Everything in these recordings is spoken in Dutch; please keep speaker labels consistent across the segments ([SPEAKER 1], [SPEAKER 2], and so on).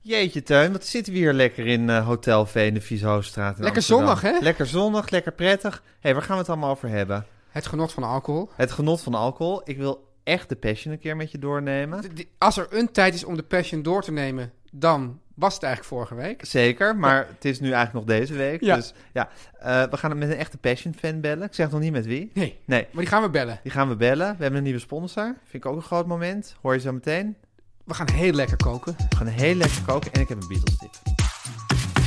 [SPEAKER 1] Jeetje, Tuin, wat zitten we hier lekker in eh, Hotel Veen, de Vieshoofdstraat in
[SPEAKER 2] Lekker
[SPEAKER 1] Amsterdam.
[SPEAKER 2] zonnig, hè?
[SPEAKER 1] Lekker zonnig, lekker prettig. Hé, hey, waar gaan we het allemaal over hebben?
[SPEAKER 2] Het genot van alcohol.
[SPEAKER 1] Het genot van alcohol. Ik wil echt de passion een keer met je doornemen.
[SPEAKER 2] D- d- Als er een tijd is om de passion door te nemen, dan was het eigenlijk vorige week.
[SPEAKER 1] Zeker, maar het is nu eigenlijk nog deze week.
[SPEAKER 2] Ja.
[SPEAKER 1] Dus ja, eh, we gaan het met een echte passion-fan bellen. Ik zeg nog niet met wie.
[SPEAKER 2] Nee,
[SPEAKER 1] Nee,
[SPEAKER 2] maar die gaan we bellen.
[SPEAKER 1] die gaan we bellen. We hebben een nieuwe sponsor. Vind ik ook een groot moment. Hoor je zo meteen.
[SPEAKER 2] We gaan heel lekker koken.
[SPEAKER 1] We gaan heel lekker koken en ik heb een Beatles-tip.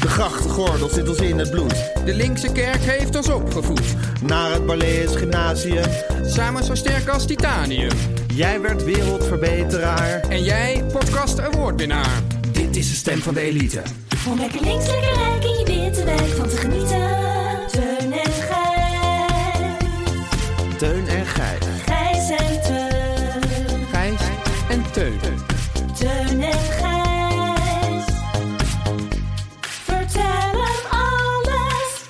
[SPEAKER 3] De grachtgordel zit ons in het bloed.
[SPEAKER 2] De linkse kerk heeft ons opgevoed.
[SPEAKER 3] Naar het Balees Gymnasium.
[SPEAKER 2] Samen zo sterk als titanium.
[SPEAKER 3] Jij werd wereldverbeteraar.
[SPEAKER 2] En jij, podcast awardwinnaar.
[SPEAKER 3] Dit is de stem van de elite.
[SPEAKER 4] Om lekker links, lekker rijk in je witte wijk van te genieten. Teun en Gijs.
[SPEAKER 3] Teun en Gijs.
[SPEAKER 4] Gijs en Teun.
[SPEAKER 2] Gijs en Teun.
[SPEAKER 4] Teun en Gijs. Vertel hem alles.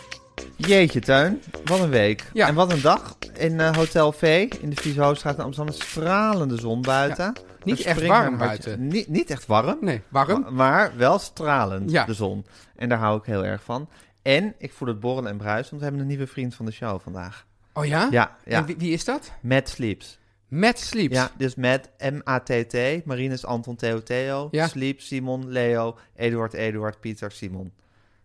[SPEAKER 1] Jeetje, Tuin. Wat een week.
[SPEAKER 2] Ja.
[SPEAKER 1] En wat een dag. In eh, Hotel V, in de Vieze Hoofdstraat in Amsterdam, stralende zon buiten.
[SPEAKER 2] niet
[SPEAKER 1] Er
[SPEAKER 2] echt
[SPEAKER 1] springt
[SPEAKER 2] warm
[SPEAKER 1] mijn hartje-
[SPEAKER 2] buiten.
[SPEAKER 1] Niet, niet echt warm.
[SPEAKER 2] Nee, waarom?
[SPEAKER 1] Ma- Maar wel stralend,
[SPEAKER 2] Ja.
[SPEAKER 1] de zon. En daar hou ik heel erg van. En ik voel het borrelen en bruisen, want we hebben een nieuwe vriend van de show vandaag.
[SPEAKER 2] Oh ja?
[SPEAKER 1] Ja, ja.
[SPEAKER 2] En wie, wie is dat?
[SPEAKER 1] Matt Sleeps.
[SPEAKER 2] Matt Sleeps.
[SPEAKER 1] Ja, dus Matt, M-A-T-T, Marinus, Anton, Theo, Theo,
[SPEAKER 2] Ja.
[SPEAKER 1] Sleep, Simon, Leo, Eduard, Eduard, Pieter, Simon.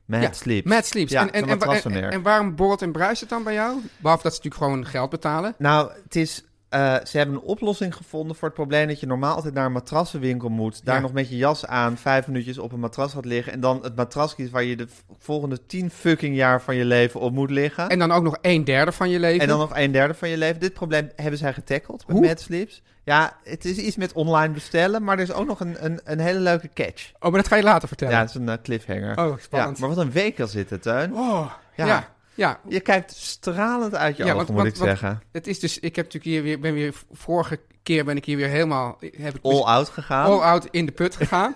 [SPEAKER 1] Matt
[SPEAKER 2] Ja,
[SPEAKER 1] Sleeps.
[SPEAKER 2] Matt Sleeps.
[SPEAKER 1] Ja,
[SPEAKER 2] en, en,
[SPEAKER 1] zo'n
[SPEAKER 2] en, wa-
[SPEAKER 1] matrassenmerk.
[SPEAKER 2] en, en waarom borrelt en bruist het dan bij jou? Behalve dat ze natuurlijk gewoon geld betalen.
[SPEAKER 1] Nou, het is, eh, ze hebben een oplossing gevonden voor het probleem dat je normaal altijd naar een matrassenwinkel moet. Daar
[SPEAKER 2] Ja.
[SPEAKER 1] nog met je jas aan, vijf minuutjes op een matras gaat liggen. En dan het matras kiest waar je de v- volgende tien fucking jaar van je leven op moet liggen. En,
[SPEAKER 2] En dan ook nog een derde van je leven.
[SPEAKER 1] dan nog een derde van je leven. Dit probleem hebben zij getackled bij
[SPEAKER 2] Hoe?
[SPEAKER 1] Mad Sleeps. Ja, het is iets met online bestellen, maar er is ook nog een, een, een hele leuke catch.
[SPEAKER 2] Oh, maar dat ga je later
[SPEAKER 1] Ja,
[SPEAKER 2] vertellen.
[SPEAKER 1] het is een eh, cliffhanger.
[SPEAKER 2] Oh, spannend.
[SPEAKER 1] Ja, maar wat een week al zit het, Teun.
[SPEAKER 2] Oh,
[SPEAKER 1] Ja.
[SPEAKER 2] ja. Ja, ja.
[SPEAKER 1] Je kijkt stralend uit je
[SPEAKER 2] Ja,
[SPEAKER 1] ogen,
[SPEAKER 2] want-
[SPEAKER 1] moet
[SPEAKER 2] want-
[SPEAKER 1] ik
[SPEAKER 2] want-
[SPEAKER 1] zeggen.
[SPEAKER 2] Het is dus, ik heb natuurlijk hier weer, ben weer, vorige keer ben ik hier weer helemaal, heb ik
[SPEAKER 1] All out gegaan.
[SPEAKER 2] all out in de put gegaan.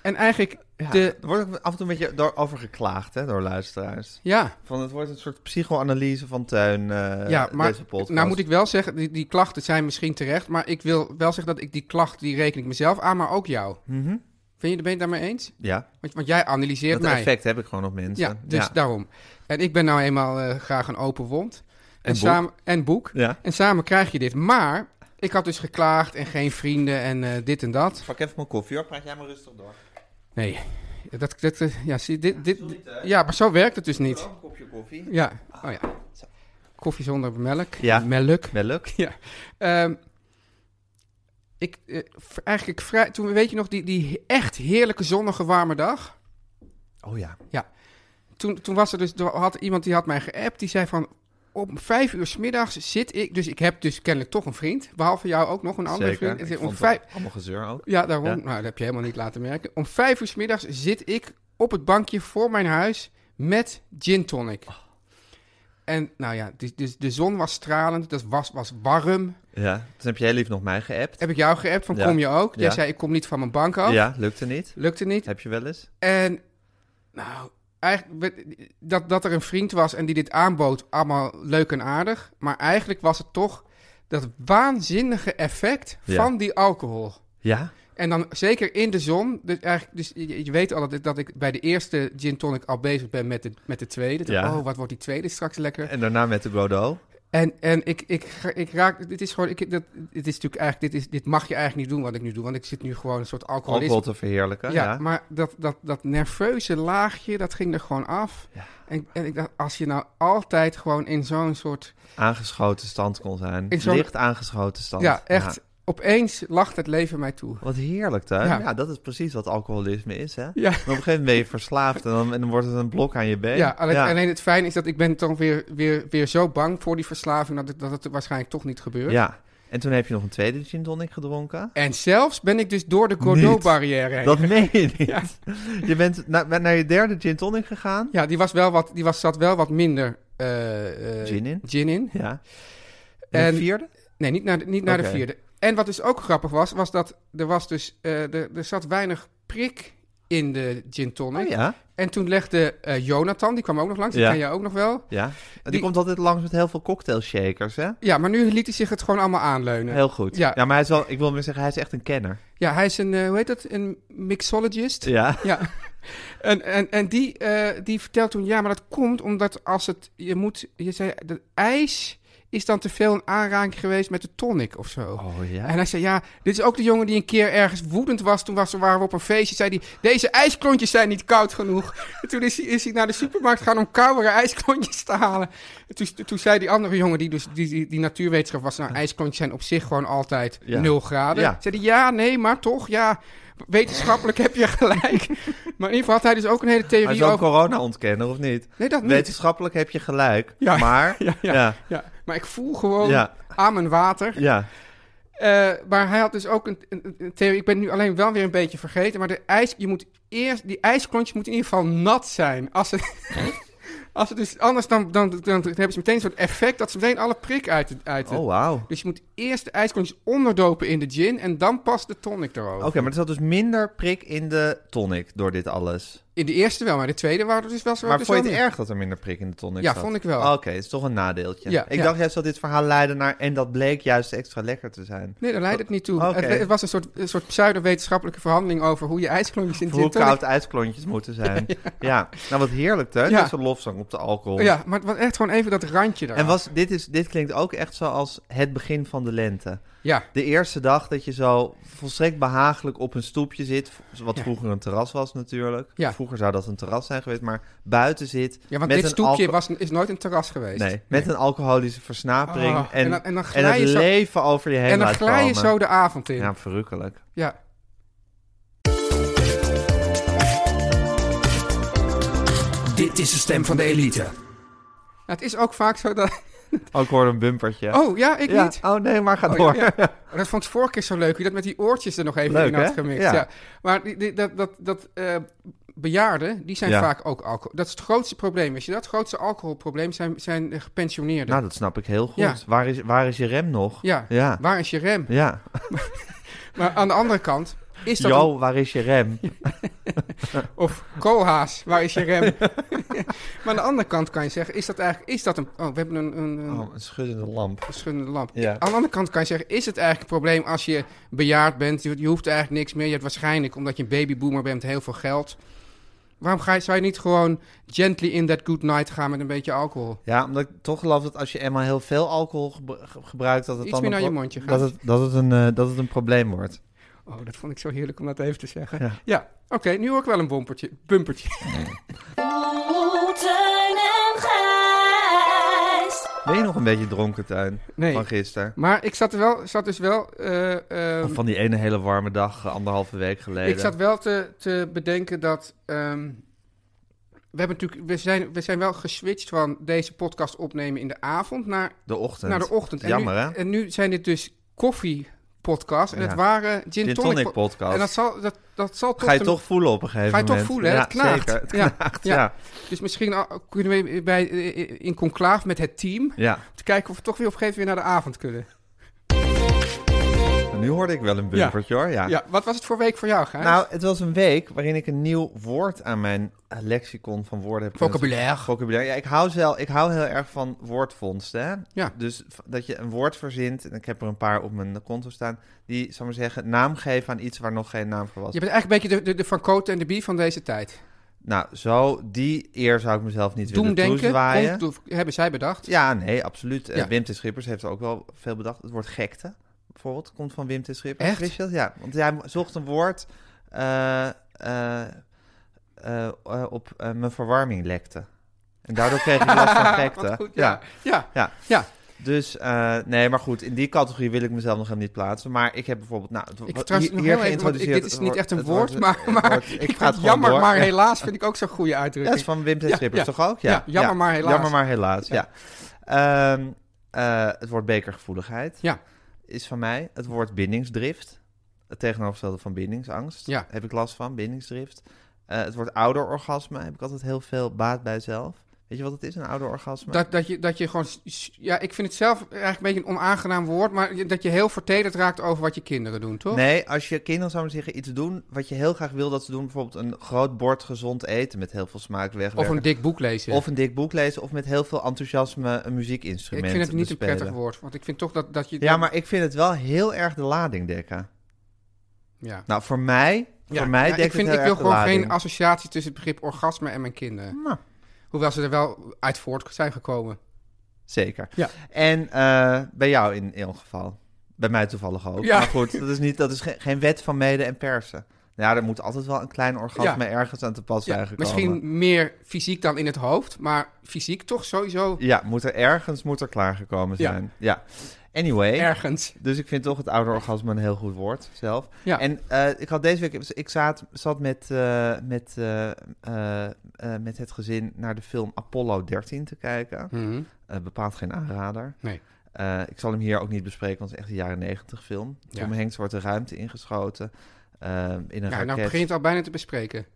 [SPEAKER 2] en eigenlijk de,
[SPEAKER 1] Er wordt ook af en toe een beetje door, over geklaagd hè, door luisteraars.
[SPEAKER 2] ja,
[SPEAKER 1] Van het wordt een soort psychoanalyse van Tuin, eh
[SPEAKER 2] ja, maar
[SPEAKER 1] deze podcast.
[SPEAKER 2] nou moet ik wel zeggen, die, die klachten zijn misschien terecht, maar ik wil wel zeggen dat ik die klacht, die reken ik mezelf aan, maar ook jou.
[SPEAKER 1] Mhm.
[SPEAKER 2] Vind je, ben je het daarmee eens?
[SPEAKER 1] Ja,
[SPEAKER 2] Want, want jij analyseert
[SPEAKER 1] dat
[SPEAKER 2] mij.
[SPEAKER 1] effect heb ik gewoon op mensen.
[SPEAKER 2] Ja, dus daarom. En ik ben nou eenmaal eh, graag een open wond. En,
[SPEAKER 1] boek.
[SPEAKER 2] Samen, en boek.
[SPEAKER 1] Ja.
[SPEAKER 2] En samen krijg je dit. Maar ik had dus geklaagd en geen vrienden en eh, dit en dat.
[SPEAKER 1] Pak even mijn koffie hoor, praat jij maar rustig door.
[SPEAKER 2] Nee, dat, dat, eh, ja, zie, je, dit, dit, ja, maar zo werkt het dus niet.
[SPEAKER 1] een kopje koffie.
[SPEAKER 2] Ja, oh ja. Koffie zonder melk.
[SPEAKER 1] Ja.
[SPEAKER 2] Melk.
[SPEAKER 1] Melk.
[SPEAKER 2] Ja. Ehm, ik, eh, v- eigenlijk vrij, toen weet je nog, die, die echt heerlijke zonnige warme dag.
[SPEAKER 1] Oh ja.
[SPEAKER 2] Nou, toen, toen was er dus er had iemand die had mij geappt. Die zei van om vijf uur 's middags zit ik. Dus ik heb dus kennelijk toch een vriend. Behalve jou ook nog een andere
[SPEAKER 1] Zeker.
[SPEAKER 2] vriend.
[SPEAKER 1] Ik
[SPEAKER 2] Ik zei,
[SPEAKER 1] vond het
[SPEAKER 2] om vijf,
[SPEAKER 1] Allemaal gezeur ook.
[SPEAKER 2] ja, daarom.
[SPEAKER 1] Ja.
[SPEAKER 2] Nou, dat heb je helemaal niet laten merken. Om vijf uur 's middags zit ik op het bankje voor mijn huis met gin tonic.
[SPEAKER 1] Oh.
[SPEAKER 2] En nou ja, dus, dus de zon was stralend. Dat was, was warm.
[SPEAKER 1] Ja, dus heb jij lief nog mij geappt.
[SPEAKER 2] Heb ik jou geappt van
[SPEAKER 1] Ja.
[SPEAKER 2] kom je ook? Jij
[SPEAKER 1] Ja.
[SPEAKER 2] zei ik kom niet van mijn bank af.
[SPEAKER 1] Ja, lukte niet.
[SPEAKER 2] Lukte niet.
[SPEAKER 1] Heb je wel eens?
[SPEAKER 2] En nou, eigenlijk, we- dat, dat er een vriend was en die dit aanbood, allemaal leuk en aardig. Maar eigenlijk was het toch dat waanzinnige effect
[SPEAKER 1] Ja.
[SPEAKER 2] van die alcohol.
[SPEAKER 1] Ja.
[SPEAKER 2] En dan zeker in de zon. Dus, eigenlijk, dus je, je weet al dat, ik- dat ik bij de eerste gin tonic al bezig ben met de, met de tweede. Dan,
[SPEAKER 1] Ja.
[SPEAKER 2] Oh, wat wordt die tweede straks lekker?
[SPEAKER 1] En daarna met de Godot.
[SPEAKER 2] En, en ik, ik, ga- ik raak, dit is gewoon, ik, dat, dit is natuurlijk eigenlijk, dit, is, dit mag je eigenlijk niet doen wat ik nu doe, want ik zit nu gewoon een soort alcoholisme.
[SPEAKER 1] Alcohol te verheerlijken.
[SPEAKER 2] ja,
[SPEAKER 1] Ja,
[SPEAKER 2] maar dat, dat, dat nerveuze laagje, dat ging er gewoon af.
[SPEAKER 1] Ja.
[SPEAKER 2] En, en ik dacht, als je nou altijd gewoon in zo'n soort,
[SPEAKER 1] Aangeschoten stand kon zijn.
[SPEAKER 2] Ik zou-
[SPEAKER 1] Licht aangeschoten stand.
[SPEAKER 2] ja echt, opeens lacht het leven mij toe.
[SPEAKER 1] Wat heerlijk, hè?
[SPEAKER 2] Ja.
[SPEAKER 1] Ja. dat is precies wat alcoholisme is, hè? En
[SPEAKER 2] Ja.
[SPEAKER 1] op een gegeven moment ben je verslaafd en dan, en dan wordt het een blok aan je been.
[SPEAKER 2] Ja, alleen, alleen het fijne is dat ik ben dan weer, weer, weer zo bang voor die verslaving dat het, dat het waarschijnlijk toch niet gebeurt.
[SPEAKER 1] Ja. En toen heb je nog een tweede gin tonic gedronken.
[SPEAKER 2] En zelfs ben ik dus door de
[SPEAKER 1] Niet.
[SPEAKER 2] Godot-barrière heen.
[SPEAKER 1] Dat meen je niet. Je bent na- naar, je derde gin tonic gegaan.
[SPEAKER 2] Ja, die, was wel wat, die was, zat wel wat minder eh, eh,
[SPEAKER 1] Gin in?
[SPEAKER 2] Gin in.
[SPEAKER 1] Ja. En,
[SPEAKER 2] En-
[SPEAKER 1] de vierde?
[SPEAKER 2] Nee, niet naar de, niet naar
[SPEAKER 1] Oké.
[SPEAKER 2] de vierde. En wat dus ook grappig was, was dat er, was dus, eh, er, er zat weinig prik in de gin tonic.
[SPEAKER 1] Oh ja.
[SPEAKER 2] En toen legde eh, Jonathan, die kwam ook nog langs,
[SPEAKER 1] Ja.
[SPEAKER 2] die ken jij ook nog wel.
[SPEAKER 1] Ja. En Die,
[SPEAKER 2] Die-
[SPEAKER 1] komt altijd langs met heel veel cocktail shakers, hè?
[SPEAKER 2] Ja, maar nu liet hij zich het gewoon allemaal aanleunen.
[SPEAKER 1] Heel goed. Ja,
[SPEAKER 2] Ja.
[SPEAKER 1] maar hij is wel, ik wil maar zeggen, hij is echt een kenner.
[SPEAKER 2] Ja, hij is een, eh, hoe heet dat, een mixologist.
[SPEAKER 1] Ja.
[SPEAKER 2] Ja. En, en, en die, eh, die vertelt toen, ja, maar dat komt omdat als het, je moet, je zei, dat ijs is dan te veel een aanraking geweest met de tonic of zo.
[SPEAKER 1] Oh ja.
[SPEAKER 2] En hij zei, ja, dit is ook de jongen die een keer ergens woedend was. Toen was, waren we op een feestje, zei hij, deze ijsklontjes zijn niet koud genoeg. En toen is hij, is hij naar de supermarkt gegaan om koudere ijsklontjes te halen. En toen, toen zei die andere jongen, die dus die, die, die natuurwetenschap was, nou, ijsklontjes zijn op zich gewoon altijd
[SPEAKER 1] Ja.
[SPEAKER 2] 0 graden.
[SPEAKER 1] Ja.
[SPEAKER 2] Zei hij, ja, nee, maar toch, ja, wetenschappelijk heb je gelijk. Maar in ieder geval had hij dus ook een hele
[SPEAKER 1] Hij
[SPEAKER 2] theorie
[SPEAKER 1] zou
[SPEAKER 2] over...
[SPEAKER 1] corona ontkennen, of niet?
[SPEAKER 2] Nee, dat niet.
[SPEAKER 1] Wetenschappelijk heb je gelijk,
[SPEAKER 2] Ja.
[SPEAKER 1] maar...
[SPEAKER 2] Ja, ja,
[SPEAKER 1] Ja,
[SPEAKER 2] ja. Maar ik voel gewoon
[SPEAKER 1] Ja.
[SPEAKER 2] aan mijn water.
[SPEAKER 1] ja.
[SPEAKER 2] Eh, maar hij had dus ook een, een, een theorie. Ik ben het nu alleen wel weer een beetje vergeten. Maar de ijs, je moet eerst, die ijsklontjes moeten in ieder geval nat zijn. Als het, als het dus anders dan, dan, dan, dan hebben ze meteen een soort effect dat ze meteen alle prik uit. de- uit de-
[SPEAKER 1] Oh, wauw.
[SPEAKER 2] Dus je moet eerst de ijsklontjes onderdopen in de gin. En dan pas de tonic erover.
[SPEAKER 1] Oké, maar er zat dus minder prik in de tonic door dit alles.
[SPEAKER 2] In de eerste wel, maar de tweede waren er dus wel zo.
[SPEAKER 1] Maar
[SPEAKER 2] dus
[SPEAKER 1] vond je
[SPEAKER 2] wel
[SPEAKER 1] het
[SPEAKER 2] meer.
[SPEAKER 1] erg dat er minder prik in de tonic
[SPEAKER 2] Ja,
[SPEAKER 1] zat?
[SPEAKER 2] vond ik wel.
[SPEAKER 1] Oh, Oké, het is toch een nadeeltje.
[SPEAKER 2] Ja,
[SPEAKER 1] ik
[SPEAKER 2] ja.
[SPEAKER 1] dacht juist dat dit verhaal leidde naar... En dat bleek juist extra lekker te zijn.
[SPEAKER 2] Nee, daar leidt het niet toe.
[SPEAKER 1] Oké.
[SPEAKER 2] Het, het was een soort, een soort pseudo-wetenschappelijke verhandeling over hoe je ijsklontjes in
[SPEAKER 1] Hoe
[SPEAKER 2] gin tonic...
[SPEAKER 1] koud ijsklontjes moeten zijn. Ja, nou wat heerlijk, hè?
[SPEAKER 2] Ja.
[SPEAKER 1] Dit is een lofzang op de alcohol.
[SPEAKER 2] Ja, maar het was echt gewoon even dat randje daar.
[SPEAKER 1] En was, dit, is, dit klinkt ook echt zoals het begin van de lente.
[SPEAKER 2] Ja.
[SPEAKER 1] De eerste dag dat je zo volstrekt behagelijk op een stoepje zit. Wat
[SPEAKER 2] Ja.
[SPEAKER 1] vroeger een terras was natuurlijk.
[SPEAKER 2] Ja.
[SPEAKER 1] Vroeger zou dat een terras zijn geweest, maar buiten zit.
[SPEAKER 2] Ja, want
[SPEAKER 1] met
[SPEAKER 2] dit
[SPEAKER 1] een
[SPEAKER 2] stoepje
[SPEAKER 1] alco-
[SPEAKER 2] was, is nooit een terras geweest.
[SPEAKER 1] Nee, met een alcoholische versnapering.
[SPEAKER 2] Ah,
[SPEAKER 1] en,
[SPEAKER 2] en dan- en dan glij
[SPEAKER 1] het
[SPEAKER 2] je zo-
[SPEAKER 1] leven over je heen
[SPEAKER 2] En dan
[SPEAKER 1] laat
[SPEAKER 2] glij je
[SPEAKER 1] komen.
[SPEAKER 2] zo de avond in.
[SPEAKER 1] Ja,
[SPEAKER 2] Ja.
[SPEAKER 1] verrukkelijk.
[SPEAKER 5] Dit is de stem van de elite.
[SPEAKER 2] Nou, het is ook vaak zo dat...
[SPEAKER 1] Ook hoor een bumpertje.
[SPEAKER 2] Oh, ja, ik
[SPEAKER 1] Ja,
[SPEAKER 2] niet.
[SPEAKER 1] Oh nee, maar ga
[SPEAKER 2] Oh,
[SPEAKER 1] door.
[SPEAKER 2] ja, Dat vond ik vorige keer zo leuk, hoe je dat met die oortjes er nog even
[SPEAKER 1] Leuk,
[SPEAKER 2] in had
[SPEAKER 1] hè?
[SPEAKER 2] gemixt.
[SPEAKER 1] Ja.
[SPEAKER 2] Ja. Maar die, die- dat, dat, dat eh, bejaarden, die zijn
[SPEAKER 1] Ja.
[SPEAKER 2] vaak ook alcohol. Dat is het grootste probleem, weet je dat? Het grootste alcoholprobleem zijn, zijn eh, gepensioneerden.
[SPEAKER 1] Nou, dat snap ik heel goed.
[SPEAKER 2] Ja.
[SPEAKER 1] Waar, is, waar is je rem nog?
[SPEAKER 2] ja.
[SPEAKER 1] Ja.
[SPEAKER 2] waar is je rem?
[SPEAKER 1] Ja.
[SPEAKER 2] Maar aan de andere kant is dat...
[SPEAKER 1] Jo, waar is je rem?
[SPEAKER 2] een- of koolhaas, waar is je rem? maar aan de andere kant kan je zeggen, is dat eigenlijk... Is dat een... Oh, we hebben een... een, een
[SPEAKER 1] Oh, een schuddende lamp.
[SPEAKER 2] schuddende lamp.
[SPEAKER 1] Ja.
[SPEAKER 2] Aan de andere kant kan je zeggen, is het eigenlijk een probleem als je bejaard bent? Je, je hoeft eigenlijk niks meer. Je hebt waarschijnlijk, omdat je een babyboomer bent, heel veel geld. Waarom ga je, zou je niet gewoon gently in that good night gaan met een beetje alcohol?
[SPEAKER 1] Ja, omdat ik toch geloof dat als je eenmaal heel veel alcohol gebru- ge- gebruikt, dat het
[SPEAKER 2] Iets
[SPEAKER 1] dan
[SPEAKER 2] meer
[SPEAKER 1] een
[SPEAKER 2] naar je
[SPEAKER 1] pro-
[SPEAKER 2] mondje
[SPEAKER 1] dat
[SPEAKER 2] gaat.
[SPEAKER 1] het, dat, het een, eh, dat het een probleem wordt.
[SPEAKER 2] Oh, dat vond ik zo heerlijk om dat even te zeggen.
[SPEAKER 1] Ja.
[SPEAKER 2] Ja, oké, nu hoor ik wel een bompertje, bumpertje.
[SPEAKER 4] Oeh, Teun en Gijs.
[SPEAKER 1] Ben je nog een beetje dronken, Tuin,
[SPEAKER 2] Nee.
[SPEAKER 1] van gisteren?
[SPEAKER 2] Maar ik zat, er wel, zat dus wel... eh, ehm,
[SPEAKER 1] Of van die ene hele warme dag, eh, anderhalve week geleden.
[SPEAKER 2] Ik zat wel te, te bedenken dat. ehm, we, hebben natuurlijk, we, zijn, we zijn wel geswitcht van deze podcast opnemen in de avond naar,
[SPEAKER 1] De ochtend.
[SPEAKER 2] naar de ochtend.
[SPEAKER 1] Jammer,
[SPEAKER 2] en
[SPEAKER 1] hè?
[SPEAKER 2] nu, En nu zijn dit dus koffiepodcasts. En
[SPEAKER 1] Ja.
[SPEAKER 2] het waren gin,
[SPEAKER 1] Gin
[SPEAKER 2] tonic,
[SPEAKER 1] tonic
[SPEAKER 2] po-
[SPEAKER 1] podcast.
[SPEAKER 2] En dat zal, dat, dat zal
[SPEAKER 1] Ga je
[SPEAKER 2] te-
[SPEAKER 1] toch voelen op een gegeven
[SPEAKER 2] Ga je
[SPEAKER 1] moment.
[SPEAKER 2] toch voelen, hè?
[SPEAKER 1] Ja,
[SPEAKER 2] het klaagt.
[SPEAKER 1] zeker. Het
[SPEAKER 2] ja.
[SPEAKER 1] klaagt,
[SPEAKER 2] ja.
[SPEAKER 1] ja.
[SPEAKER 2] Dus misschien al- kunnen we bij, eh, in conclaaf met het team...
[SPEAKER 1] Ja.
[SPEAKER 2] te kijken of we toch weer op een gegeven moment weer naar de avond kunnen.
[SPEAKER 1] En Nou, nu hoorde ik wel een
[SPEAKER 2] Ja.
[SPEAKER 1] bumpertje hoor. Ja.
[SPEAKER 2] Ja, wat was het voor week voor jou, Gijs?
[SPEAKER 1] Nou, het was een week waarin ik een nieuw woord aan mijn eh, lexicon van woorden heb. kunnen-
[SPEAKER 2] vocabulaire.
[SPEAKER 1] Vocabulaire. Ja, ik hou, zelf, ik hou heel erg van woordvondsten. Hè?
[SPEAKER 2] Ja.
[SPEAKER 1] Dus v- dat je een woord verzint, en ik heb er een paar op mijn konto staan, die, zal ik maar zeggen, naam geven aan iets waar nog geen naam voor was.
[SPEAKER 2] Je bent eigenlijk een beetje de, de, de Van Cote en de Bie van deze tijd.
[SPEAKER 1] Nou, zo, die eer zou ik mezelf niet
[SPEAKER 2] Doen
[SPEAKER 1] willen
[SPEAKER 2] denken,
[SPEAKER 1] toezwaaien.
[SPEAKER 2] hebben zij bedacht.
[SPEAKER 1] Ja, nee, absoluut. Eh,
[SPEAKER 2] Ja.
[SPEAKER 1] Wim T. Schippers heeft er ook wel veel bedacht. Het woord gekte, bijvoorbeeld, komt van Wim T. Schippers.
[SPEAKER 2] Echt?
[SPEAKER 1] Wist je dat? Ja, want hij zocht een woord eh, eh, eh, eh, op eh, mijn verwarming lekte. En daardoor kreeg ik last van gekte.
[SPEAKER 2] Wat goed, ja. Ja.
[SPEAKER 1] Dus, eh, nee, maar goed, in die categorie wil ik mezelf nog helemaal niet plaatsen. Maar ik heb bijvoorbeeld, nou, het,
[SPEAKER 2] Ik
[SPEAKER 1] wat-
[SPEAKER 2] trouwens nog heel even, want ik- dit is
[SPEAKER 1] het
[SPEAKER 2] niet echt een
[SPEAKER 1] het
[SPEAKER 2] woord, maar-
[SPEAKER 1] het
[SPEAKER 2] maar
[SPEAKER 1] woord- ik
[SPEAKER 2] Ik
[SPEAKER 1] ga het
[SPEAKER 2] vind
[SPEAKER 1] gewoon
[SPEAKER 2] jammer,
[SPEAKER 1] door.
[SPEAKER 2] maar
[SPEAKER 1] Ja.
[SPEAKER 2] helaas vind ik ook zo'n goede
[SPEAKER 1] Dat is
[SPEAKER 2] uitdrukking.
[SPEAKER 1] van Wim T.
[SPEAKER 2] Ja,
[SPEAKER 1] Schippers,
[SPEAKER 2] ja.
[SPEAKER 1] toch ook? Ja,
[SPEAKER 2] Ja, jammer maar helaas.
[SPEAKER 1] Jammer maar helaas,
[SPEAKER 2] Ja.
[SPEAKER 1] ja. Ehm, eh, het woord bekergevoeligheid
[SPEAKER 2] Ja.
[SPEAKER 1] is van mij. Het woord bindingsdrift, het tegenovergestelde van bindingsangst,
[SPEAKER 2] Ja.
[SPEAKER 1] heb ik last van, bindingsdrift. Eh, het woord ouderorgasme heb ik altijd heel veel baat bij zelf. Weet je wat het is, een ouderorgasme?
[SPEAKER 2] Dat, dat, je, dat je gewoon... s- s- Ja, ik vind het zelf eigenlijk een beetje een onaangenaam woord, maar je- dat je heel vertederd raakt over wat je kinderen doen, toch?
[SPEAKER 1] Nee, als je kinderen zou maar zeggen iets doen wat je heel graag wil dat ze doen, bijvoorbeeld een groot bord gezond eten met heel veel smaak
[SPEAKER 2] Of
[SPEAKER 1] wegwerken.
[SPEAKER 2] een dik boek lezen.
[SPEAKER 1] Of een dik boek lezen of met heel veel enthousiasme een
[SPEAKER 2] ik
[SPEAKER 1] muziekinstrument
[SPEAKER 2] vind het niet een
[SPEAKER 1] bespelen.
[SPEAKER 2] prettig woord, want ik vind toch dat, dat je...
[SPEAKER 1] Ja, maar ik vind het wel heel erg de lading dekken.
[SPEAKER 2] Ja.
[SPEAKER 1] Nou, voor mij, voor
[SPEAKER 2] Ja,
[SPEAKER 1] mij
[SPEAKER 2] ja,
[SPEAKER 1] dekt
[SPEAKER 2] ik vind,
[SPEAKER 1] het
[SPEAKER 2] ik
[SPEAKER 1] heel
[SPEAKER 2] wil
[SPEAKER 1] erg de
[SPEAKER 2] gewoon
[SPEAKER 1] lading.
[SPEAKER 2] geen associatie tussen het begrip orgasme en mijn kinderen.
[SPEAKER 1] Nou,
[SPEAKER 2] Hoewel ze er wel uit voort zijn gekomen.
[SPEAKER 1] zeker.
[SPEAKER 2] Ja.
[SPEAKER 1] En eh, bij jou in elk geval. Bij mij toevallig ook.
[SPEAKER 2] Ja.
[SPEAKER 1] Maar goed, dat is, niet, dat is ge- geen wet van mede en persen. Ja, er moet altijd wel een klein orgasme ergens aan te pas
[SPEAKER 2] Ja,
[SPEAKER 1] zijn gekomen.
[SPEAKER 2] misschien meer fysiek dan in het hoofd, maar fysiek toch sowieso
[SPEAKER 1] Ja, moet er ergens moet er klaargekomen
[SPEAKER 2] Ja.
[SPEAKER 1] zijn. Ja. Anyway.
[SPEAKER 2] ergens.
[SPEAKER 1] Dus ik vind toch het ouderorgasme een heel goed woord zelf.
[SPEAKER 2] Ja.
[SPEAKER 1] En eh, ik had deze week, ik zat, zat met, eh, met, eh, eh, eh, met het gezin naar de film Apollo 13 te kijken.
[SPEAKER 2] Mhm.
[SPEAKER 1] Eh, bepaald geen aanrader.
[SPEAKER 2] Nee.
[SPEAKER 1] Eh, ik zal hem hier ook niet bespreken, want het is echt een jaren negentig film.
[SPEAKER 2] Ja.
[SPEAKER 1] Tom Hanks wordt de ruimte ingeschoten eh, in een
[SPEAKER 2] Ja,
[SPEAKER 1] raket.
[SPEAKER 2] nou begin je het al bijna te bespreken.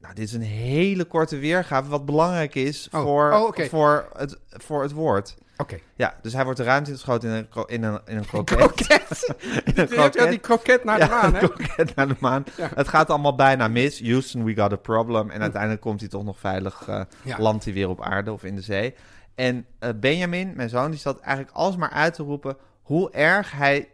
[SPEAKER 1] Nou, dit is een hele korte weergave, wat belangrijk is
[SPEAKER 2] Oh.
[SPEAKER 1] voor,
[SPEAKER 2] Oh, oké.
[SPEAKER 1] voor, het, voor het woord.
[SPEAKER 2] Oké.
[SPEAKER 1] Ja, dus hij wordt de ruimte ingeschoten in een, kro- in een, in een kroket.
[SPEAKER 2] Kroket.
[SPEAKER 1] In een
[SPEAKER 2] Je hebt wel
[SPEAKER 1] kroket.
[SPEAKER 2] die kroket naar de
[SPEAKER 1] Ja,
[SPEAKER 2] maan, hè?
[SPEAKER 1] kroket naar de maan.
[SPEAKER 2] Ja.
[SPEAKER 1] Het gaat allemaal bijna mis. Houston, we got a problem. En uiteindelijk komt hij toch nog veilig, eh,
[SPEAKER 2] Ja.
[SPEAKER 1] landt hij weer op aarde of in de zee. En eh, Benjamin, mijn zoon, die zat eigenlijk alsmaar uit te roepen hoe erg hij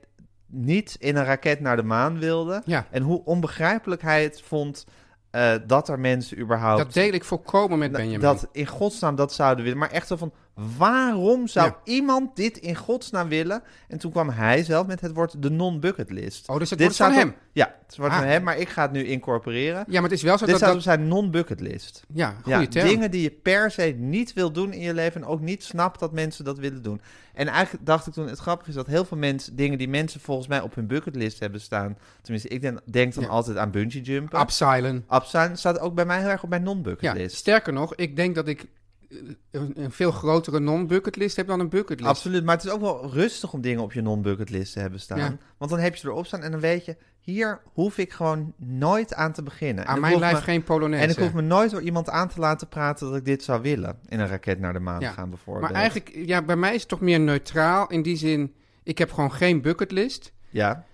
[SPEAKER 1] niet in een raket naar de maan wilde.
[SPEAKER 2] Ja.
[SPEAKER 1] En hoe onbegrijpelijk hij het vond eh, dat er mensen überhaupt...
[SPEAKER 2] Dat deel ik volkomen met Benjamin.
[SPEAKER 1] Dat in godsnaam dat zouden willen. Maar echt zo van, waarom zou
[SPEAKER 2] Ja.
[SPEAKER 1] iemand dit in godsnaam willen? En toen kwam hij zelf met het woord de non-bucket list.
[SPEAKER 2] Oh, dus het
[SPEAKER 1] dit
[SPEAKER 2] wordt van
[SPEAKER 1] staat
[SPEAKER 2] hem?
[SPEAKER 1] op- ja, het wordt
[SPEAKER 2] Ah.
[SPEAKER 1] van hem, maar ik ga het nu incorporeren.
[SPEAKER 2] Ja, maar het is wel zo
[SPEAKER 1] dit
[SPEAKER 2] dat...
[SPEAKER 1] staat op
[SPEAKER 2] dat
[SPEAKER 1] zijn non-bucket list.
[SPEAKER 2] ja, goede
[SPEAKER 1] Ja,
[SPEAKER 2] term.
[SPEAKER 1] dingen die je per se niet wil doen in je leven en ook niet snapt dat mensen dat willen doen. En eigenlijk dacht ik toen, het grappige is dat heel veel mensen, dingen die mensen volgens mij op hun bucketlist hebben staan, tenminste ik denk, denk dan
[SPEAKER 2] Ja.
[SPEAKER 1] altijd aan bungee jumpen.
[SPEAKER 2] Upsilen.
[SPEAKER 1] Abstaan staat ook bij mij heel erg op mijn non-bucket
[SPEAKER 2] Ja,
[SPEAKER 1] list.
[SPEAKER 2] sterker nog, ik denk dat ik eh, een, een veel grotere non-bucketlist heb dan een bucketlist.
[SPEAKER 1] Absoluut, maar het is ook wel rustig om dingen op je non-bucketlist te hebben staan.
[SPEAKER 2] Ja.
[SPEAKER 1] Want dan heb je ze erop staan en dan weet je, hier hoef ik gewoon nooit aan te beginnen. En
[SPEAKER 2] Aan
[SPEAKER 1] ik
[SPEAKER 2] mijn
[SPEAKER 1] hoef
[SPEAKER 2] lijf
[SPEAKER 1] me-
[SPEAKER 2] geen Polonaise.
[SPEAKER 1] En ik hoef me nooit door iemand aan te laten praten dat ik dit zou willen. In een raket naar de maan
[SPEAKER 2] Ja,
[SPEAKER 1] gaan bijvoorbeeld.
[SPEAKER 2] Maar eigenlijk, ja, bij mij is het toch meer neutraal. In die zin, ik heb gewoon geen bucketlist.
[SPEAKER 1] Ja.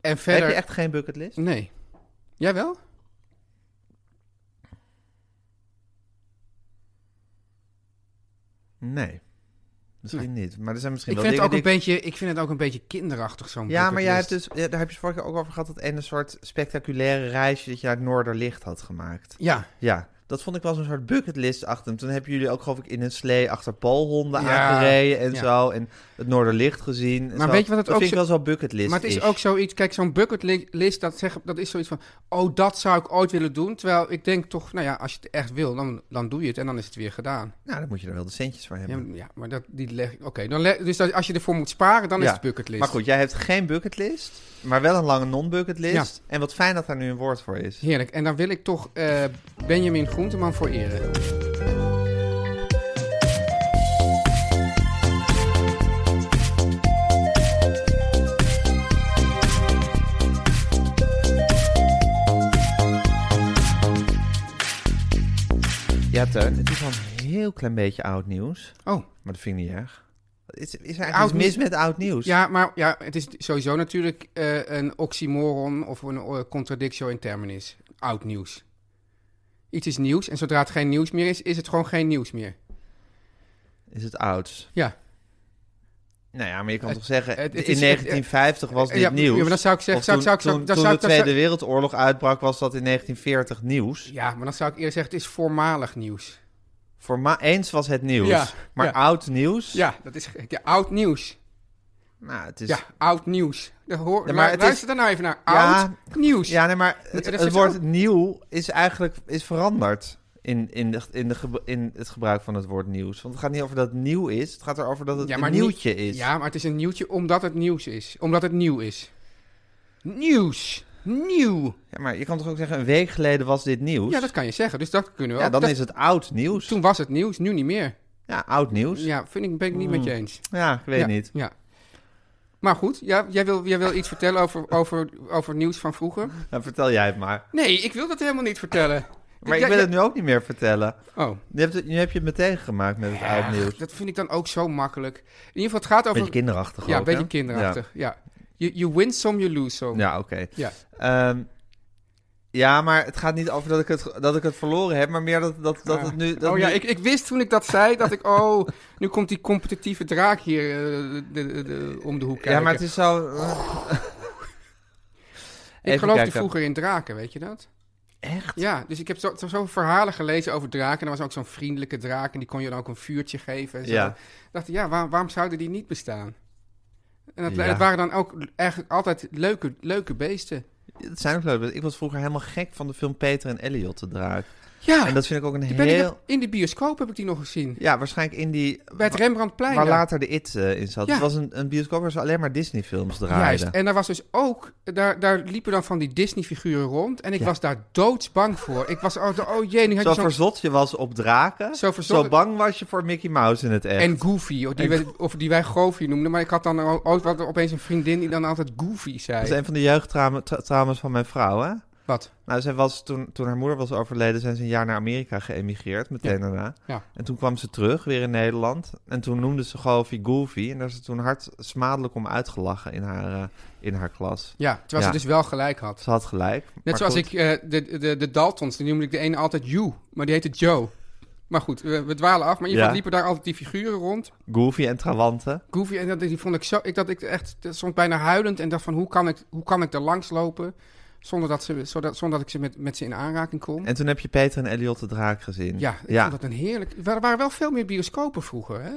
[SPEAKER 2] En verder...
[SPEAKER 1] Heb je echt geen bucketlist?
[SPEAKER 2] Nee. Jij wel?
[SPEAKER 1] Nee. Misschien niet. Maar er zijn misschien
[SPEAKER 2] Ik
[SPEAKER 1] wel
[SPEAKER 2] vind, het ook
[SPEAKER 1] dingen
[SPEAKER 2] een
[SPEAKER 1] die ik-
[SPEAKER 2] beetje, ik vind het ook een beetje kinderachtig, zo'n
[SPEAKER 1] Ja, maar jij hebt
[SPEAKER 2] bucketlist.
[SPEAKER 1] dus, ja, daar heb je vorige keer ook over gehad, dat ene soort spectaculaire reisje dat je naar het Noorderlicht had gemaakt.
[SPEAKER 2] Ja,
[SPEAKER 1] Ja, dat vond ik wel zo'n soort bucketlist achter hem. Toen hebben jullie ook, geloof ik, in een slee achter poolhonden
[SPEAKER 2] Ja,
[SPEAKER 1] aangereden en
[SPEAKER 2] ja.
[SPEAKER 1] zo. En het Noorderlicht gezien. en
[SPEAKER 2] Maar
[SPEAKER 1] zo.
[SPEAKER 2] weet je wat het
[SPEAKER 1] dat
[SPEAKER 2] ook
[SPEAKER 1] vind ik
[SPEAKER 2] zo-
[SPEAKER 1] wel zo'n bucketlist
[SPEAKER 2] maar het is ook zoiets... Kijk, zo'n bucketlist, dat, zeg, dat is zoiets van... Oh, dat zou ik ooit willen doen. Terwijl ik denk toch, nou ja, als je het echt wil, dan, dan doe je het. En dan is het weer gedaan.
[SPEAKER 1] Nou, dan moet je er wel de centjes voor
[SPEAKER 2] Ja,
[SPEAKER 1] hebben.
[SPEAKER 2] maar- ja maar dat, die leg Oké, dan leg- dus dat- als je ervoor moet sparen, dan is
[SPEAKER 1] Ja,
[SPEAKER 2] het bucketlist.
[SPEAKER 1] Maar goed, jij hebt geen bucketlist, maar wel een lange non-bucketlist. En wat fijn dat daar nu een woord voor is.
[SPEAKER 2] Heerlijk. En dan wil ik toch eh, Benjamin Groenteman voor eren.
[SPEAKER 1] Ja, Teun, het is al een heel klein beetje oud nieuws,
[SPEAKER 2] Oh, Oh.
[SPEAKER 1] maar dat vind ik niet erg. Is, is er eigenlijk iets mis
[SPEAKER 2] nieuws-
[SPEAKER 1] met oud nieuws?
[SPEAKER 2] Ja, maar ja, het is sowieso natuurlijk eh, een oxymoron of een eh, contradictio in terminis. Oud nieuws. Iets is nieuws en zodra het geen nieuws meer is, is het gewoon geen nieuws meer.
[SPEAKER 1] Is het oud?
[SPEAKER 2] Ja.
[SPEAKER 1] Nou ja, maar je kan toch zeggen,
[SPEAKER 2] het- het
[SPEAKER 1] in
[SPEAKER 2] is-
[SPEAKER 1] 1950 was dit
[SPEAKER 2] ja,
[SPEAKER 1] nieuws.
[SPEAKER 2] ja, maar dan zou ik zeggen-
[SPEAKER 1] Of
[SPEAKER 2] zou
[SPEAKER 1] toen,
[SPEAKER 2] ik- zou ik- zou
[SPEAKER 1] toen,
[SPEAKER 2] ik- dan
[SPEAKER 1] toen
[SPEAKER 2] zou
[SPEAKER 1] de
[SPEAKER 2] ik- dan zou-
[SPEAKER 1] Tweede Wereldoorlog uitbrak, was dat in 1940 nieuws.
[SPEAKER 2] Ja, maar dan zou ik eerder zeggen, het is voormalig nieuws.
[SPEAKER 1] Voor ma- eens was het nieuws,
[SPEAKER 2] Ja,
[SPEAKER 1] maar
[SPEAKER 2] ja.
[SPEAKER 1] oud nieuws?
[SPEAKER 2] Ja, dat is ja, oud nieuws.
[SPEAKER 1] Nou, het is...
[SPEAKER 2] Ja,
[SPEAKER 1] Ja,
[SPEAKER 2] oud nieuws. Daar Hoor,
[SPEAKER 1] Ja, maar
[SPEAKER 2] maar
[SPEAKER 1] het
[SPEAKER 2] luister daar nou even naar.
[SPEAKER 1] Ja.
[SPEAKER 2] Oud nieuws.
[SPEAKER 1] nee, maar het,
[SPEAKER 2] Ja, dat
[SPEAKER 1] het
[SPEAKER 2] is
[SPEAKER 1] woord
[SPEAKER 2] ook-
[SPEAKER 1] nieuw is eigenlijk is veranderd in, in, de, in, de, gebru- in het gebruik van het woord nieuws. Want het gaat niet over dat het nieuw is, het gaat erover dat het
[SPEAKER 2] Ja,
[SPEAKER 1] een
[SPEAKER 2] maar nie-
[SPEAKER 1] nieuwtje is.
[SPEAKER 2] Ja, maar het is een nieuwtje omdat het nieuws is. Omdat het nieuw is. Nieuws. Nieuw.
[SPEAKER 1] Ja, maar je kan toch ook zeggen, een week geleden was dit nieuws?
[SPEAKER 2] Ja, dat kan je zeggen. Dus dat kunnen we
[SPEAKER 1] Ja,
[SPEAKER 2] ook.
[SPEAKER 1] dan
[SPEAKER 2] Dat-
[SPEAKER 1] is het oud nieuws.
[SPEAKER 2] Toen was het nieuws, nu niet meer.
[SPEAKER 1] Ja, oud nieuws. Ja,
[SPEAKER 2] Ja, vind ik, ben ik niet met je eens.
[SPEAKER 1] Hmm, ik weet
[SPEAKER 2] ja,
[SPEAKER 1] niet.
[SPEAKER 2] Ja. Maar goed, ja, jij, wil, jij wil iets vertellen over, over, over nieuws van vroeger?
[SPEAKER 1] Dan Nou, vertel jij het maar.
[SPEAKER 2] Nee, ik wil dat helemaal niet vertellen.
[SPEAKER 1] Maar
[SPEAKER 2] Ja,
[SPEAKER 1] ik wil
[SPEAKER 2] ja-
[SPEAKER 1] het nu ook niet meer vertellen.
[SPEAKER 2] Oh.
[SPEAKER 1] Nu heb, je- nu heb je het meteen gemaakt met het oud nieuws.
[SPEAKER 2] Dat vind ik dan ook zo makkelijk. In ieder geval, het gaat over...
[SPEAKER 1] Beetje kinderachtig
[SPEAKER 2] ja,
[SPEAKER 1] ook,
[SPEAKER 2] beetje
[SPEAKER 1] hè?
[SPEAKER 2] kinderachtig. Ja. You, you win some, you lose some.
[SPEAKER 1] Ja, ja oké.
[SPEAKER 2] Ja.
[SPEAKER 1] Ehm, ja, maar het gaat niet over dat ik het, dat ik het verloren heb, maar meer dat, dat, dat het nu... Dat
[SPEAKER 2] oh ja,
[SPEAKER 1] nu-
[SPEAKER 2] ik, ik wist toen ik dat zei dat ik, oh, nu komt die competitieve draak hier eh, de, de- de- om de hoek kijken.
[SPEAKER 1] ja, maar het is zo...
[SPEAKER 2] ik geloofde vroeger in draken, weet je dat?
[SPEAKER 1] Echt?
[SPEAKER 2] Ja, dus ik heb zo- zo- zoveel verhalen gelezen over draken. En er was ook zo'n vriendelijke draak en die kon je dan ook een vuurtje geven. En zo.
[SPEAKER 1] Ja.
[SPEAKER 2] Ik dacht, ja, waar- waarom zouden die niet bestaan? En dat,
[SPEAKER 1] Ja.
[SPEAKER 2] het waren dan ook eigenlijk altijd leuke, leuke beesten.
[SPEAKER 1] Het zijn ook leuk. want Ik was vroeger helemaal gek van de film Peter en Elliot te draaien.
[SPEAKER 2] Ja,
[SPEAKER 1] En dat vind ik ook een
[SPEAKER 2] Ah, ben ik-
[SPEAKER 1] heel...
[SPEAKER 2] in de bioscoop heb ik die nog gezien.
[SPEAKER 1] Ja, waarschijnlijk in die...
[SPEAKER 2] Bij het Rembrandtplein.
[SPEAKER 1] Waar
[SPEAKER 2] daar.
[SPEAKER 1] later de It eh, in zat.
[SPEAKER 2] Ja.
[SPEAKER 1] Het was een, een bioscoop waar ze alleen maar Disney-films draaiden.
[SPEAKER 2] Juist, en daar was dus ook, daar, daar liepen dan van die Disney-figuren rond. En ik was daar doodsbang voor. Ik was, oh, oh jee, nu had
[SPEAKER 1] Zo
[SPEAKER 2] je zo'n...
[SPEAKER 1] verzot je was op draken.
[SPEAKER 2] Zo verzot-
[SPEAKER 1] Zo bang was je voor Mickey Mouse in het echt.
[SPEAKER 2] En Goofy, of die, we- of die wij Goofy noemden. Maar ik had dan o- ooit wat, opeens een vriendin die dan altijd Goofy
[SPEAKER 1] Dat
[SPEAKER 2] zei.
[SPEAKER 1] is een van de jeugdtraumas van mijn vrouw, hè?
[SPEAKER 2] Wat?
[SPEAKER 1] Nou, zij was, toen, toen haar moeder was overleden, zijn ze een jaar naar Amerika geëmigreerd, meteen daarna.
[SPEAKER 2] Ja.
[SPEAKER 1] En toen kwam ze terug, weer in Nederland. En toen noemde ze Goofy Goofy. En daar is ze toen hard smadelijk om uitgelachen in haar, eh, in haar klas.
[SPEAKER 2] Ja, terwijl
[SPEAKER 1] Ja.
[SPEAKER 2] ze dus wel gelijk had.
[SPEAKER 1] Ze had gelijk.
[SPEAKER 2] Net zoals ik, eh, de, de, de Daltons, die noemde ik de ene altijd You, maar die heette Joe. Maar goed, we, we dwalen af. Maar in ieder geval
[SPEAKER 1] Ja.
[SPEAKER 2] liepen daar altijd die figuren rond.
[SPEAKER 1] Goofy en Trawante.
[SPEAKER 2] Goofy, en dat, die vond ik zo... Ik, dat ik echt dat stond bijna huilend en dacht van... Hoe kan ik, hoe kan ik er langs lopen zonder dat, ze, zodat, zonder dat ik ze met, met ze in aanraking kom?
[SPEAKER 1] En toen heb je Peter en Elliot de Draak gezien.
[SPEAKER 2] ja, ik vond dat een heerlijk... Er waren wel veel meer bioscopen vroeger, hè?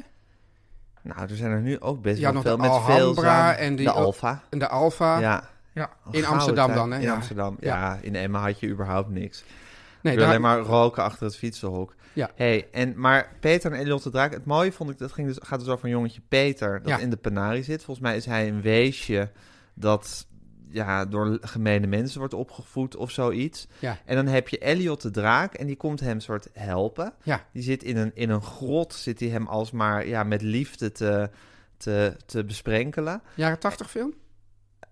[SPEAKER 1] Nou, er zijn er nu ook best
[SPEAKER 2] Ja,
[SPEAKER 1] wel
[SPEAKER 2] nog
[SPEAKER 1] veel
[SPEAKER 2] de
[SPEAKER 1] met veel
[SPEAKER 2] Alhambra
[SPEAKER 1] zaam-
[SPEAKER 2] en die-
[SPEAKER 1] de Alfa.
[SPEAKER 2] En de Alfa.
[SPEAKER 1] Ja.
[SPEAKER 2] Ja,
[SPEAKER 1] Een
[SPEAKER 2] In
[SPEAKER 1] gouden
[SPEAKER 2] Amsterdam
[SPEAKER 1] tijd.
[SPEAKER 2] dan, hè?
[SPEAKER 1] In
[SPEAKER 2] Ja.
[SPEAKER 1] Amsterdam, ja.
[SPEAKER 2] Ja.
[SPEAKER 1] In Emmen had je überhaupt niks.
[SPEAKER 2] Nee,
[SPEAKER 1] Ik wil
[SPEAKER 2] daar-
[SPEAKER 1] alleen maar roken achter het fietsenhok.
[SPEAKER 2] Ja.
[SPEAKER 1] Hey, en, maar Peter en Elliot de Draak, het mooie vond ik, dat ging dus, gaat dus over een jongetje Peter dat
[SPEAKER 2] Ja.
[SPEAKER 1] in de penarie zit. Volgens mij is hij een weesje dat ja, door gemene mensen wordt opgevoed of zoiets.
[SPEAKER 2] Ja.
[SPEAKER 1] En dan heb je Elliot de Draak en die komt hem soort helpen.
[SPEAKER 2] Ja.
[SPEAKER 1] Die zit in een, in een grot, zit hij hem alsmaar ja, met liefde te, te, te besprenkelen.
[SPEAKER 2] Jaren tachtig film?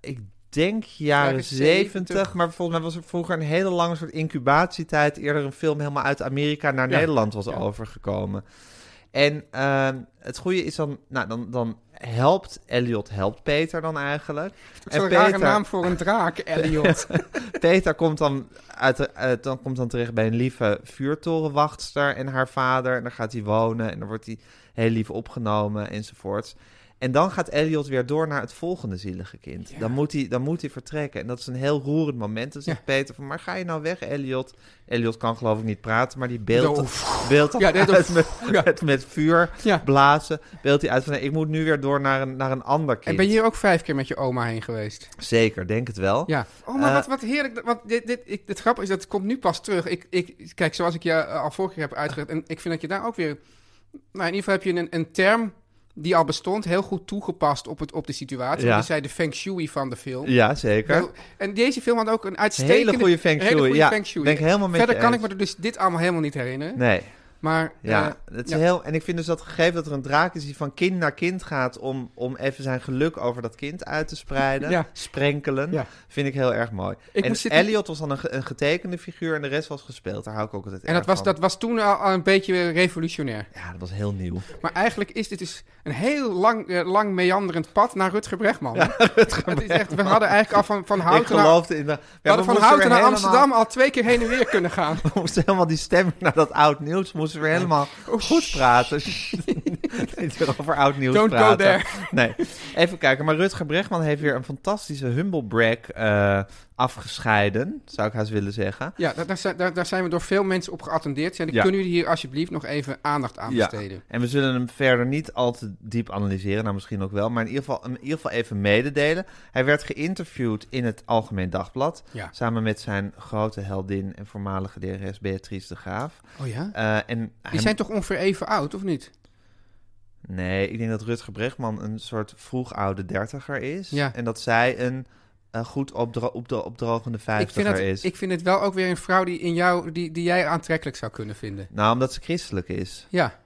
[SPEAKER 1] Ik denk jaren
[SPEAKER 2] Jaren
[SPEAKER 1] zeventig,
[SPEAKER 2] 70.
[SPEAKER 1] maar volgens mij was er vroeger een hele lange soort incubatietijd. Eerder een film helemaal uit Amerika naar
[SPEAKER 2] Ja.
[SPEAKER 1] Nederland was
[SPEAKER 2] Ja.
[SPEAKER 1] overgekomen. En ehm, het goede is dan, nou dan, dan helpt Elliot, helpt Peter dan eigenlijk.
[SPEAKER 2] Zo'n rare naam voor een draak, Elliot.
[SPEAKER 1] Peter komt dan, uit de- eh, dan komt dan terecht bij een lieve vuurtorenwachtster en haar vader. En daar gaat hij wonen en dan wordt hij heel lief opgenomen enzovoorts. En dan gaat Elliot weer door naar het volgende zielige kind. Dan, moet hij, dan moet hij vertrekken. En dat is een heel roerend moment. Dan zegt Peter van, maar ga je nou weg, Elliot? Elliot kan geloof ik niet praten, maar die beeldt
[SPEAKER 2] Zo.
[SPEAKER 1] beeld dat
[SPEAKER 2] Ja, dit
[SPEAKER 1] uit
[SPEAKER 2] ook.
[SPEAKER 1] met,
[SPEAKER 2] Ja.
[SPEAKER 1] met, met vuur,
[SPEAKER 2] Ja.
[SPEAKER 1] blazen. Beeldt hij uit van, nee, ik moet nu weer door naar een, naar een ander kind.
[SPEAKER 2] En ben je hier ook vijf keer met je oma heen geweest?
[SPEAKER 1] Zeker, denk het wel.
[SPEAKER 2] Ja. Oh, maar
[SPEAKER 1] Eh,
[SPEAKER 2] wat, wat heerlijk. dat- Want dit, dit, ik, het grappige is, dat komt nu pas terug. Ik, ik, kijk, zoals ik je eh, al vorige keer heb uitgelegd... en ik vind dat je daar ook weer... Nou, in ieder geval heb je een, een term die al bestond... heel goed toegepast op, het, op de situatie.
[SPEAKER 1] Ja.
[SPEAKER 2] Want Je zei de feng shui van de film.
[SPEAKER 1] ja zeker.
[SPEAKER 2] Heel- En deze film had ook een uitstekende...
[SPEAKER 1] Hele goede feng
[SPEAKER 2] hele
[SPEAKER 1] shui,
[SPEAKER 2] goede
[SPEAKER 1] ja.
[SPEAKER 2] feng shui.
[SPEAKER 1] Ben ik helemaal met
[SPEAKER 2] Verder
[SPEAKER 1] je
[SPEAKER 2] kan
[SPEAKER 1] eens.
[SPEAKER 2] ik me dus dit allemaal helemaal niet herinneren.
[SPEAKER 1] Nee.
[SPEAKER 2] Maar
[SPEAKER 1] Ja,
[SPEAKER 2] eh,
[SPEAKER 1] het is
[SPEAKER 2] ja.
[SPEAKER 1] heel. En ik vind dus dat gegeven dat er een draak is die van kind naar kind gaat om, om even zijn geluk over dat kind uit te spreiden,
[SPEAKER 2] Ja.
[SPEAKER 1] sprenkelen,
[SPEAKER 2] Ja.
[SPEAKER 1] vind ik heel erg mooi.
[SPEAKER 2] Ik
[SPEAKER 1] en
[SPEAKER 2] moest zitten-
[SPEAKER 1] Elliot was dan een, ge- een getekende figuur en de rest was gespeeld. Daar hou ik ook altijd
[SPEAKER 2] en dat
[SPEAKER 1] erg
[SPEAKER 2] was,
[SPEAKER 1] van.
[SPEAKER 2] dat was toen al, al een beetje revolutionair.
[SPEAKER 1] Ja, dat was heel nieuw.
[SPEAKER 2] Maar eigenlijk is dit dus een heel lang, eh, lang meanderend pad naar Rutger Bregman. Het is echt, we hadden eigenlijk al van, van
[SPEAKER 1] ik
[SPEAKER 2] Houten naar,
[SPEAKER 1] geloofde in de... Ja,
[SPEAKER 2] we hadden van
[SPEAKER 1] moesten
[SPEAKER 2] Houten
[SPEAKER 1] weer
[SPEAKER 2] naar
[SPEAKER 1] helemaal-
[SPEAKER 2] Amsterdam al twee keer heen en weer kunnen gaan.
[SPEAKER 1] We moesten helemaal die stemming naar dat oud nieuws. Moesten we weer helemaal
[SPEAKER 2] Oh,
[SPEAKER 1] goed praten. Niet weer over oud nieuws
[SPEAKER 2] Don't go
[SPEAKER 1] praten.
[SPEAKER 2] there.
[SPEAKER 1] Nee. Even kijken. Maar Rutger Bregman heeft weer een fantastische humblebrag eh afgescheiden. Zou ik haast willen zeggen.
[SPEAKER 2] Ja, daar, daar, zijn- daar, daar zijn we door veel mensen op geattendeerd. Zijn.
[SPEAKER 1] Ja.
[SPEAKER 2] Kunnen jullie hier alsjeblieft nog even aandacht aan besteden?
[SPEAKER 1] En we zullen hem verder niet al te diep analyseren. Nou, misschien ook wel. Maar in ieder geval, in ieder geval even mededelen. Hij werd geïnterviewd in het Algemeen Dagblad.
[SPEAKER 2] Ja.
[SPEAKER 1] Samen met zijn grote heldin en voormalige lerares Beatrice de Graaf.
[SPEAKER 2] Oh ja?
[SPEAKER 1] Eh, en hij
[SPEAKER 2] Die zijn toch ongeveer even oud, of niet?
[SPEAKER 1] Nee, ik denk dat Rutger Bregman een soort vroeg oude dertiger is.
[SPEAKER 2] Ja.
[SPEAKER 1] En dat zij een, eh, goed opdro opdro- opdrogende
[SPEAKER 2] Ik vind,
[SPEAKER 1] vijftiger
[SPEAKER 2] het,
[SPEAKER 1] is.
[SPEAKER 2] ik vind het wel ook weer een vrouw die, in jou, die, die jij aantrekkelijk zou kunnen vinden.
[SPEAKER 1] Nou, omdat ze christelijk is.
[SPEAKER 2] Ja,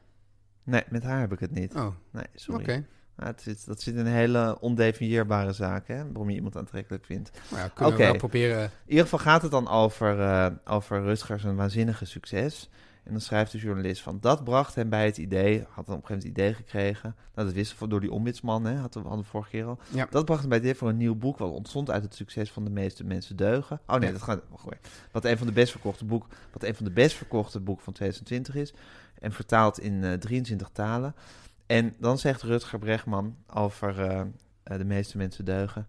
[SPEAKER 1] Nee, met haar heb ik het niet.
[SPEAKER 2] oh, oké.
[SPEAKER 1] Nee, sorry. Maar het is, dat zit in een hele ondefinieerbare zaak, hè? Waarom je iemand aantrekkelijk vindt.
[SPEAKER 2] Nou ja, kunnen
[SPEAKER 1] Oké.
[SPEAKER 2] we wel proberen.
[SPEAKER 1] In ieder geval gaat het dan over, eh over Rutger zijn waanzinnige succes. En dan schrijft de journalist van dat bracht hem bij het idee, had dan op een gegeven moment het idee gekregen. Nou, dat wisten we door die ombudsman, hè, hadden we hadden we vorige keer al.
[SPEAKER 2] Ja.
[SPEAKER 1] Dat bracht hem bij het idee voor een nieuw boek, wat ontstond uit het succes van de meeste mensen deugen. Oh nee, dat gaat goed. Wat een van de best verkochte boek, wat een van de best verkochte boeken van 2020 is. En vertaald in eh, 23 talen. En dan zegt Rutger Bregman over eh, eh, de meeste mensen deugen.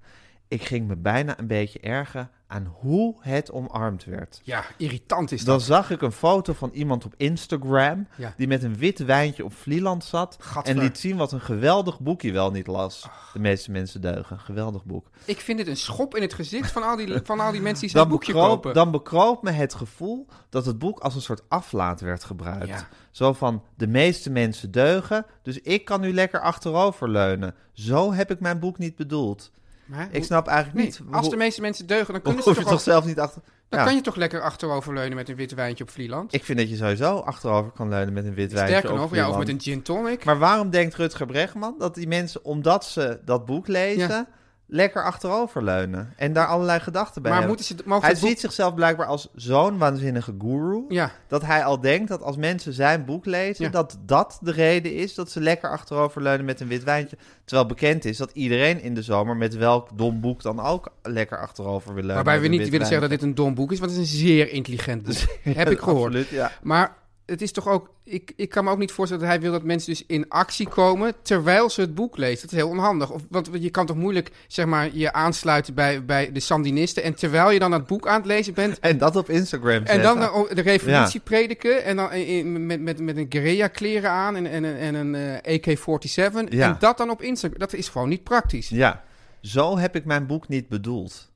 [SPEAKER 1] Ik ging me bijna een beetje erger aan hoe het omarmd werd.
[SPEAKER 2] Ja, irritant is
[SPEAKER 1] Dan
[SPEAKER 2] dat.
[SPEAKER 1] zag ik een foto van iemand op Instagram
[SPEAKER 2] Ja.
[SPEAKER 1] die met een wit wijntje op Vlieland zat
[SPEAKER 2] Gadver.
[SPEAKER 1] en liet zien wat een geweldig boek hij wel niet las. De meeste mensen deugen. Geweldig boek.
[SPEAKER 2] Ik vind dit een schop in het gezicht van al die, van al die mensen die
[SPEAKER 1] Dan
[SPEAKER 2] zo'n boekje
[SPEAKER 1] bekroop,
[SPEAKER 2] kopen.
[SPEAKER 1] dan bekroop me het gevoel dat het boek als een soort aflaat werd gebruikt.
[SPEAKER 2] Ja.
[SPEAKER 1] Zo van, de meeste mensen deugen, dus ik kan nu lekker achteroverleunen. Zo heb ik mijn boek niet bedoeld.
[SPEAKER 2] Maar,
[SPEAKER 1] Ik snap eigenlijk
[SPEAKER 2] nee,
[SPEAKER 1] niet...
[SPEAKER 2] als
[SPEAKER 1] hoe-
[SPEAKER 2] de meeste mensen deugen, dan, kunnen ze
[SPEAKER 1] hoef je
[SPEAKER 2] toch
[SPEAKER 1] toch
[SPEAKER 2] ook-
[SPEAKER 1] zelf niet achter...
[SPEAKER 2] dan
[SPEAKER 1] Ja.
[SPEAKER 2] kan je toch lekker achteroverleunen met een wit wijntje op Vlieland?
[SPEAKER 1] Ik vind dat je sowieso achterover kan leunen met een wit wijntje.
[SPEAKER 2] Sterker
[SPEAKER 1] op
[SPEAKER 2] nog, ja, of
[SPEAKER 1] Vlieland.
[SPEAKER 2] met een gin tonic.
[SPEAKER 1] Maar waarom denkt Rutger Bregman dat die mensen, omdat ze dat boek lezen,
[SPEAKER 2] Ja.
[SPEAKER 1] lekker achteroverleunen en daar allerlei gedachten bij
[SPEAKER 2] Maar
[SPEAKER 1] hebben?
[SPEAKER 2] moeten ze, mogen
[SPEAKER 1] Hij
[SPEAKER 2] het boek-
[SPEAKER 1] ziet zichzelf blijkbaar als zo'n waanzinnige guru.
[SPEAKER 2] Ja,
[SPEAKER 1] Dat hij al denkt dat als mensen zijn boek lezen,
[SPEAKER 2] Ja.
[SPEAKER 1] dat dat de reden is dat ze lekker achteroverleunen met een wit wijntje. Terwijl bekend is dat iedereen in de zomer met welk dom boek dan ook lekker achterover wil leunen.
[SPEAKER 2] waarbij
[SPEAKER 1] met
[SPEAKER 2] we
[SPEAKER 1] een
[SPEAKER 2] niet
[SPEAKER 1] wit
[SPEAKER 2] willen zeggen dat
[SPEAKER 1] wijntje.
[SPEAKER 2] dit een dom boek is, want het is een zeer intelligent boek. Heb ik gehoord.
[SPEAKER 1] Absoluut, ja.
[SPEAKER 2] Maar het is toch ook. Ik, ik kan me ook niet voorstellen dat hij wil dat mensen dus in actie komen terwijl ze het boek lezen. Dat is heel onhandig. Of, want je kan toch moeilijk zeg maar, je aansluiten bij, bij de Sandinisten. En terwijl je dan dat boek aan het lezen bent.
[SPEAKER 1] En dat op Instagram
[SPEAKER 2] En dan
[SPEAKER 1] zetten.
[SPEAKER 2] de, de revolutie prediken. En dan in- in- met, met, met een guerrilla kleren aan en, en, en een eh, AK-47.
[SPEAKER 1] Ja.
[SPEAKER 2] En dat dan op Instagram. Dat is gewoon niet praktisch.
[SPEAKER 1] Ja, zo heb ik mijn boek niet bedoeld.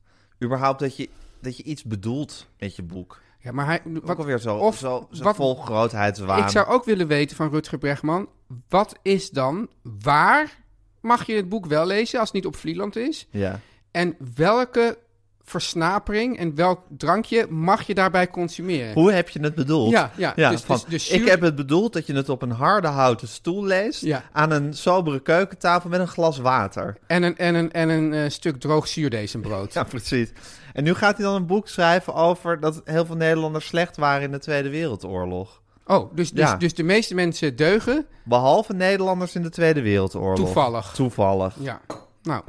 [SPEAKER 1] Überhaupt dat je, dat je iets bedoelt met je boek.
[SPEAKER 2] Ja, maar hij,
[SPEAKER 1] Ook alweer zo,
[SPEAKER 2] of
[SPEAKER 1] zo, zo
[SPEAKER 2] wat-
[SPEAKER 1] vol grootheidswaan.
[SPEAKER 2] Ik zou ook willen weten van Rutger Bregman, wat is dan, waar mag je het boek wel lezen als het niet op Vlieland is?
[SPEAKER 1] Ja.
[SPEAKER 2] En welke versnapering en welk drankje mag je daarbij consumeren?
[SPEAKER 1] Hoe heb je het bedoeld?
[SPEAKER 2] Ja, ja,
[SPEAKER 1] ja
[SPEAKER 2] dus-
[SPEAKER 1] van,
[SPEAKER 2] dus- dus
[SPEAKER 1] ik
[SPEAKER 2] zuur-
[SPEAKER 1] heb het bedoeld dat je het op een harde houten stoel leest...
[SPEAKER 2] Ja.
[SPEAKER 1] aan een sobere keukentafel met een glas water.
[SPEAKER 2] En een, en een, en een eh, stuk droog zuurdezenbrood.
[SPEAKER 1] Ja, precies. En nu gaat hij dan een boek schrijven over dat heel veel Nederlanders slecht waren in de Tweede Wereldoorlog.
[SPEAKER 2] Oh, dus, dus,
[SPEAKER 1] Ja.
[SPEAKER 2] dus de meeste mensen deugen?
[SPEAKER 1] Behalve Nederlanders in de Tweede Wereldoorlog.
[SPEAKER 2] Toevallig.
[SPEAKER 1] Toevallig.
[SPEAKER 2] Ja. Nou,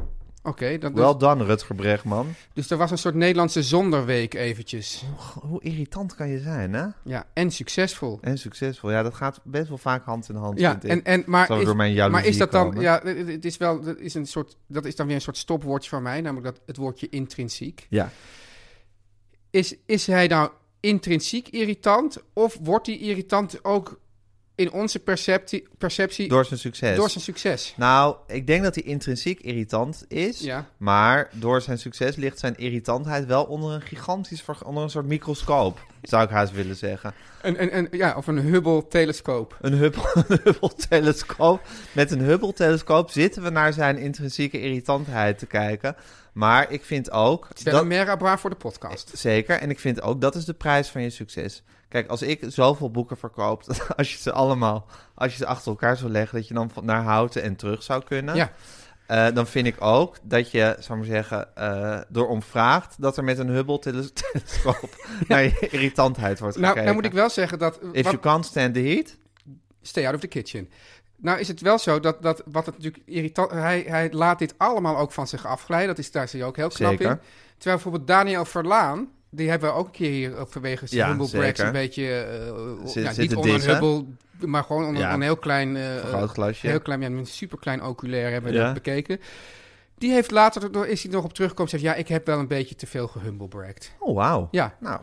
[SPEAKER 2] oké. dat- dus,
[SPEAKER 1] Wel dan, Rutger Bregman.
[SPEAKER 2] dus er was een soort Nederlandse zonderweek eventjes.
[SPEAKER 1] Hoe irritant kan je zijn, hè?
[SPEAKER 2] Ja, en succesvol.
[SPEAKER 1] En succesvol. Ja, dat gaat best wel vaak hand in hand.
[SPEAKER 2] Ja,
[SPEAKER 1] vind ik.
[SPEAKER 2] en, en, maar,
[SPEAKER 1] Zal
[SPEAKER 2] is,
[SPEAKER 1] door mijn jaloezie
[SPEAKER 2] maar is dat dan...
[SPEAKER 1] komen?
[SPEAKER 2] Ja, het- het is wel, dat, is een soort, dat is dan weer een soort stopwoordje van mij, namelijk dat, het woordje intrinsiek.
[SPEAKER 1] ja.
[SPEAKER 2] Is, is hij nou intrinsiek irritant of wordt hij irritant ook in onze perceptie, perceptie door,
[SPEAKER 1] Door zijn succes.
[SPEAKER 2] zijn succes?
[SPEAKER 1] Nou, ik denk dat hij intrinsiek irritant is.
[SPEAKER 2] Ja.
[SPEAKER 1] Maar door zijn succes ligt zijn irritantheid wel onder een gigantisch, ver- onder een soort microscoop. Zou ik haast willen zeggen.
[SPEAKER 2] Een, een, een, ja, of een Hubble-telescoop.
[SPEAKER 1] Een Hubble- een Hubble-telescoop. Met een Hubble-telescoop zitten we naar zijn intrinsieke irritantheid te kijken. Maar ik vind ook...
[SPEAKER 2] Het is wel
[SPEAKER 1] dat-
[SPEAKER 2] een mera bra voor de podcast.
[SPEAKER 1] Zeker. En ik vind ook, dat is de prijs van je succes. Kijk, als ik zoveel boeken verkoop, dat als je ze allemaal, als je ze achter elkaar zou leggen, dat je dan van- naar houten en terug zou kunnen.
[SPEAKER 2] Ja.
[SPEAKER 1] Eh, dan vind ik ook dat je, zou ik maar zeggen, eh door omvraagt dat er met een Hubble-telescoop naar je irritantheid wordt
[SPEAKER 2] Nou,
[SPEAKER 1] gekeken.
[SPEAKER 2] nou moet ik wel zeggen dat...
[SPEAKER 1] If
[SPEAKER 2] wat-
[SPEAKER 1] you can't stand the heat.
[SPEAKER 2] Stay out of the kitchen. Nou is het wel zo dat, dat wat het natuurlijk irritant... Hij, hij laat dit allemaal ook van zich afglijden. Dat is, daar zie je ook heel knap
[SPEAKER 1] Zeker.
[SPEAKER 2] in. Terwijl bijvoorbeeld Daniel Verlaan... Die hebben we ook een keer hier ook vanwege zijn
[SPEAKER 1] Ja,
[SPEAKER 2] Humble Brags
[SPEAKER 1] zeker.
[SPEAKER 2] een beetje... eh,
[SPEAKER 1] Zit-
[SPEAKER 2] ja, niet
[SPEAKER 1] zitten
[SPEAKER 2] onder een
[SPEAKER 1] dissen.
[SPEAKER 2] Hubble, maar gewoon onder
[SPEAKER 1] Ja.
[SPEAKER 2] een heel klein... eh,
[SPEAKER 1] Vergrootglasje.
[SPEAKER 2] Heel klein, ja, met een superklein oculair hebben we
[SPEAKER 1] Ja.
[SPEAKER 2] dat bekeken. Die heeft later, er- is hij nog op teruggekomen... en zegt, ja, ik heb wel een beetje te veel gehumblebragt.
[SPEAKER 1] Oh, wauw.
[SPEAKER 2] Ja,
[SPEAKER 1] Nou,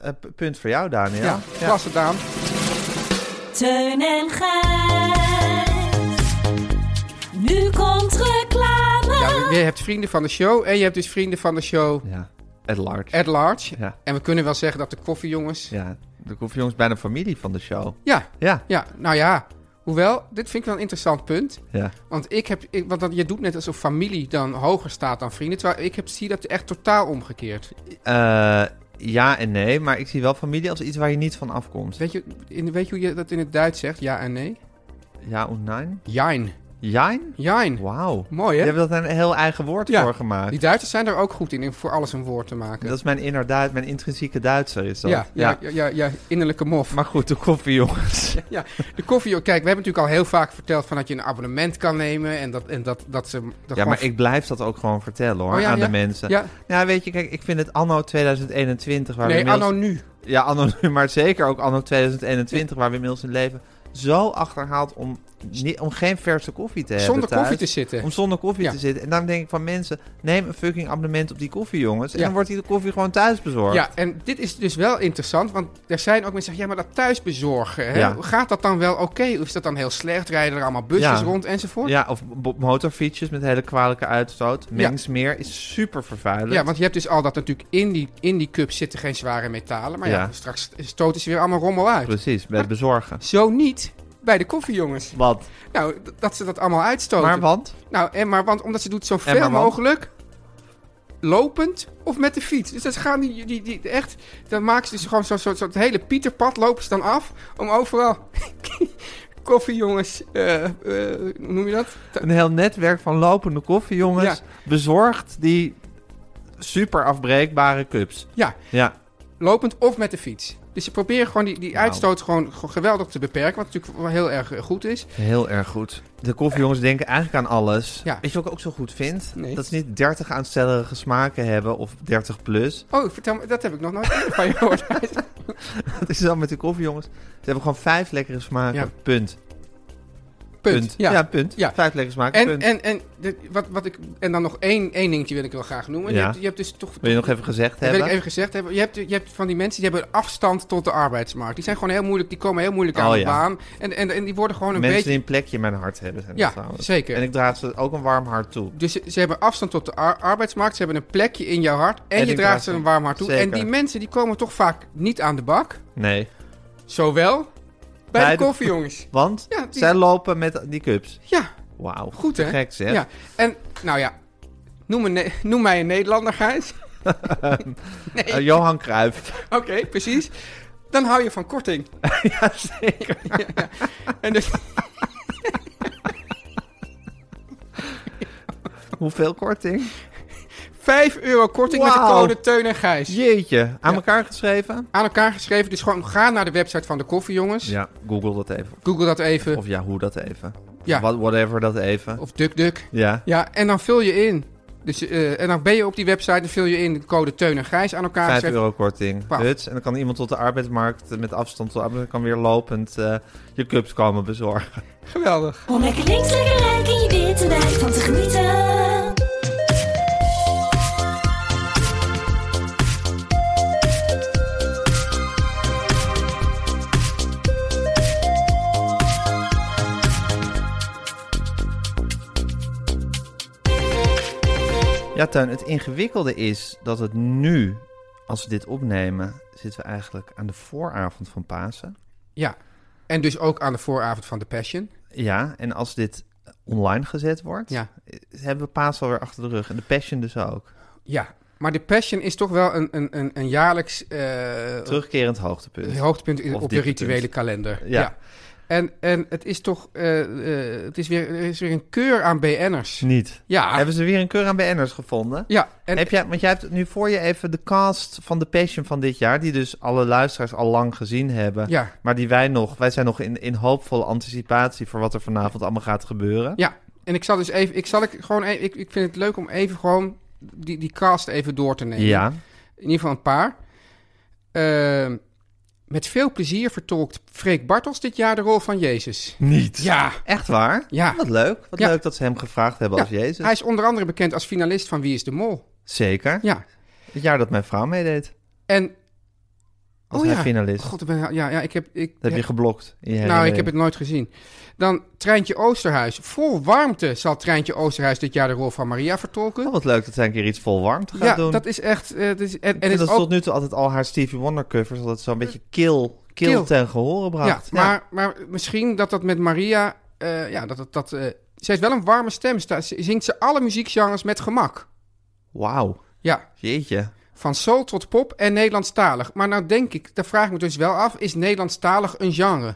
[SPEAKER 1] eh, p- punt voor jou, Daniel.
[SPEAKER 2] ja, klasse Daan.
[SPEAKER 4] Teun en Gijs. Nu komt reclame.
[SPEAKER 2] Ja, je hebt vrienden van de show en je hebt dus vrienden van de show
[SPEAKER 1] Ja. At large.
[SPEAKER 2] at large.
[SPEAKER 1] Ja.
[SPEAKER 2] En we kunnen wel zeggen dat de koffiejongens... Ja.
[SPEAKER 1] Ja. De jongens bijna familie van de show.
[SPEAKER 2] ja,
[SPEAKER 1] Ja.
[SPEAKER 2] nou ja. Hoewel, dit vind ik wel een interessant punt.
[SPEAKER 1] Ja.
[SPEAKER 2] Want ik heb, ik, want dat, je doet net alsof familie dan hoger staat dan vrienden. Terwijl ik heb, zie dat echt totaal omgekeerd.
[SPEAKER 1] Eh, ja en nee, maar ik zie wel familie als iets waar je niet van afkomt.
[SPEAKER 2] Weet je, in, weet je hoe je dat in het Duits zegt? Ja en nee?
[SPEAKER 1] Ja en nein?
[SPEAKER 2] Jein.
[SPEAKER 1] Jein?
[SPEAKER 2] Jein.
[SPEAKER 1] Wauw.
[SPEAKER 2] Mooi,
[SPEAKER 1] Je
[SPEAKER 2] hè?
[SPEAKER 1] hebt dat een heel eigen woord
[SPEAKER 2] Ja.
[SPEAKER 1] voor gemaakt.
[SPEAKER 2] Die Duitsers zijn er ook goed in, in voor alles een woord te maken.
[SPEAKER 1] Dat is mijn inderdaad, mijn intrinsieke Duitser is dat.
[SPEAKER 2] ja, ja. Ja, ja, ja, innerlijke mof.
[SPEAKER 1] Maar goed, de koffie jongens.
[SPEAKER 2] Ja, de koffie... Kijk, we hebben natuurlijk al heel vaak verteld van dat je een abonnement kan nemen. En dat, en dat, dat ze... Dat
[SPEAKER 1] Ja,
[SPEAKER 2] gewoon-
[SPEAKER 1] maar ik blijf dat ook gewoon vertellen hoor,
[SPEAKER 2] Oh, ja,
[SPEAKER 1] aan
[SPEAKER 2] ja.
[SPEAKER 1] de mensen.
[SPEAKER 2] Ja,
[SPEAKER 1] Ja, weet je, kijk, ik vind het anno 2021 waar we
[SPEAKER 2] nee,
[SPEAKER 1] inmiddels...
[SPEAKER 2] anno nu.
[SPEAKER 1] Ja, anno nu, maar zeker ook anno 2021 waar we inmiddels in leven. Zo achterhaald om, niet- om geen verse koffie te hebben
[SPEAKER 2] Zonder
[SPEAKER 1] Eh, thuis.
[SPEAKER 2] koffie te zitten.
[SPEAKER 1] Om zonder koffie
[SPEAKER 2] Ja.
[SPEAKER 1] te zitten. En daarom denk ik van mensen, neem een fucking abonnement op die koffie, jongens. En
[SPEAKER 2] Ja.
[SPEAKER 1] dan wordt die koffie gewoon thuis bezorgd.
[SPEAKER 2] Ja, en dit is dus wel interessant, want er zijn ook mensen die zeggen, ja, maar dat thuisbezorgen, hè?
[SPEAKER 1] Ja.
[SPEAKER 2] gaat dat dan wel oké? Of is dat dan heel slecht? Rijden er allemaal busjes
[SPEAKER 1] Ja.
[SPEAKER 2] rond enzovoort? Ja.
[SPEAKER 1] Ja, of b- motorfietsjes met hele kwalijke uitstoot. Mengsmeer is super vervuilend.
[SPEAKER 2] want je hebt dus al dat natuurlijk in die, in die cup zitten geen zware metalen, maar ja,
[SPEAKER 1] Ja.
[SPEAKER 2] straks stoten ze weer allemaal rommel uit.
[SPEAKER 1] Precies, bij het bezorgen.
[SPEAKER 2] Zo niet bij de koffiejongens.
[SPEAKER 1] Wat?
[SPEAKER 2] Nou, d- dat ze dat allemaal uitstoten.
[SPEAKER 1] Maar want?
[SPEAKER 2] Nou, en maar want omdat ze doet
[SPEAKER 1] En
[SPEAKER 2] zoveel
[SPEAKER 1] maar want?
[SPEAKER 2] mogelijk lopend of met de fiets. Dus dat gaan die, die, die echt, dan maken ze dus gewoon zo'n soort, soort hele Pieterpad lopen ze dan af om overal koffiejongens, eh, eh, hoe noem je dat? Ta-
[SPEAKER 1] Een heel netwerk van lopende koffie, jongens.
[SPEAKER 2] Ja.
[SPEAKER 1] Bezorgt die super afbreekbare cups.
[SPEAKER 2] Ja,
[SPEAKER 1] Ja,
[SPEAKER 2] lopend of met de fiets. Dus ze proberen gewoon die, die
[SPEAKER 1] Wauw.
[SPEAKER 2] uitstoot gewoon, gewoon geweldig te beperken, wat natuurlijk wel heel erg eh, goed is.
[SPEAKER 1] heel erg goed. De koffiejongens denken eigenlijk aan alles.
[SPEAKER 2] Ja.
[SPEAKER 1] Weet je wat ik ook zo goed vind?
[SPEAKER 2] Nee.
[SPEAKER 1] Dat ze niet 30 aanstellerige smaken hebben of 30 plus.
[SPEAKER 2] Oh, vertel me, dat heb ik nog nooit eerder van je gehoord.
[SPEAKER 1] Dat is dan met de koffie, jongens. Ze hebben gewoon vijf lekkere smaken.
[SPEAKER 2] Ja.
[SPEAKER 1] Punt.
[SPEAKER 2] Punt.
[SPEAKER 1] Ja,
[SPEAKER 2] Ja.
[SPEAKER 1] punt.
[SPEAKER 2] Ja.
[SPEAKER 1] Vijf lekkere smaken.
[SPEAKER 2] En,
[SPEAKER 1] punt.
[SPEAKER 2] en, en, de- wat, wat ik, en dan nog één, één dingetje wil ik wel graag noemen. Je,
[SPEAKER 1] Ja.
[SPEAKER 2] hebt, je hebt dus toch...
[SPEAKER 1] Wil je nog even gezegd
[SPEAKER 2] Dat wil
[SPEAKER 1] hebben?
[SPEAKER 2] ik even gezegd hebben. Je hebt, je hebt van die mensen die hebben een afstand tot de arbeidsmarkt. Die zijn gewoon heel moeilijk, die komen heel moeilijk aan
[SPEAKER 1] Oh,
[SPEAKER 2] de
[SPEAKER 1] ja.
[SPEAKER 2] baan. En, en, en die worden gewoon een
[SPEAKER 1] Mensen
[SPEAKER 2] beetje.
[SPEAKER 1] die een plekje in mijn hart hebben. Zijn dat
[SPEAKER 2] Ja,
[SPEAKER 1] trouwens.
[SPEAKER 2] zeker.
[SPEAKER 1] En ik draag ze ook een warm hart toe.
[SPEAKER 2] Dus ze, ze hebben afstand tot de ar- arbeidsmarkt, ze hebben een plekje in jouw hart. En,
[SPEAKER 1] En
[SPEAKER 2] je
[SPEAKER 1] ik
[SPEAKER 2] draagt
[SPEAKER 1] draag
[SPEAKER 2] ze
[SPEAKER 1] ze-
[SPEAKER 2] een warm hart toe.
[SPEAKER 1] Zeker.
[SPEAKER 2] En die mensen die komen toch vaak niet aan de bak.
[SPEAKER 1] Nee.
[SPEAKER 2] Zowel bij,
[SPEAKER 1] Bij
[SPEAKER 2] de
[SPEAKER 1] de-
[SPEAKER 2] koffiejongens.
[SPEAKER 1] Want
[SPEAKER 2] Ja, die-
[SPEAKER 1] zij lopen met die cups.
[SPEAKER 2] Ja,
[SPEAKER 1] Wauw.
[SPEAKER 2] goed
[SPEAKER 1] te
[SPEAKER 2] hè?
[SPEAKER 1] Gek zeg.
[SPEAKER 2] Ja. En nou ja, noem, een Ne- noem mij een Nederlander, Gijs.
[SPEAKER 1] Eh, Johan Cruijff.
[SPEAKER 2] Oké, precies. Dan hou je van korting.
[SPEAKER 1] ja, zeker.
[SPEAKER 2] En dus,
[SPEAKER 1] Hoeveel korting?
[SPEAKER 2] 5 euro korting met de
[SPEAKER 1] Wauw.
[SPEAKER 2] code Teun en Gijs.
[SPEAKER 1] Jeetje. Aan elkaar geschreven?
[SPEAKER 2] aan elkaar geschreven. Dus gewoon ga naar de website van de koffiejongens.
[SPEAKER 1] Ja, google dat even.
[SPEAKER 2] Google dat even. Of,
[SPEAKER 1] Of Yahoo dat even.
[SPEAKER 2] Ja.
[SPEAKER 1] What- Whatever dat even.
[SPEAKER 2] DuckDuck.
[SPEAKER 1] Ja.
[SPEAKER 2] Ja, en dan vul je in. Dus, eh, en dan ben je op die website en vul je in de code Teun en Gijs aan elkaar
[SPEAKER 1] 5
[SPEAKER 2] geschreven.
[SPEAKER 1] euro korting.
[SPEAKER 2] Wauw.
[SPEAKER 1] Huts. En dan kan iemand tot de arbeidsmarkt eh, met afstand tot de arbeidsmarkt kan weer lopend eh, je cups komen bezorgen.
[SPEAKER 2] Geweldig.
[SPEAKER 4] Om lekker links, lekker rijk in je witte wijk van te genieten.
[SPEAKER 1] Ja, Teun, het ingewikkelde is dat het nu, als we dit opnemen, zitten we eigenlijk aan de vooravond van Pasen.
[SPEAKER 2] Ja. En dus ook aan de vooravond van de Passion.
[SPEAKER 1] Ja, en als dit online gezet wordt,
[SPEAKER 2] Ja.
[SPEAKER 1] hebben we Paas alweer achter de rug. En de Passion dus ook.
[SPEAKER 2] Ja, maar de Passion is toch wel een, een, een, een jaarlijks eh,
[SPEAKER 1] Terugkerend hoogtepunt.
[SPEAKER 2] hoogtepunt in-
[SPEAKER 1] Of
[SPEAKER 2] op de
[SPEAKER 1] dieptepunt.
[SPEAKER 2] rituele kalender.
[SPEAKER 1] Ja.
[SPEAKER 2] En, en het is toch, eh, eh, het is weer, er is weer een keur aan BN'ers.
[SPEAKER 1] Niet.
[SPEAKER 2] Ja,
[SPEAKER 1] Mm. Hebben ze weer een keur aan BN'ers gevonden?
[SPEAKER 2] ja. En,
[SPEAKER 1] Heb jij, want jij hebt nu voor je even de cast van de Passion van dit jaar, die dus alle luisteraars al lang gezien hebben.
[SPEAKER 2] ja,
[SPEAKER 1] Maar die wij nog, wij zijn nog in, in hoopvolle anticipatie voor wat er vanavond allemaal gaat gebeuren.
[SPEAKER 2] ja. En ik zal dus even, ik zal ik gewoon even, ik, ik vind het leuk om even gewoon die, die cast even door te nemen.
[SPEAKER 1] Ja.
[SPEAKER 2] In ieder geval een paar. Ehm, met veel plezier vertolkt Freek Bartels dit jaar de rol van Jezus.
[SPEAKER 1] Niet.
[SPEAKER 2] Ja.
[SPEAKER 1] Echt waar?
[SPEAKER 2] Ja.
[SPEAKER 1] Wat leuk. Wat
[SPEAKER 2] Ja.
[SPEAKER 1] leuk dat ze hem gevraagd hebben
[SPEAKER 2] Ja,
[SPEAKER 1] als Jezus.
[SPEAKER 2] Hij is onder andere bekend als finalist van Wie is de Mol.
[SPEAKER 1] Zeker.
[SPEAKER 2] Ja.
[SPEAKER 1] Het jaar dat mijn vrouw meedeed
[SPEAKER 2] En.
[SPEAKER 1] als
[SPEAKER 2] oh
[SPEAKER 1] hij
[SPEAKER 2] ja.
[SPEAKER 1] finalist.
[SPEAKER 2] God, ik ben- ja, ja, ik heb. Ik,
[SPEAKER 1] Dat heb je geblokt. in je
[SPEAKER 2] nou, ik
[SPEAKER 1] herinnering.
[SPEAKER 2] heb het nooit gezien. Dan Treintje Oosterhuis. Vol warmte zal Treintje Oosterhuis dit jaar de rol van Maria vertolken.
[SPEAKER 1] Oh, wat leuk dat zij een keer iets vol warmte gaat
[SPEAKER 2] Ja,
[SPEAKER 1] doen.
[SPEAKER 2] dat is echt. eh, dat is, en
[SPEAKER 1] en
[SPEAKER 2] en
[SPEAKER 1] dat
[SPEAKER 2] het is
[SPEAKER 1] ze
[SPEAKER 2] ook.
[SPEAKER 1] tot nu toe altijd al haar Stevie Wonder covers altijd zo'n beetje kil, kil,
[SPEAKER 2] Kil.
[SPEAKER 1] ten gehoren
[SPEAKER 2] Ja,
[SPEAKER 1] bracht.
[SPEAKER 2] maar, maar misschien dat dat met Maria. eh, ja, dat dat. dat eh, ze heeft wel een warme stem. Sta- Ze zingt ze alle muziekgenres met gemak.
[SPEAKER 1] Wauw.
[SPEAKER 2] Ja.
[SPEAKER 1] Jeetje.
[SPEAKER 2] Van soul tot pop en Nederlandstalig. Maar nou denk ik, daar vraag ik me dus wel af: is Nederlandstalig een genre?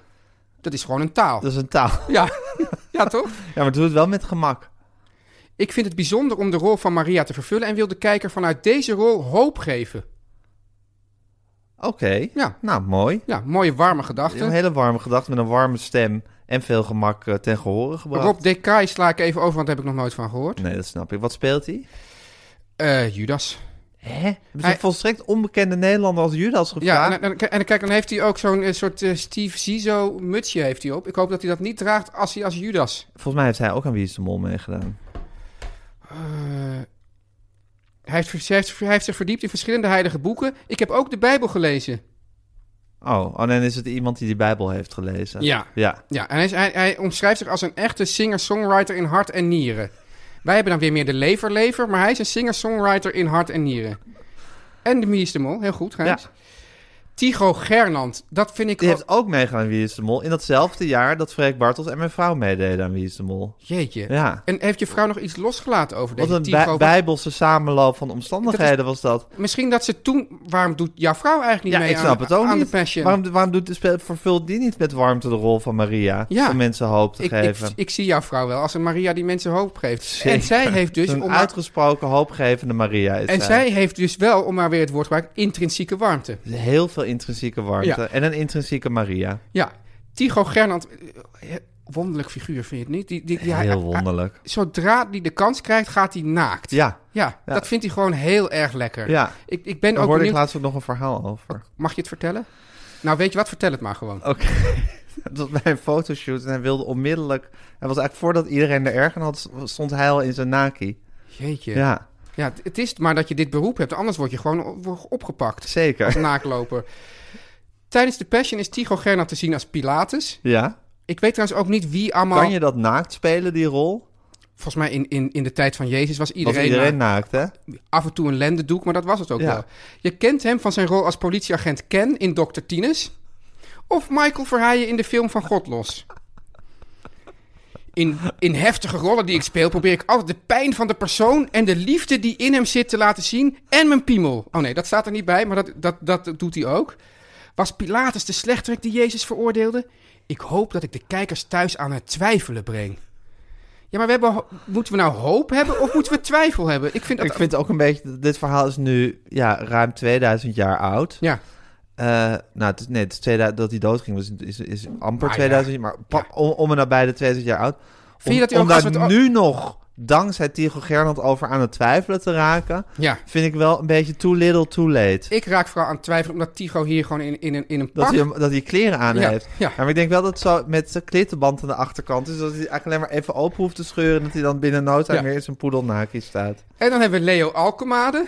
[SPEAKER 2] Dat is gewoon een taal.
[SPEAKER 1] Dat is een taal.
[SPEAKER 2] Ja. ja, toch?
[SPEAKER 1] Ja, maar doe het wel met gemak.
[SPEAKER 2] Ik vind het bijzonder om de rol van Maria te vervullen en wil de kijker vanuit deze rol hoop geven.
[SPEAKER 1] Oké.
[SPEAKER 2] Ja.
[SPEAKER 1] Nou, mooi.
[SPEAKER 2] Ja, mooie warme
[SPEAKER 1] Een
[SPEAKER 2] gedachten.
[SPEAKER 1] hele warme gedachte met een warme stem en veel gemak eh, ten gehoren gebracht.
[SPEAKER 2] Rob Decay sla ik even over, want daar heb ik nog nooit van gehoord.
[SPEAKER 1] Nee, dat snap ik. Wat speelt hij?
[SPEAKER 2] Eh, Judas.
[SPEAKER 1] Hè? Hebben ze
[SPEAKER 2] Hij-
[SPEAKER 1] een volstrekt onbekende Nederlander als Judas
[SPEAKER 2] Ja,
[SPEAKER 1] gevraagd?
[SPEAKER 2] en, en, en kijk, dan heeft hij ook zo'n eh, soort eh, Steve Zizo mutsje heeft hij op. Ik hoop dat hij dat niet draagt als hij als Judas.
[SPEAKER 1] Volgens mij heeft hij ook aan Wie is de Mol meegedaan.
[SPEAKER 2] Eh, hij, heeft, ver- hij heeft- hij heeft zich verdiept in verschillende heilige boeken. Ik heb ook de Bijbel gelezen.
[SPEAKER 1] Oh, en dan is het iemand die die Bijbel heeft gelezen.
[SPEAKER 2] Ja.
[SPEAKER 1] Ja.
[SPEAKER 2] Ja, en hij, is- hij, hij omschrijft zich als een echte singer-songwriter in hart en nieren. Wij hebben dan weer meer de lever-lever, maar hij is een singer-songwriter in hart en nieren. En de Mies de Mol, heel goed, Gijs.
[SPEAKER 1] Ja.
[SPEAKER 2] Tycho Gernand, dat vind ik...
[SPEAKER 1] Die
[SPEAKER 2] wel-
[SPEAKER 1] heeft ook meegedaan aan Wie is de Mol in datzelfde jaar dat Freek Bartels en mijn vrouw meededen aan Wie is de Mol.
[SPEAKER 2] Jeetje.
[SPEAKER 1] Ja.
[SPEAKER 2] En heeft je vrouw nog iets losgelaten over
[SPEAKER 1] Wat
[SPEAKER 2] deze
[SPEAKER 1] een
[SPEAKER 2] Tycho?
[SPEAKER 1] bij- bijbelse samenloop van omstandigheden was dat.
[SPEAKER 2] Misschien dat ze toen... Waarom doet jouw vrouw eigenlijk niet
[SPEAKER 1] Ja,
[SPEAKER 2] mee
[SPEAKER 1] ik
[SPEAKER 2] aan-
[SPEAKER 1] snap het ook
[SPEAKER 2] aan,
[SPEAKER 1] niet.
[SPEAKER 2] de Passion?
[SPEAKER 1] Waarom, waarom doet de speel, vervult die niet met warmte de rol van Maria?
[SPEAKER 2] Ja.
[SPEAKER 1] Om mensen hoop te
[SPEAKER 2] ik, ik,
[SPEAKER 1] geven.
[SPEAKER 2] ik zie jouw vrouw wel als een Maria die mensen hoop geeft.
[SPEAKER 1] Zeker.
[SPEAKER 2] En zij heeft dus...
[SPEAKER 1] een
[SPEAKER 2] om haar-
[SPEAKER 1] uitgesproken hoopgevende Maria is
[SPEAKER 2] en
[SPEAKER 1] zij.
[SPEAKER 2] zij heeft dus wel, om maar weer het woord te gebruiken, intrinsieke warmte.
[SPEAKER 1] Heel veel intrinsieke warmte.
[SPEAKER 2] Ja.
[SPEAKER 1] En een intrinsieke Maria.
[SPEAKER 2] Ja, Tycho Gernand, eh, wonderlijk figuur vind je het niet? Die, die, die- hij-
[SPEAKER 1] Heel
[SPEAKER 2] hij-
[SPEAKER 1] wonderlijk.
[SPEAKER 2] zodra hij de kans krijgt, gaat hij naakt.
[SPEAKER 1] Ja,
[SPEAKER 2] Ja,
[SPEAKER 1] Ja.
[SPEAKER 2] dat vindt hij gewoon heel erg lekker.
[SPEAKER 1] ja.
[SPEAKER 2] Ik, ik ben
[SPEAKER 1] Daar
[SPEAKER 2] ook
[SPEAKER 1] hoorde
[SPEAKER 2] benieuwd...
[SPEAKER 1] ik laatst ook nog een verhaal over.
[SPEAKER 2] Mag je het vertellen? Nou, weet je wat? Vertel het maar gewoon.
[SPEAKER 1] Oké. Dat was bij een fotoshoot en hij wilde onmiddellijk... Hij was eigenlijk voordat iedereen er erg aan had, stond hij al in zijn naki.
[SPEAKER 2] Jeetje.
[SPEAKER 1] Ja,
[SPEAKER 2] Ja, het, het is maar dat je dit beroep hebt. Anders word je gewoon op- opgepakt als
[SPEAKER 1] zeker.
[SPEAKER 2] naakloper. Tijdens de Passion is Tycho Gernand te zien als Pilatus.
[SPEAKER 1] Ja.
[SPEAKER 2] Ik weet trouwens ook niet wie allemaal...
[SPEAKER 1] Kan je dat naakt spelen, die rol?
[SPEAKER 2] Volgens mij in, in, in de tijd van Jezus was
[SPEAKER 1] Iedereen was
[SPEAKER 2] iedereen...
[SPEAKER 1] iedereen naakt, hè?
[SPEAKER 2] af en toe een lendendoek, maar dat was het ook
[SPEAKER 1] Ja.
[SPEAKER 2] wel. Je kent hem van zijn rol als politieagent Ken in Dr. Tinus. Of Michael Verheijen in de film van God los. In, in heftige rollen die ik speel probeer ik altijd de pijn van de persoon en de liefde die in hem zit te laten zien. En mijn piemel. Oh nee, dat staat er niet bij, maar dat, dat, dat doet hij ook. Was Pilatus de slechterik die Jezus veroordeelde? Ik hoop dat ik de kijkers thuis aan het twijfelen breng. Ja, maar we hebben, ho- moeten we nou hoop hebben of moeten we twijfel hebben? Ik vind dat
[SPEAKER 1] Ik vind ook een beetje... Dit verhaal is nu ja, ruim 2000 jaar oud.
[SPEAKER 2] Ja,
[SPEAKER 1] Eh, nou, het is, nee, het is 2000 dat hij doodging was, is, is amper
[SPEAKER 2] Ah, ja.
[SPEAKER 1] 2000 jaar, maar pa- om, om en nabij de 2000 jaar oud.
[SPEAKER 2] Vind je dat
[SPEAKER 1] om
[SPEAKER 2] hij
[SPEAKER 1] om
[SPEAKER 2] ook als
[SPEAKER 1] daar
[SPEAKER 2] we het o-
[SPEAKER 1] nu nog, dankzij Tigo Gernand, over aan het twijfelen te raken,
[SPEAKER 2] ja.
[SPEAKER 1] vind ik wel een beetje too little too late.
[SPEAKER 2] Ik raak vooral aan het twijfelen omdat Tigo hier gewoon in, in, een, in een
[SPEAKER 1] Dat
[SPEAKER 2] pak...
[SPEAKER 1] hij, hem- dat hij kleren aan
[SPEAKER 2] Ja,
[SPEAKER 1] heeft.
[SPEAKER 2] ja.
[SPEAKER 1] Ja, Maar ik denk wel dat het zo met zijn klittenband aan de achterkant is. Dat hij eigenlijk alleen maar even open hoeft te scheuren. En dat hij dan binnen no time
[SPEAKER 2] Ja.
[SPEAKER 1] weer in zijn poedelnaakje staat.
[SPEAKER 2] En dan hebben we Leo Alkemade.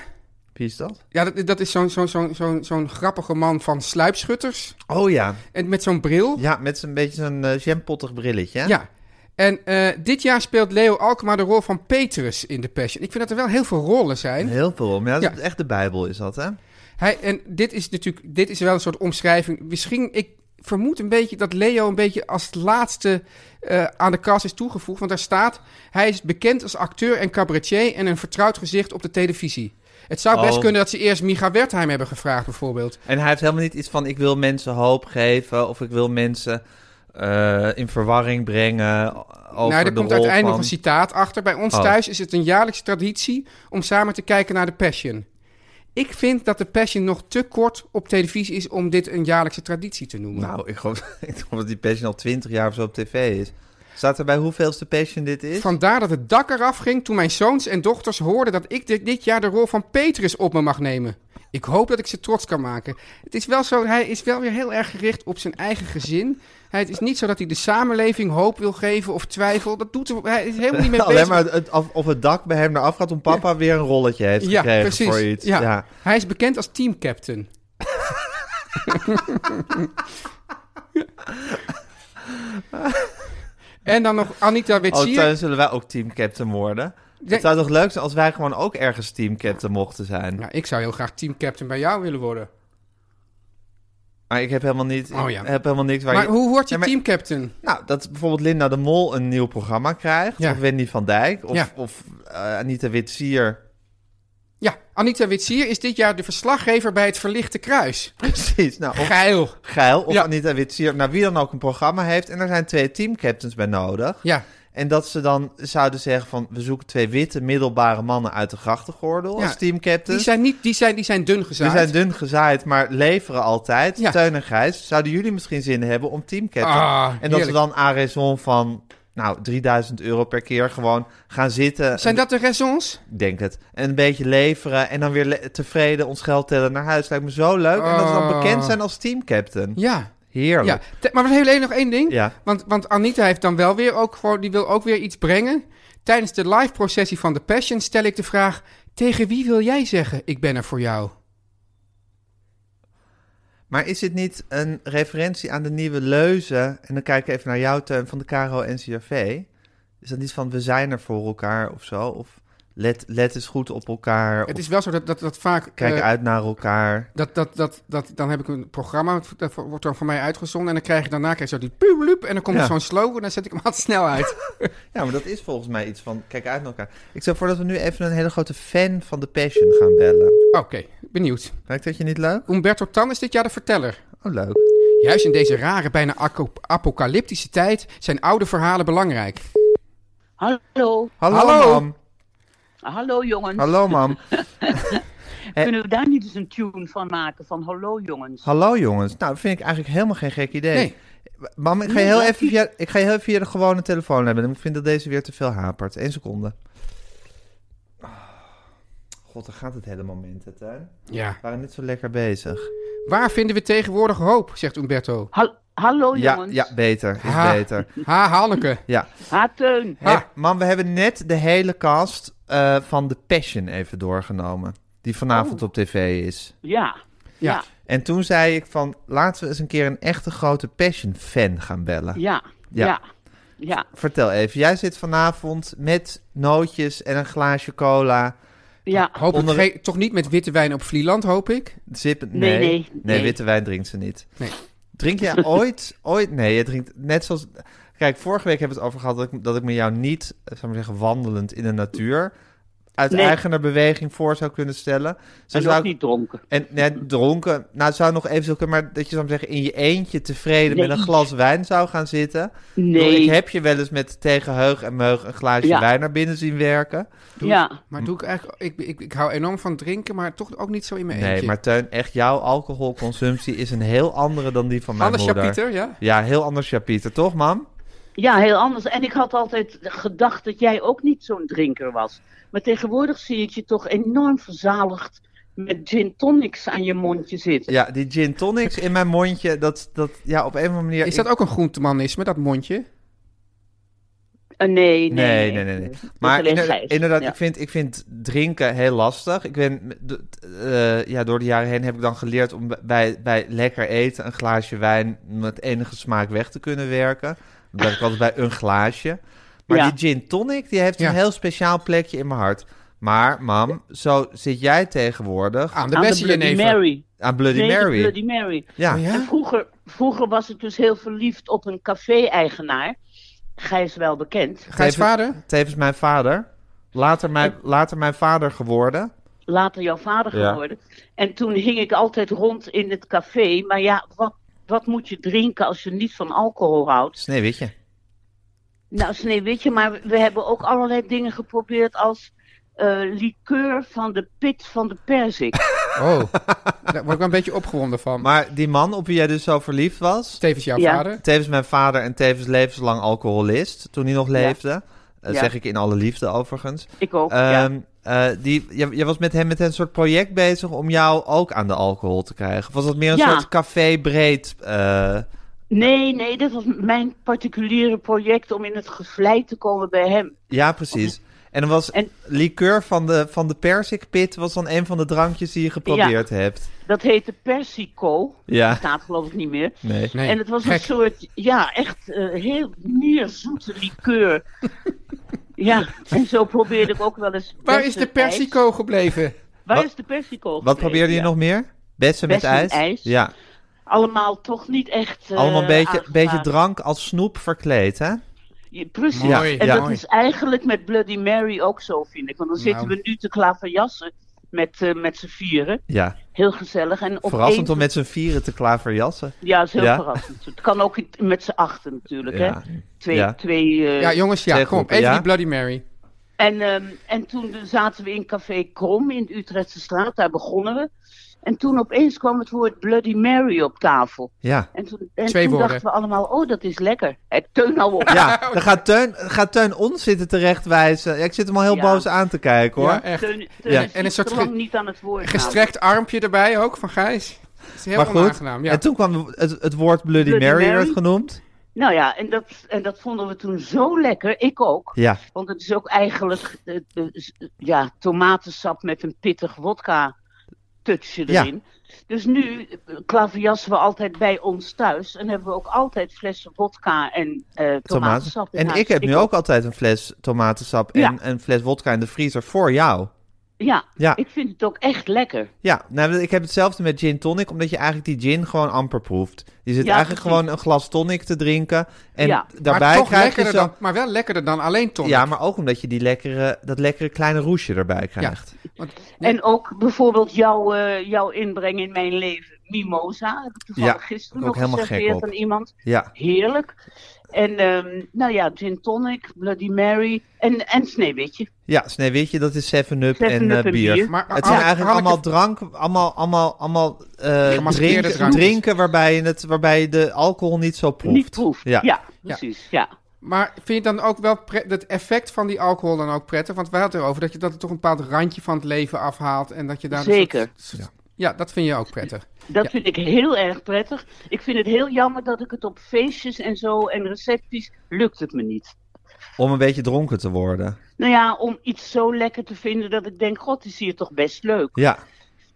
[SPEAKER 1] Wie is dat?
[SPEAKER 2] Ja, dat, dat is zo'n zo'n zo'n zo'n zo'n grappige man van sluipschutters.
[SPEAKER 1] Oh ja.
[SPEAKER 2] En met zo'n bril.
[SPEAKER 1] Ja, met een beetje zo'n eh, jampottig brilletje. hè?
[SPEAKER 2] Ja. En eh, dit jaar speelt Leo Alkemade de rol van Petrus in The Passion. Ik vind dat er wel heel veel rollen zijn.
[SPEAKER 1] Heel veel om. Ja, dat
[SPEAKER 2] Ja.
[SPEAKER 1] is echt de Bijbel is dat, hè?
[SPEAKER 2] Hij, en dit is natuurlijk dit is wel een soort omschrijving. Misschien, ik vermoed een beetje dat Leo een beetje als het laatste eh, aan de kast is toegevoegd. Want daar staat, hij is bekend als acteur en cabaretier en een vertrouwd gezicht op de televisie. Het zou best
[SPEAKER 1] Oh.
[SPEAKER 2] kunnen dat ze eerst Micha Wertheim hebben gevraagd, bijvoorbeeld.
[SPEAKER 1] En hij heeft helemaal niet iets van ik wil mensen hoop geven of ik wil mensen eh, in verwarring brengen o- over
[SPEAKER 2] nou, er
[SPEAKER 1] de
[SPEAKER 2] komt
[SPEAKER 1] rol
[SPEAKER 2] uiteindelijk nog
[SPEAKER 1] van-
[SPEAKER 2] een citaat achter. Bij ons
[SPEAKER 1] Oh.
[SPEAKER 2] thuis is het een jaarlijkse traditie om samen te kijken naar de Passion. Ik vind dat de Passion nog te kort op televisie is om dit een jaarlijkse traditie te noemen.
[SPEAKER 1] Nou, ik geloof, ik geloof dat die Passion al 20 jaar of zo op tv is. Staat er bij hoeveelste Passion dit is?
[SPEAKER 2] Vandaar dat het dak eraf ging toen mijn zoons en dochters hoorden dat ik dit, dit jaar de rol van Petrus op me mag nemen. Ik hoop dat ik ze trots kan maken. Het is wel zo, hij is wel weer heel erg gericht op zijn eigen gezin. Hij, het is niet zo dat hij de samenleving hoop wil geven of twijfel. Dat doet hij, hij is helemaal niet mee bezig.
[SPEAKER 1] Alleen maar het, of, of het dak bij hem naar af gaat om papa weer een rolletje heeft
[SPEAKER 2] Ja,
[SPEAKER 1] gekregen
[SPEAKER 2] precies.
[SPEAKER 1] voor iets.
[SPEAKER 2] Ja.
[SPEAKER 1] ja.
[SPEAKER 2] Hij is bekend als teamcaptain. en dan nog Anita
[SPEAKER 1] Oh,
[SPEAKER 2] Witsier.
[SPEAKER 1] thuis zullen wij ook teamcaptain worden.
[SPEAKER 2] Ja.
[SPEAKER 1] Het zou toch leuk zijn als wij gewoon ook ergens teamcaptain mochten zijn.
[SPEAKER 2] nou, ik zou heel graag teamcaptain bij jou willen worden.
[SPEAKER 1] Maar ik heb helemaal, niet,
[SPEAKER 2] Oh, ja.
[SPEAKER 1] ik heb helemaal niks waar
[SPEAKER 2] Maar
[SPEAKER 1] je...
[SPEAKER 2] hoe wordt je
[SPEAKER 1] Ja, maar-
[SPEAKER 2] teamcaptain?
[SPEAKER 1] Nou, dat bijvoorbeeld Linda de Mol een nieuw programma krijgt.
[SPEAKER 2] Ja.
[SPEAKER 1] Of Wendy van Dijk. Of,
[SPEAKER 2] Ja.
[SPEAKER 1] of eh, Anita Witsier.
[SPEAKER 2] Ja, Anita Witsier is dit jaar de verslaggever bij het Verlichte Kruis.
[SPEAKER 1] Precies. Nou, of
[SPEAKER 2] Geil.
[SPEAKER 1] Geil. Of
[SPEAKER 2] Ja.
[SPEAKER 1] Anita Witsier. Nou, wie dan ook een programma heeft. En er zijn twee teamcaptains bij nodig.
[SPEAKER 2] Ja,
[SPEAKER 1] En dat ze dan zouden zeggen van... We zoeken twee witte, middelbare mannen uit de grachtengordel
[SPEAKER 2] Ja.
[SPEAKER 1] als teamcaptain.
[SPEAKER 2] die zijn, niet, die zijn, die zijn dun
[SPEAKER 1] We
[SPEAKER 2] gezaaid.
[SPEAKER 1] zijn dun gezaaid, maar leveren altijd.
[SPEAKER 2] Ja.
[SPEAKER 1] Teun en Gijs, zouden jullie misschien zin hebben om teamcaptain?
[SPEAKER 2] Ah,
[SPEAKER 1] en dat
[SPEAKER 2] heerlijk.
[SPEAKER 1] we dan aan raison van nou, 3000 euro per keer gewoon gaan zitten.
[SPEAKER 2] Zijn dat de raisons?
[SPEAKER 1] Ik Denk het. En een beetje leveren en dan weer le- tevreden ons geld tellen naar huis. Lijkt me zo leuk. En dat we dan
[SPEAKER 2] Ah.
[SPEAKER 1] bekend zijn als teamcaptain.
[SPEAKER 2] Ja. ja.
[SPEAKER 1] Heerlijk.
[SPEAKER 2] Te- Maar heel even nog één ding.
[SPEAKER 1] Ja.
[SPEAKER 2] Want, want Anita heeft dan wel weer ook gewoon, die wil ook weer iets brengen. Tijdens de live processie van The Passion stel ik de vraag: tegen wie wil jij zeggen ik ben er voor jou?
[SPEAKER 1] Maar is dit niet een referentie aan de nieuwe leuze? En dan kijk ik even naar jou, Teun, van de Caro NCRV. Is dat niet van we zijn er voor elkaar of zo? Of let, let eens goed op elkaar.
[SPEAKER 2] Het
[SPEAKER 1] Of
[SPEAKER 2] is wel zo dat dat, dat vaak.
[SPEAKER 1] kijk
[SPEAKER 2] eh,
[SPEAKER 1] uit naar elkaar.
[SPEAKER 2] Dat, dat, dat, dat, dan heb ik een programma, dat wordt dan van mij uitgezonden. En dan krijg je daarna krijg je zo die puwloep. En dan komt
[SPEAKER 1] Ja.
[SPEAKER 2] er zo'n slogan en dan zet ik hem altijd snel uit.
[SPEAKER 1] Ja, maar dat is volgens mij iets van kijk uit naar elkaar. Ik stel voor dat we nu even een hele grote fan van The Passion gaan bellen.
[SPEAKER 2] Oké, benieuwd.
[SPEAKER 1] Lijkt dat je niet leuk?
[SPEAKER 2] Umberto Tan is dit jaar de verteller.
[SPEAKER 1] Oh, leuk.
[SPEAKER 2] Juist in deze rare, bijna aco- apocalyptische tijd zijn oude verhalen belangrijk.
[SPEAKER 6] Hallo,
[SPEAKER 1] Hallo,
[SPEAKER 2] Hallo.
[SPEAKER 1] mam.
[SPEAKER 6] hallo jongens.
[SPEAKER 1] Hallo, mam.
[SPEAKER 6] Kunnen we daar niet eens een tune van maken van hallo jongens?
[SPEAKER 1] Hallo, jongens. Nou, dat vind ik eigenlijk helemaal geen gek idee.
[SPEAKER 2] Nee.
[SPEAKER 1] Mam, ik ga, je heel even via, ik ga je heel even via de gewone telefoon hebben. Ik vind dat deze weer te veel hapert. Eén seconde. Ah. God, daar gaat het hele moment, hè, Tuin.
[SPEAKER 2] Ja.
[SPEAKER 1] We waren net zo lekker bezig.
[SPEAKER 2] Waar vinden we tegenwoordig hoop? zegt Umberto.
[SPEAKER 6] Hal- hallo
[SPEAKER 1] Ja,
[SPEAKER 6] Oh, jongens.
[SPEAKER 1] ja, beter. Is
[SPEAKER 2] Ha.
[SPEAKER 1] beter.
[SPEAKER 2] Ha, Hanneke.
[SPEAKER 1] Ja.
[SPEAKER 6] Ha, Teun.
[SPEAKER 2] Ha.
[SPEAKER 1] Hey, man, we hebben net de hele cast eh, van The Passion even doorgenomen. Die vanavond op tv is.
[SPEAKER 6] Ja.
[SPEAKER 2] Ja.
[SPEAKER 6] Ja.
[SPEAKER 1] En toen zei ik van, laten we eens een keer een echte grote Passion-fan gaan bellen.
[SPEAKER 6] Ja.
[SPEAKER 1] Ja.
[SPEAKER 6] Ja. Ja. Ja.
[SPEAKER 1] Vertel even, jij zit vanavond met nootjes en een glaasje cola.
[SPEAKER 2] Hoop
[SPEAKER 1] Onder-
[SPEAKER 2] ik, ge- toch niet met witte wijn op Vlieland, hoop ik?
[SPEAKER 1] Zip, nee,
[SPEAKER 6] Nee, nee, nee.
[SPEAKER 1] witte wijn drinkt ze niet.
[SPEAKER 2] Nee.
[SPEAKER 1] Drink jij ooit, ooit? Nee, je drinkt net zoals... Kijk, vorige week hebben we het over gehad dat ik, dat ik met jou niet, eh, zou ik maar zeggen, wandelend in de natuur... uit
[SPEAKER 6] Nee.
[SPEAKER 1] eigener beweging voor zou kunnen stellen. Zo
[SPEAKER 6] En
[SPEAKER 1] zou
[SPEAKER 6] ook
[SPEAKER 1] ik-
[SPEAKER 6] niet dronken.
[SPEAKER 1] En net dronken, nou het zou nog even zo kunnen, maar dat je zou zeggen in je eentje tevreden
[SPEAKER 6] Nee.
[SPEAKER 1] met een glas wijn zou gaan zitten. Ik bedoel,
[SPEAKER 6] Nee.
[SPEAKER 1] Ik heb je wel eens met tegen heug en meug een glaasje
[SPEAKER 6] Ja.
[SPEAKER 1] wijn naar binnen zien werken.
[SPEAKER 6] Ja.
[SPEAKER 2] Maar doe ik eigenlijk... Ik, ik, ik hou enorm van drinken, maar toch ook niet zo in mijn
[SPEAKER 1] Nee,
[SPEAKER 2] eentje.
[SPEAKER 1] maar Teun, echt jouw alcoholconsumptie is een heel andere dan die van mijn
[SPEAKER 2] Anders,
[SPEAKER 1] moeder.
[SPEAKER 2] Japieter, ja?
[SPEAKER 1] Ja, heel anders Japieter, toch mam?
[SPEAKER 6] ja, heel anders. En ik had altijd gedacht dat jij ook niet zo'n drinker was. Maar tegenwoordig zie ik je toch enorm verzaligd met gin tonics aan je mondje zitten.
[SPEAKER 1] Ja, die gin tonics in mijn mondje, dat, dat ja, op een of andere manier...
[SPEAKER 2] Is dat
[SPEAKER 1] ik-
[SPEAKER 2] ook een groentemanisme, dat mondje?
[SPEAKER 6] Eh, nee,
[SPEAKER 1] Nee,
[SPEAKER 6] nee,
[SPEAKER 1] nee, nee. nee. Maar
[SPEAKER 6] alleen
[SPEAKER 1] inderdaad,
[SPEAKER 6] Gijs.
[SPEAKER 1] inderdaad,
[SPEAKER 6] Ja.
[SPEAKER 1] ik, vind, ik vind drinken heel lastig. Ik ben, d- d- eh, ja, door de jaren heen heb ik dan geleerd om b- bij, bij lekker eten een glaasje wijn met enige smaak weg te kunnen werken. Dan blijf ik altijd bij een glaasje. Maar
[SPEAKER 6] Ja.
[SPEAKER 1] die gin tonic, die heeft
[SPEAKER 2] Ja.
[SPEAKER 1] een heel speciaal plekje in mijn hart. Maar mam, zo zit jij tegenwoordig
[SPEAKER 2] Aan de
[SPEAKER 6] Aan de
[SPEAKER 2] beste
[SPEAKER 6] Bloody
[SPEAKER 2] jenever.
[SPEAKER 6] Mary.
[SPEAKER 1] aan Bloody
[SPEAKER 6] Nee, de
[SPEAKER 1] Mary.
[SPEAKER 6] Bloody Mary.
[SPEAKER 1] Ja.
[SPEAKER 2] Oh
[SPEAKER 6] En
[SPEAKER 2] ja?
[SPEAKER 6] vroeger, vroeger was ik dus heel verliefd op een café-eigenaar. Gijs wel bekend.
[SPEAKER 2] Gijs
[SPEAKER 1] Tevens-
[SPEAKER 2] vader?
[SPEAKER 1] Tevens mijn vader. Later mijn, later mijn vader geworden.
[SPEAKER 6] later jouw vader
[SPEAKER 1] Ja.
[SPEAKER 6] geworden. En toen hing ik altijd rond in het café. Maar ja, wat, wat moet je drinken als je niet van alcohol houdt?
[SPEAKER 1] Sneeuwwitje.
[SPEAKER 6] Nou, Sneeuwwitje, maar we hebben ook allerlei dingen geprobeerd als eh liqueur van de pit van de perzik.
[SPEAKER 2] Oh, daar word ik wel een beetje opgewonden van. Maar,
[SPEAKER 1] Maar die man op wie jij dus zo verliefd was.
[SPEAKER 2] Stevens, jouw
[SPEAKER 6] Ja.
[SPEAKER 2] vader?
[SPEAKER 1] Tevens mijn vader en tevens levenslang alcoholist. Toen hij nog leefde. Eh,
[SPEAKER 6] Ja.
[SPEAKER 1] Zeg ik in alle liefde overigens.
[SPEAKER 6] Ik ook, ja.
[SPEAKER 1] Ehm, eh, die, je, je was met hem met een soort project bezig om jou ook aan de alcohol te krijgen. Of was dat meer een
[SPEAKER 6] Ja.
[SPEAKER 1] soort café-breed? eh,
[SPEAKER 6] Nee, nee, dat was mijn particuliere project om in het gevlei te komen bij hem.
[SPEAKER 1] ja, precies. En dan was
[SPEAKER 6] En-
[SPEAKER 1] liqueur van de, van de perzikpit was dan een van de drankjes die je geprobeerd hebt.
[SPEAKER 6] Dat heette Persico.
[SPEAKER 1] Ja.
[SPEAKER 6] Staat geloof ik niet meer.
[SPEAKER 1] Nee.
[SPEAKER 2] Nee,
[SPEAKER 6] en het was
[SPEAKER 2] gek.
[SPEAKER 6] een soort, ja, echt eh, heel meer zoete liqueur. ja, en zo probeerde ik ook wel eens.
[SPEAKER 2] Waar
[SPEAKER 6] bessen
[SPEAKER 2] is de
[SPEAKER 6] ijs.
[SPEAKER 2] Persico gebleven?
[SPEAKER 6] Waar
[SPEAKER 1] Wat-
[SPEAKER 6] is de persico?
[SPEAKER 1] Wat
[SPEAKER 6] gebleven?
[SPEAKER 1] probeerde je
[SPEAKER 6] Ja.
[SPEAKER 1] nog meer? Bessen met
[SPEAKER 6] Bessen
[SPEAKER 1] ijs?
[SPEAKER 6] met ijs.
[SPEAKER 1] Ja.
[SPEAKER 6] Allemaal toch niet echt. eh,
[SPEAKER 1] Allemaal een beetje,
[SPEAKER 6] aangeslagen.
[SPEAKER 1] beetje drank als snoep verkleed, hè?
[SPEAKER 6] Je- Precies.
[SPEAKER 2] Ja,
[SPEAKER 6] en
[SPEAKER 2] ja.
[SPEAKER 6] dat is eigenlijk met Bloody Mary ook zo, vind ik. Want dan zitten
[SPEAKER 2] Nou.
[SPEAKER 6] we nu te klaverjassen met, eh, met z'n vieren.
[SPEAKER 1] Ja.
[SPEAKER 6] Heel gezellig. En op
[SPEAKER 1] Verrassend
[SPEAKER 6] één-
[SPEAKER 1] om met z'n vieren te klaverjassen.
[SPEAKER 6] Ja, is heel
[SPEAKER 1] Ja.
[SPEAKER 6] verrassend. Het kan ook in- met z'n achten natuurlijk,
[SPEAKER 1] Ja.
[SPEAKER 6] hè? Twee,
[SPEAKER 1] Ja.
[SPEAKER 6] twee eh,
[SPEAKER 2] Ja, jongens, ja,
[SPEAKER 1] Twee
[SPEAKER 2] kom op.
[SPEAKER 1] groepen,
[SPEAKER 2] Even
[SPEAKER 1] ja.
[SPEAKER 2] die Bloody Mary.
[SPEAKER 6] En, ehm, en toen zaten we in Café Krom in de Utrechtse straat, daar begonnen we. En toen opeens kwam het woord Bloody Mary op tafel.
[SPEAKER 1] Ja.
[SPEAKER 6] En toen, en
[SPEAKER 2] Twee
[SPEAKER 6] toen
[SPEAKER 2] woorden.
[SPEAKER 6] dachten we allemaal, oh dat is lekker. Het teun nou op.
[SPEAKER 1] Ja, dan gaat Teun, gaat Teun ons zitten terechtwijzen. Ja, ik zit hem al heel
[SPEAKER 6] Ja.
[SPEAKER 1] boos aan te kijken, hoor.
[SPEAKER 2] Ja, eh, echt.
[SPEAKER 6] Teun, teun
[SPEAKER 1] Ja.
[SPEAKER 6] is
[SPEAKER 2] En een
[SPEAKER 6] niet
[SPEAKER 2] soort
[SPEAKER 6] te
[SPEAKER 2] ge-
[SPEAKER 6] lang niet aan het woord. namelijk.
[SPEAKER 2] Gestrekt armpje erbij ook van Gijs. Dat is heel
[SPEAKER 1] maar goed,
[SPEAKER 2] onaangenaam. Ja.
[SPEAKER 1] en toen kwam het, het woord Bloody,
[SPEAKER 6] Bloody
[SPEAKER 1] Mary,
[SPEAKER 6] Mary.
[SPEAKER 1] werd genoemd.
[SPEAKER 6] Nou ja, en dat, en dat vonden we toen zo lekker, ik ook.
[SPEAKER 1] Ja,
[SPEAKER 6] Want het is ook eigenlijk eh, eh, s- ja, tomatensap met een pittig wodka-touchje
[SPEAKER 1] Ja.
[SPEAKER 6] erin. Dus nu eh, klaverjassen we altijd bij ons thuis. En hebben we ook altijd flessen wodka en eh tomatensap in
[SPEAKER 1] En
[SPEAKER 6] huis.
[SPEAKER 1] ik heb nu ook altijd een fles tomatensap en
[SPEAKER 6] Ja.
[SPEAKER 1] een fles wodka in de vriezer voor jou.
[SPEAKER 6] Ja,
[SPEAKER 1] Ja.
[SPEAKER 6] ik vind het ook echt lekker.
[SPEAKER 1] Ja, nou, ik heb hetzelfde met gin tonic, omdat je eigenlijk die gin gewoon amper proeft. Je zit
[SPEAKER 6] Ja,
[SPEAKER 1] eigenlijk
[SPEAKER 6] precies.
[SPEAKER 1] gewoon een glas tonic te drinken. En
[SPEAKER 6] Ja.
[SPEAKER 1] daarbij
[SPEAKER 2] maar, toch
[SPEAKER 1] krijg je
[SPEAKER 2] lekkerder
[SPEAKER 1] zo...
[SPEAKER 2] dan, maar wel lekkerder dan alleen Tom.
[SPEAKER 1] Ja, maar ook omdat je die lekkere, dat lekkere kleine roesje erbij krijgt.
[SPEAKER 6] En ook bijvoorbeeld jouw, eh, jouw inbreng in mijn leven, Mimosa. Heb ik toevallig
[SPEAKER 1] Ja,
[SPEAKER 6] gisteren
[SPEAKER 1] ook
[SPEAKER 6] nog
[SPEAKER 1] helemaal gek
[SPEAKER 6] geserveerd
[SPEAKER 1] op.
[SPEAKER 6] aan iemand.
[SPEAKER 1] Ja,
[SPEAKER 6] Heerlijk. En ehm, nou ja, gin tonic, Bloody Mary en, en sneeuwwitje.
[SPEAKER 1] ja dus Sneeuwwitje, dat is 7-up en,
[SPEAKER 6] 7-Up
[SPEAKER 1] eh,
[SPEAKER 6] en
[SPEAKER 1] bier.
[SPEAKER 6] bier.
[SPEAKER 2] Maar
[SPEAKER 1] Het
[SPEAKER 2] Hanneke-
[SPEAKER 1] zijn eigenlijk
[SPEAKER 2] Hanneke-
[SPEAKER 1] allemaal drank, allemaal, allemaal, allemaal eh,
[SPEAKER 2] Gemaskeerde
[SPEAKER 1] drinken,
[SPEAKER 2] drankjes.
[SPEAKER 1] drinken waarbij, je het, waarbij je de alcohol niet zo proeft.
[SPEAKER 6] Niet proef. Ja,
[SPEAKER 2] Ja.
[SPEAKER 6] precies. Ja.
[SPEAKER 2] Maar vind je dan ook wel pre- het effect van die alcohol dan ook prettig? Want wij hadden het erover dat je dat er toch een bepaald randje van het leven afhaalt. En dat je daar een
[SPEAKER 6] Zeker.
[SPEAKER 2] soort- soort- ja, dat vind je ook prettig.
[SPEAKER 6] Dat
[SPEAKER 2] Ja.
[SPEAKER 6] vind ik heel erg prettig. Ik vind het heel jammer dat ik het op feestjes en zo en recepties lukt het me niet.
[SPEAKER 1] Om een beetje dronken te worden.
[SPEAKER 6] Nou ja, om iets zo lekker te vinden dat ik denk, god, is hier toch best leuk.
[SPEAKER 1] Ja,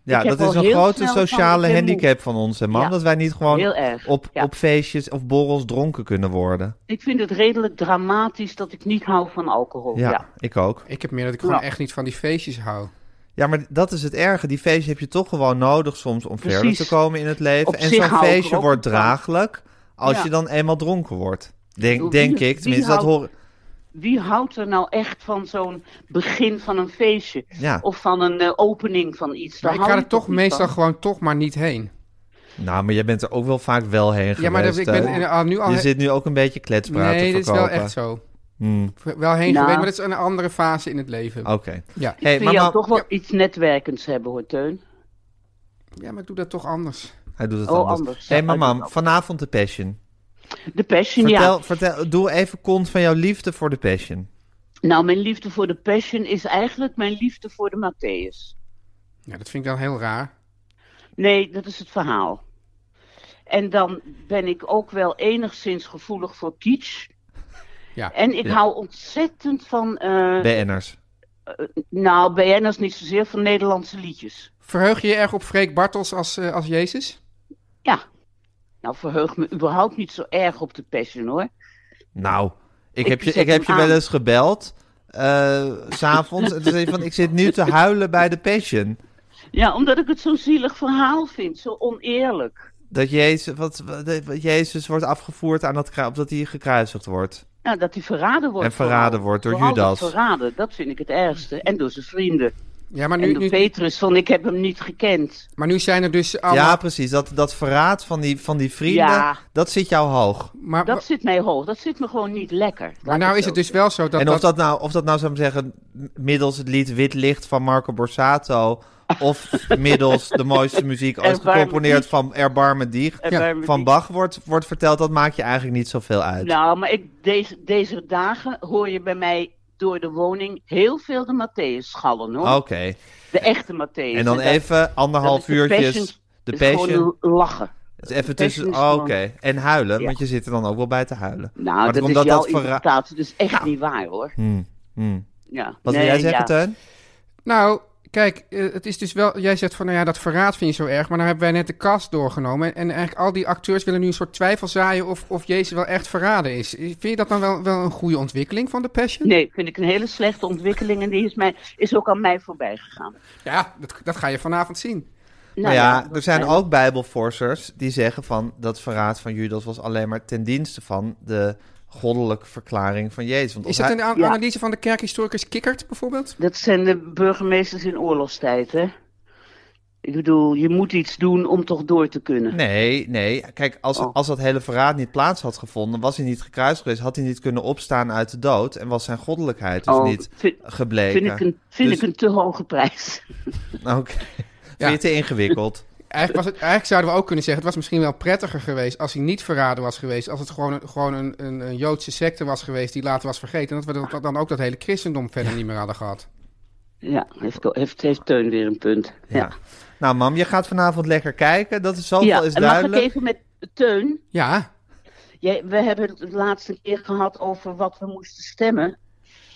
[SPEAKER 1] ja
[SPEAKER 6] Ik heb
[SPEAKER 1] dat is
[SPEAKER 6] al
[SPEAKER 1] een
[SPEAKER 6] heel
[SPEAKER 1] grote
[SPEAKER 6] snel van,
[SPEAKER 1] sociale
[SPEAKER 6] ik ben moe.
[SPEAKER 1] handicap van ons, hè, man.
[SPEAKER 6] Ja.
[SPEAKER 1] Dat wij niet gewoon
[SPEAKER 6] Heel erg,
[SPEAKER 1] op,
[SPEAKER 6] ja.
[SPEAKER 1] op feestjes of borrels dronken kunnen worden.
[SPEAKER 6] Ik vind het redelijk dramatisch dat ik niet hou van alcohol.
[SPEAKER 1] Ja,
[SPEAKER 6] Ja,
[SPEAKER 1] ik ook.
[SPEAKER 2] Ik heb meer dat ik gewoon
[SPEAKER 6] Ja.
[SPEAKER 2] echt niet van die feestjes hou.
[SPEAKER 1] Ja, maar dat is het erge. Die feestjes heb je toch gewoon nodig soms om verder
[SPEAKER 6] Precies.
[SPEAKER 1] te komen in het leven.
[SPEAKER 6] Op
[SPEAKER 1] en
[SPEAKER 6] zich
[SPEAKER 1] zo'n
[SPEAKER 6] hou ik er
[SPEAKER 1] feestje
[SPEAKER 6] ook
[SPEAKER 1] wordt
[SPEAKER 6] van.
[SPEAKER 1] draaglijk als
[SPEAKER 6] Ja.
[SPEAKER 1] je dan eenmaal dronken wordt.
[SPEAKER 6] Wie-
[SPEAKER 1] Denk, denk ik.
[SPEAKER 6] wie
[SPEAKER 1] Tenminste, dat
[SPEAKER 6] houdt-
[SPEAKER 1] hoor
[SPEAKER 6] Wie houdt er nou echt van zo'n begin van een feestje?
[SPEAKER 1] Ja.
[SPEAKER 6] Of van een eh, opening van iets? Daar
[SPEAKER 2] Maar ik
[SPEAKER 6] hou
[SPEAKER 2] ga
[SPEAKER 6] je
[SPEAKER 2] er toch
[SPEAKER 6] niet
[SPEAKER 2] meestal
[SPEAKER 6] van.
[SPEAKER 2] gewoon toch maar niet heen.
[SPEAKER 1] Nou, maar jij bent er ook wel vaak wel heen geweest.
[SPEAKER 2] Ja, maar dat, ik ben
[SPEAKER 1] hè?
[SPEAKER 2] in- al, nu al...
[SPEAKER 1] Je zit nu ook een beetje kletspraat
[SPEAKER 2] nee,
[SPEAKER 1] te
[SPEAKER 2] dit is wel
[SPEAKER 1] verkopen.
[SPEAKER 2] echt zo.
[SPEAKER 1] Hmm, Oh.
[SPEAKER 2] V- Wel heen
[SPEAKER 6] Nou.
[SPEAKER 2] geweest, maar dat is een andere fase in het leven.
[SPEAKER 1] Oké.
[SPEAKER 2] Ja.
[SPEAKER 1] Hey,
[SPEAKER 6] Ik vind
[SPEAKER 1] maar
[SPEAKER 6] jou
[SPEAKER 1] Ma-
[SPEAKER 6] toch wel iets netwerkends hebben hoor, Teun.
[SPEAKER 2] ja, maar ik doe dat toch anders.
[SPEAKER 1] Hij doet het
[SPEAKER 6] Oh,
[SPEAKER 1] anders.
[SPEAKER 6] anders.
[SPEAKER 1] Hey,
[SPEAKER 6] Ja,
[SPEAKER 1] maar
[SPEAKER 6] hij doet het
[SPEAKER 1] mam,
[SPEAKER 6] anders.
[SPEAKER 1] vanavond de Passion.
[SPEAKER 6] De Passion, ja.
[SPEAKER 1] Vertel, vertel, doe even kont van jouw liefde voor de Passion.
[SPEAKER 6] Nou, mijn liefde voor de Passion is eigenlijk mijn liefde voor de Matthäus.
[SPEAKER 2] Ja, dat vind ik dan heel raar.
[SPEAKER 6] Nee, dat is het verhaal. En dan ben ik ook wel enigszins gevoelig voor kitsch.
[SPEAKER 2] Ja.
[SPEAKER 6] En ik
[SPEAKER 1] Ja.
[SPEAKER 6] hou ontzettend van, eh
[SPEAKER 1] BN'ers.
[SPEAKER 6] nou, BN'ers niet zozeer, van Nederlandse liedjes.
[SPEAKER 2] Verheug je je erg op Freek Bartels als, eh, als Jezus?
[SPEAKER 6] Ja. Nou, verheug me überhaupt niet zo erg op de Passion hoor.
[SPEAKER 1] Nou, ik,
[SPEAKER 6] Ik
[SPEAKER 1] heb je,
[SPEAKER 6] zet
[SPEAKER 1] ik heb je
[SPEAKER 6] hem
[SPEAKER 1] wel
[SPEAKER 6] aan.
[SPEAKER 1] eens gebeld. eh, s S'avonds. en toen zei je van, ik zit nu te huilen bij de Passion.
[SPEAKER 6] Ja, omdat ik het zo'n zielig verhaal vind, zo oneerlijk.
[SPEAKER 1] Dat Jezus, wat, wat- wat- Jezus wordt afgevoerd aan dat kruis, dat hij gekruisigd wordt.
[SPEAKER 6] Ja, Nou, dat hij verraden wordt.
[SPEAKER 1] En verraden wordt door
[SPEAKER 6] Vooral
[SPEAKER 1] Judas.
[SPEAKER 6] dat verraden, dat vind ik het ergste. En door zijn vrienden.
[SPEAKER 2] Ja, maar
[SPEAKER 6] en
[SPEAKER 2] nu,
[SPEAKER 6] door
[SPEAKER 2] nu,
[SPEAKER 6] Petrus, van ik heb hem niet gekend.
[SPEAKER 2] maar nu zijn er dus allemaal...
[SPEAKER 1] Ja, precies. Dat, dat verraad van die, van die vrienden,
[SPEAKER 6] Ja.
[SPEAKER 1] dat zit jou hoog.
[SPEAKER 2] maar,
[SPEAKER 6] Dat zit mij hoog, dat zit me gewoon niet lekker. Laat
[SPEAKER 2] maar
[SPEAKER 6] ik
[SPEAKER 2] nou is
[SPEAKER 6] zo
[SPEAKER 2] het dus wel zo dat...
[SPEAKER 1] en of dat, nou, of dat nou, zou ik zeggen, middels het lied Wit Licht van Marco Borsato... of middels de mooiste muziek ooit
[SPEAKER 6] Erbarmen
[SPEAKER 1] gecomponeerd
[SPEAKER 6] dich.
[SPEAKER 1] van Erbarmen Dieg...
[SPEAKER 6] zeggen. Erbarmen
[SPEAKER 1] van
[SPEAKER 6] die-
[SPEAKER 1] Bach wordt, wordt verteld, dat maakt je eigenlijk niet zoveel uit.
[SPEAKER 6] Nou, maar ik, deze, deze dagen hoor je bij mij door de woning heel veel de Matthäus schallen hoor.
[SPEAKER 1] Oké.
[SPEAKER 6] De echte Matthäus.
[SPEAKER 1] En dan
[SPEAKER 6] dat-
[SPEAKER 1] even anderhalf
[SPEAKER 6] dat is de
[SPEAKER 1] uurtjes...
[SPEAKER 6] passion-
[SPEAKER 1] de
[SPEAKER 6] is gewoon
[SPEAKER 1] passion.
[SPEAKER 6] lachen.
[SPEAKER 1] Dus even
[SPEAKER 6] De passion
[SPEAKER 1] tussen...
[SPEAKER 6] is
[SPEAKER 1] oh, Oké.
[SPEAKER 6] gewoon-
[SPEAKER 1] En huilen,
[SPEAKER 6] Ja.
[SPEAKER 1] want je zit er dan ook wel bij te huilen.
[SPEAKER 6] Nou,
[SPEAKER 1] Maar
[SPEAKER 6] dat
[SPEAKER 1] omdat
[SPEAKER 6] is jouw
[SPEAKER 1] dat verra-
[SPEAKER 6] interpretatie, dus echt
[SPEAKER 2] Nou.
[SPEAKER 6] niet waar hoor.
[SPEAKER 1] Hmm, hmm.
[SPEAKER 6] Ja.
[SPEAKER 1] Wat
[SPEAKER 6] Nee,
[SPEAKER 1] wil jij zeggen,
[SPEAKER 6] ja.
[SPEAKER 1] Teun?
[SPEAKER 2] Nou, kijk, eh, het is dus wel... Jij zegt van, nou ja, dat verraad vind je zo erg. Maar nou hebben wij net de kast doorgenomen. En, en eigenlijk al die acteurs willen nu een soort twijfel zaaien... of, of Jezus wel echt verraden is. Eh, Vind je dat dan wel, wel een goede ontwikkeling van de Passion?
[SPEAKER 6] Nee, vind ik een hele slechte ontwikkeling en die is, mij, is ook aan mij voorbij gegaan.
[SPEAKER 2] Ja, dat, dat ga je vanavond zien.
[SPEAKER 1] Nou
[SPEAKER 6] Nou
[SPEAKER 1] ja,
[SPEAKER 6] dat
[SPEAKER 1] er zijn
[SPEAKER 6] zijn-
[SPEAKER 1] ook bijbelforsers die zeggen van dat verraad van Judas was alleen maar ten dienste van de goddelijke verklaring van Jezus. Want
[SPEAKER 2] Is
[SPEAKER 1] als
[SPEAKER 2] dat
[SPEAKER 1] hij-
[SPEAKER 2] een an-
[SPEAKER 6] Ja.
[SPEAKER 2] analyse van de kerkhistoricus Kikkert bijvoorbeeld?
[SPEAKER 6] Dat zijn de burgemeesters in oorlogstijd, hè? Ik bedoel, je moet iets doen om toch door te kunnen.
[SPEAKER 1] Nee, nee. Kijk, als,
[SPEAKER 6] Oh.
[SPEAKER 1] als dat hele verraad niet plaats had gevonden, was hij niet gekruisigd geweest, had hij niet kunnen opstaan uit de dood en was zijn goddelijkheid dus
[SPEAKER 6] Oh,
[SPEAKER 1] niet
[SPEAKER 6] vind-
[SPEAKER 1] gebleken.
[SPEAKER 6] Vind, ik, een, vind
[SPEAKER 1] Dus-
[SPEAKER 6] ik een te hoge prijs.
[SPEAKER 1] Oké. Vind je het te ingewikkeld?
[SPEAKER 2] Eigenlijk, was het, eigenlijk zouden we ook kunnen zeggen, het was misschien wel prettiger geweest als hij niet verraden was geweest. Als het gewoon, een- gewoon een, een, een Joodse secte was geweest die later was vergeten. En dat we dat- dan ook dat hele christendom verder niet meer hadden gehad.
[SPEAKER 6] Ja, heeft, heeft, heeft Teun weer een punt. Ja,
[SPEAKER 1] Ja. Nou, mam, je gaat vanavond lekker kijken. Dat is zoveel
[SPEAKER 6] ja.
[SPEAKER 1] is
[SPEAKER 6] en mag ik
[SPEAKER 1] duidelijk.
[SPEAKER 6] even met Teun?
[SPEAKER 2] Ja.
[SPEAKER 6] Jij, we hebben het de laatste keer gehad over wat we moesten stemmen.